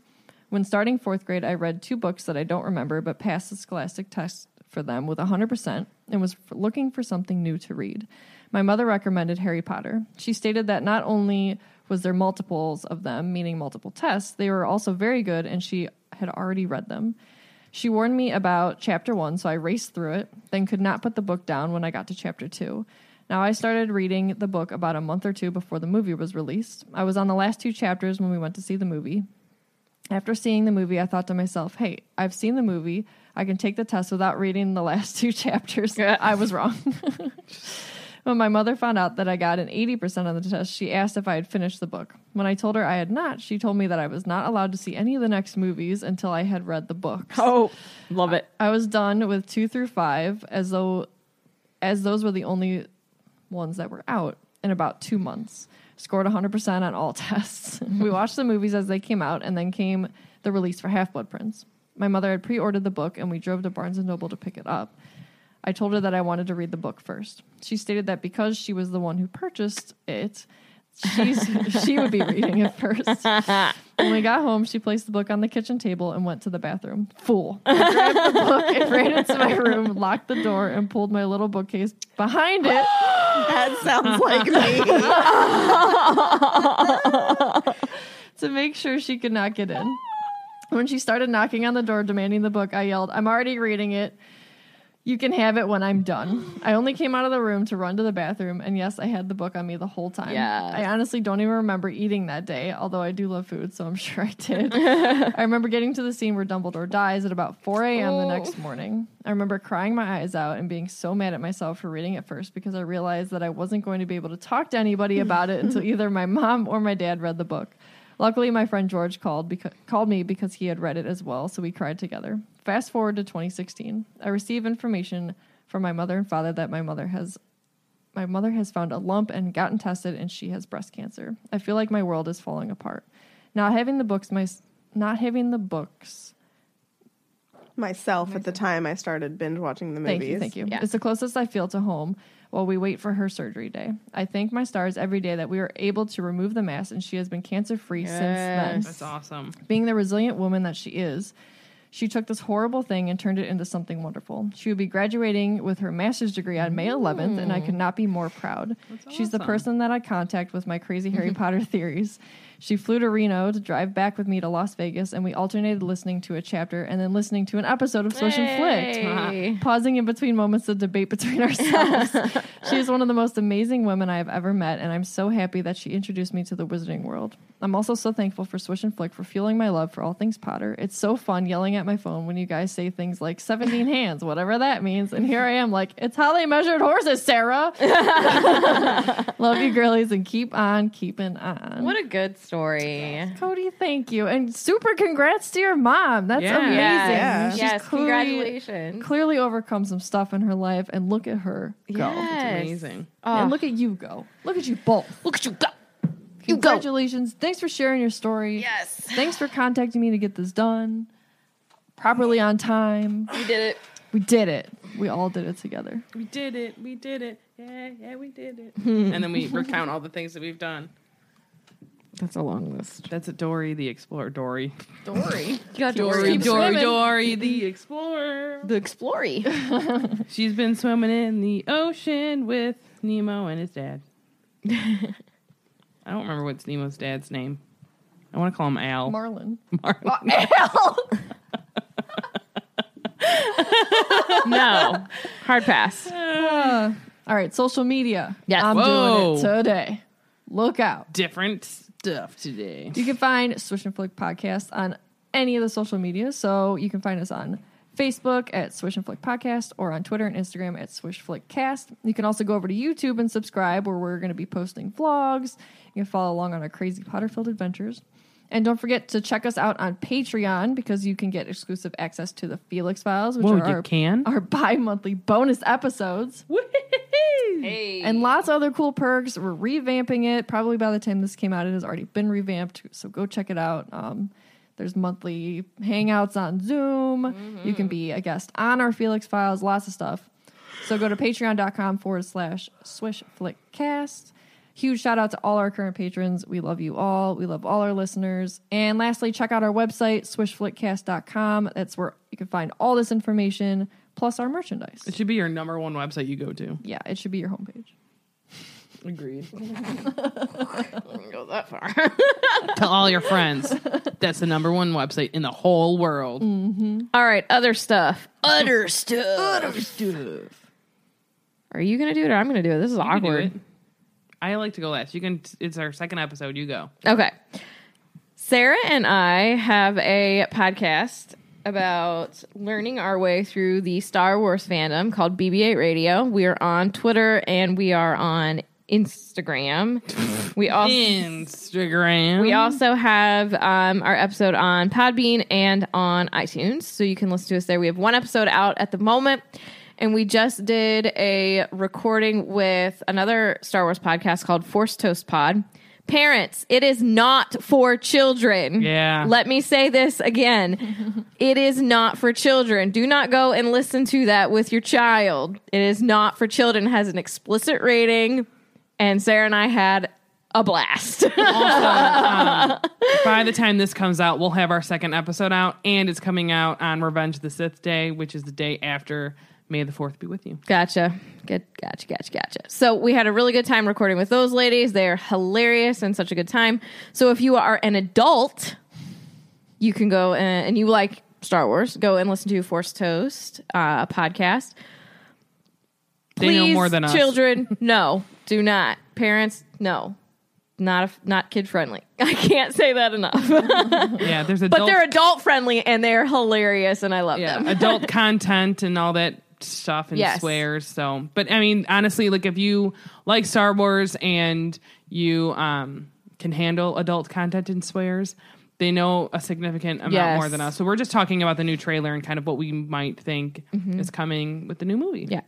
E: When starting fourth grade, I read two books that I don't remember, but passed the scholastic test for them with 100% and was f- looking for something new to read. My mother recommended Harry Potter. She stated that not only was there multiples of them, meaning multiple tests, they were also very good and she had already read them. She warned me about chapter one, so I raced through it, then could not put the book down when I got to chapter two. Now, I started reading the book about a month or two before the movie was released. I was on the last two chapters when we went to see the movie. After seeing the movie, I thought to myself, hey, I've seen the movie. I can take the test without reading the last two chapters. I was wrong. When my mother found out that I got an 80% on the test, she asked if I had finished the book. When I told her I had not, she told me that I was not allowed to see any of the next movies until I had read the book.
J: Oh, love it.
E: I was done with two through five, as though as those were the only ones that were out in about two months. Scored 100% on all tests. we watched the movies as they came out, and then came the release for Half Blood Prince. My mother had pre ordered the book, and we drove to Barnes and Noble to pick it up. I told her that I wanted to read the book first. She stated that because she was the one who purchased it, she's, she would be reading it first. When we got home, she placed the book on the kitchen table and went to the bathroom. Fool. I grabbed the book and ran into my room, locked the door, and pulled my little bookcase behind it.
D: That sounds like me.
E: to make sure she could not get in. When she started knocking on the door demanding the book, I yelled, I'm already reading it. You can have it when I'm done. I only came out of the room to run to the bathroom, and yes, I had the book on me the whole time.
J: Yes.
E: I honestly don't even remember eating that day, although I do love food, so I'm sure I did. I remember getting to the scene where Dumbledore dies at about 4 a.m. the next morning. I remember crying my eyes out and being so mad at myself for reading it first because I realized that I wasn't going to be able to talk to anybody about it until either my mom or my dad read the book. Luckily, my friend George called because, called me because he had read it as well, so we cried together. Fast forward to 2016. I receive information from my mother and father that my mother has my mother has found a lump and gotten tested and she has breast cancer. I feel like my world is falling apart. Not having the books my not having the books
D: Myself at the time I started binge watching the movies.
E: Thank you, thank you. It's the closest I feel to home while we wait for her surgery day. I thank my stars every day that we were able to remove the mass and she has been cancer free since then.
B: That's awesome.
E: Being the resilient woman that she is, she took this horrible thing and turned it into something wonderful. She would be graduating with her master's degree on May 11th, and I could not be more proud. She's the
B: awesome.
E: person that I contact with my crazy Harry Potter theories. She flew to Reno to drive back with me to Las Vegas, and we alternated listening to a chapter and then listening to an episode of Swish and Flicked, pausing in between moments to debate between ourselves. she is one of the most amazing women I have ever met, and I'm so happy that she introduced me to the wizarding world. I'm also so thankful for Swish and Flick for fueling my love for all things Potter. It's so fun yelling at my phone when you guys say things like 17 hands, whatever that means. And here I am, like, it's how they measured horses, Sarah. love you, girlies, and keep on keeping on.
F: What a good story.
E: Cody, thank you. And super congrats to your mom. That's
B: Yeah.
E: amazing.
F: Yes.
D: Yeah.
E: She's
F: Yes.
E: clearly-
F: Congratulations.
E: Clearly overcome some stuff in her life, and look at her go.
F: Yes.
B: Amazing.
E: And look at you go. Look at you both.
F: Ah. Look at you go.
E: Congratulations. Thanks for sharing your story.
F: Yes.
E: Thanks for contacting me to get this done properly on time.
F: You did it.
E: We did it. We all did it together.
B: We did it. We did it. Yeah, yeah, we did it.
F: Mm-hmm.
B: and then we recount all the things that we've done.
F: That's a long list.
B: That's a Dory the Explorer. Dory.
F: Dory. You got
B: Dory,
F: Dory.
B: Dory, Dory the Explorer.
F: The Explory.
B: She's been swimming in the ocean with Nemo and his dad. I don't remember what's Nemo's dad's name. I want to call him Al.
E: Marlon.
B: Marlon.
F: no. Hard pass.
E: Ah. All right, social media.
F: Yes.
E: I'm
B: Whoa.
E: doing it today. Look out.
B: Different stuff today.
E: You can find Swish and Flick Podcast on any of the social media. So you can find us on Facebook at Swish and Flick Podcast or on Twitter and Instagram at Swish Flick Cast. You can also go over to YouTube and subscribe where we're going to be posting vlogs. You can follow along on our crazy Potterfield adventures. And don't forget to check us out on Patreon because you can get exclusive access to the Felix Files, which
B: Whoa,
E: are
B: you
E: our,
B: can?
E: our bi-monthly bonus episodes and lots of other cool perks. We're revamping it. Probably by the time this came out, it has already been revamped. So go check it out. Um, there's monthly hangouts on Zoom. You can be a guest on our Felix Files. Lots of stuff. So go to patreon.com forward slash swish flick cast. Huge shout out to all our current patrons. We love you all. We love all our listeners. And lastly, check out our website, swishflickcast.com. That's where you can find all this information plus our merchandise.
B: It should be your number one website you go to.
E: Yeah, it should be your homepage.
B: Agreed.
F: Don't go that far.
B: Tell all your friends. That's the number one website in the whole world.
F: Mm. All right. Other stuff. Other stuff. Other stuff. Are you going to do it or I'm going to do it? This is
B: You can do
F: awkward.
B: it. I like to go last. You can. It's our second episode. You go.
F: Okay. Sarah and I have a podcast about learning our way through the Star Wars fandom called BB8 Radio. We are on Twitter and we are on Instagram. We also
B: Instagram.
F: we also have um, our episode on Podbean and on iTunes, so you can listen to us there. We have one episode out at the moment, and we just did a recording with another Star Wars podcast called Force Toast Pod. Parents, it is not for children.
B: Yeah.
F: Let me say this again. it is not for children. Do not go and listen to that with your child. It is not for children. It has an explicit rating. And Sarah and I had a blast.
B: By the time this comes out, we'll have our second episode out, and it's coming out on Revenge of the Sith Day, which is the day after May the Fourth be with you.
F: Gotcha.
A: Good, gotcha, gotcha, gotcha. So we had a really good time recording with those ladies. They are hilarious and such a good time. So if you are an adult, you can go and, and you like Star Wars, go and listen to Force Toast uh, podcast.
B: They know
A: Please,
B: more than us.
A: Children, no, do not. Parents, no, not a, not kid friendly. I can't say that enough.
B: Yeah, there's adult,
A: but they're adult friendly and they're hilarious, and I love
B: yeah,
A: them.
B: adult content and all that stuff and
A: Yes.
B: swears. So, but I mean, honestly, like if you like Star Wars and you um, can handle adult content and swears, they know a significant amount
A: Yes.
B: more than us. So we're just talking about the new trailer and kind of what we might think is coming with the new movie.
A: Mm-hmm. Yeah.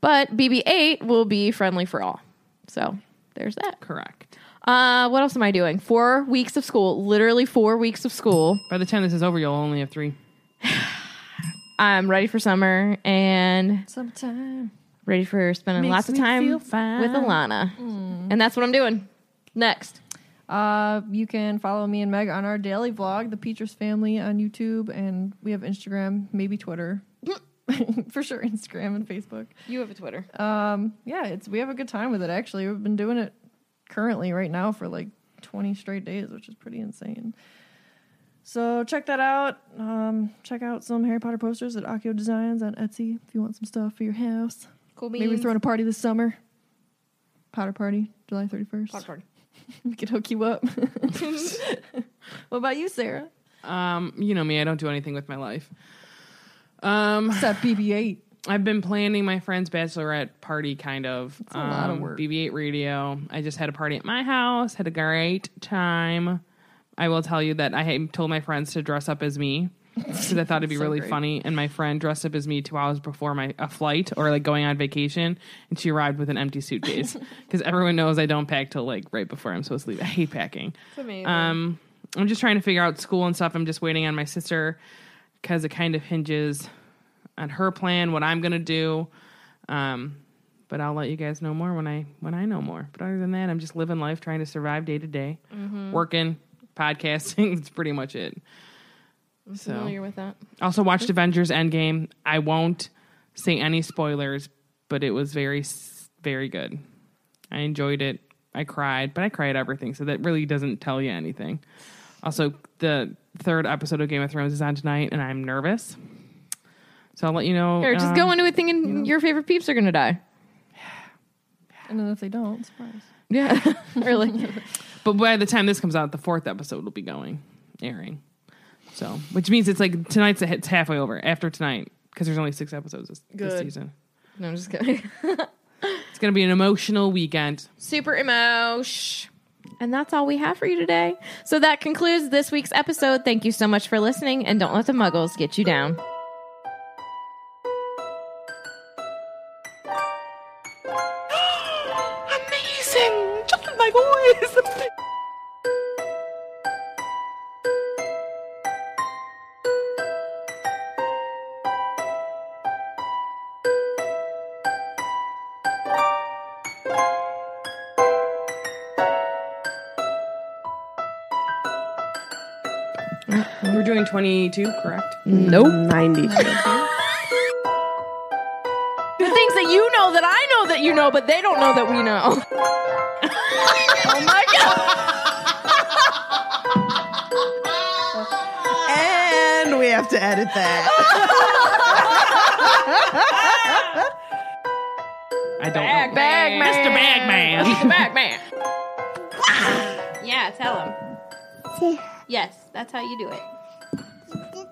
A: But BB8 will be friendly for all. So there's that.
B: correct.
A: Uh, what else am I doing? Four weeks of school, literally four weeks of school.
B: By the time this is over, you'll only have three.
A: I'm ready for summer and
E: Sometime.
A: ready for spending lots of
B: me
A: time
B: feel
A: with
B: fine.
A: Alana. And that's what I'm doing. Next.
E: Uh, you can follow me and Meg on our daily vlog, The Peaches Family, on YouTube, and we have Instagram, maybe Twitter. For sure, Instagram and Facebook.
A: You have a Twitter.
E: Um, yeah, it's we have a good time with it. Actually, we've been doing it currently right now for like twenty straight days, which is pretty insane. So check that out. Um, check out some Harry Potter posters at Akio Designs on Etsy if you want some stuff for your house.
A: Cool beans.
E: Maybe we're throwing a party this summer. Potter party, July thirty first.
A: Hot card.
E: We could hook you up. what about you, Sarah?
B: Um, you know me, I don't do anything with my life. Um,
E: It's at BB8.
B: I've been planning my friend's bachelorette party, kind of. Um,
E: a lot of work.
B: BB8 Radio. I just had a party at my house. Had a great time. I will tell you that I had told my friends to dress up as me because I thought it'd be really funny. And my friend dressed up as me two hours before my a flight or like going on vacation, and she arrived with an empty suitcase because everyone knows I don't pack till like right before I'm supposed to leave. I hate packing. Um, I'm just trying to figure out school and stuff. I'm just waiting on my sister because it kind of hinges on her plan, what I'm gonna do. Um, but I'll let you guys know more when I when I know more. But other than that, I'm just living life, trying to survive day to day,
A: Mm-hmm.
B: working, podcasting. That's pretty much it.
A: Familiar
B: So
A: with that.
B: also watched Avengers Endgame. I won't say any spoilers, but it was very s- very good. I enjoyed it. I cried, but I cried at everything, so that really doesn't tell you anything. Also, the third episode of Game of Thrones is on tonight, and I'm nervous. So I'll let you know.
A: Or just
B: um,
A: go into it thinking your favorite peeps are going to die.
E: And then if they don't, surprise.
A: Yeah. really.
B: But by the time this comes out, the fourth episode will be going airing. So, which means it's like tonight's it's halfway over after tonight because there's only six episodes this, this
A: Good.
B: season.
A: No, I'm just kidding.
B: It's gonna be an emotional weekend.
A: super emosh. And that's all we have for you today. So that concludes this week's episode. Thank you so much for listening, and don't let the muggles get you down.
K: Amazing! Just like always!
B: We're doing 22, correct?
D: Nope. 90.
A: The things that you know that I know that you know, but they don't know that we know. oh my god!
D: And we have to edit that.
B: I don't know.
A: Bag man.
B: Mr. Bagman.
A: Bag man. yeah, tell him. Yes, that's how you do it.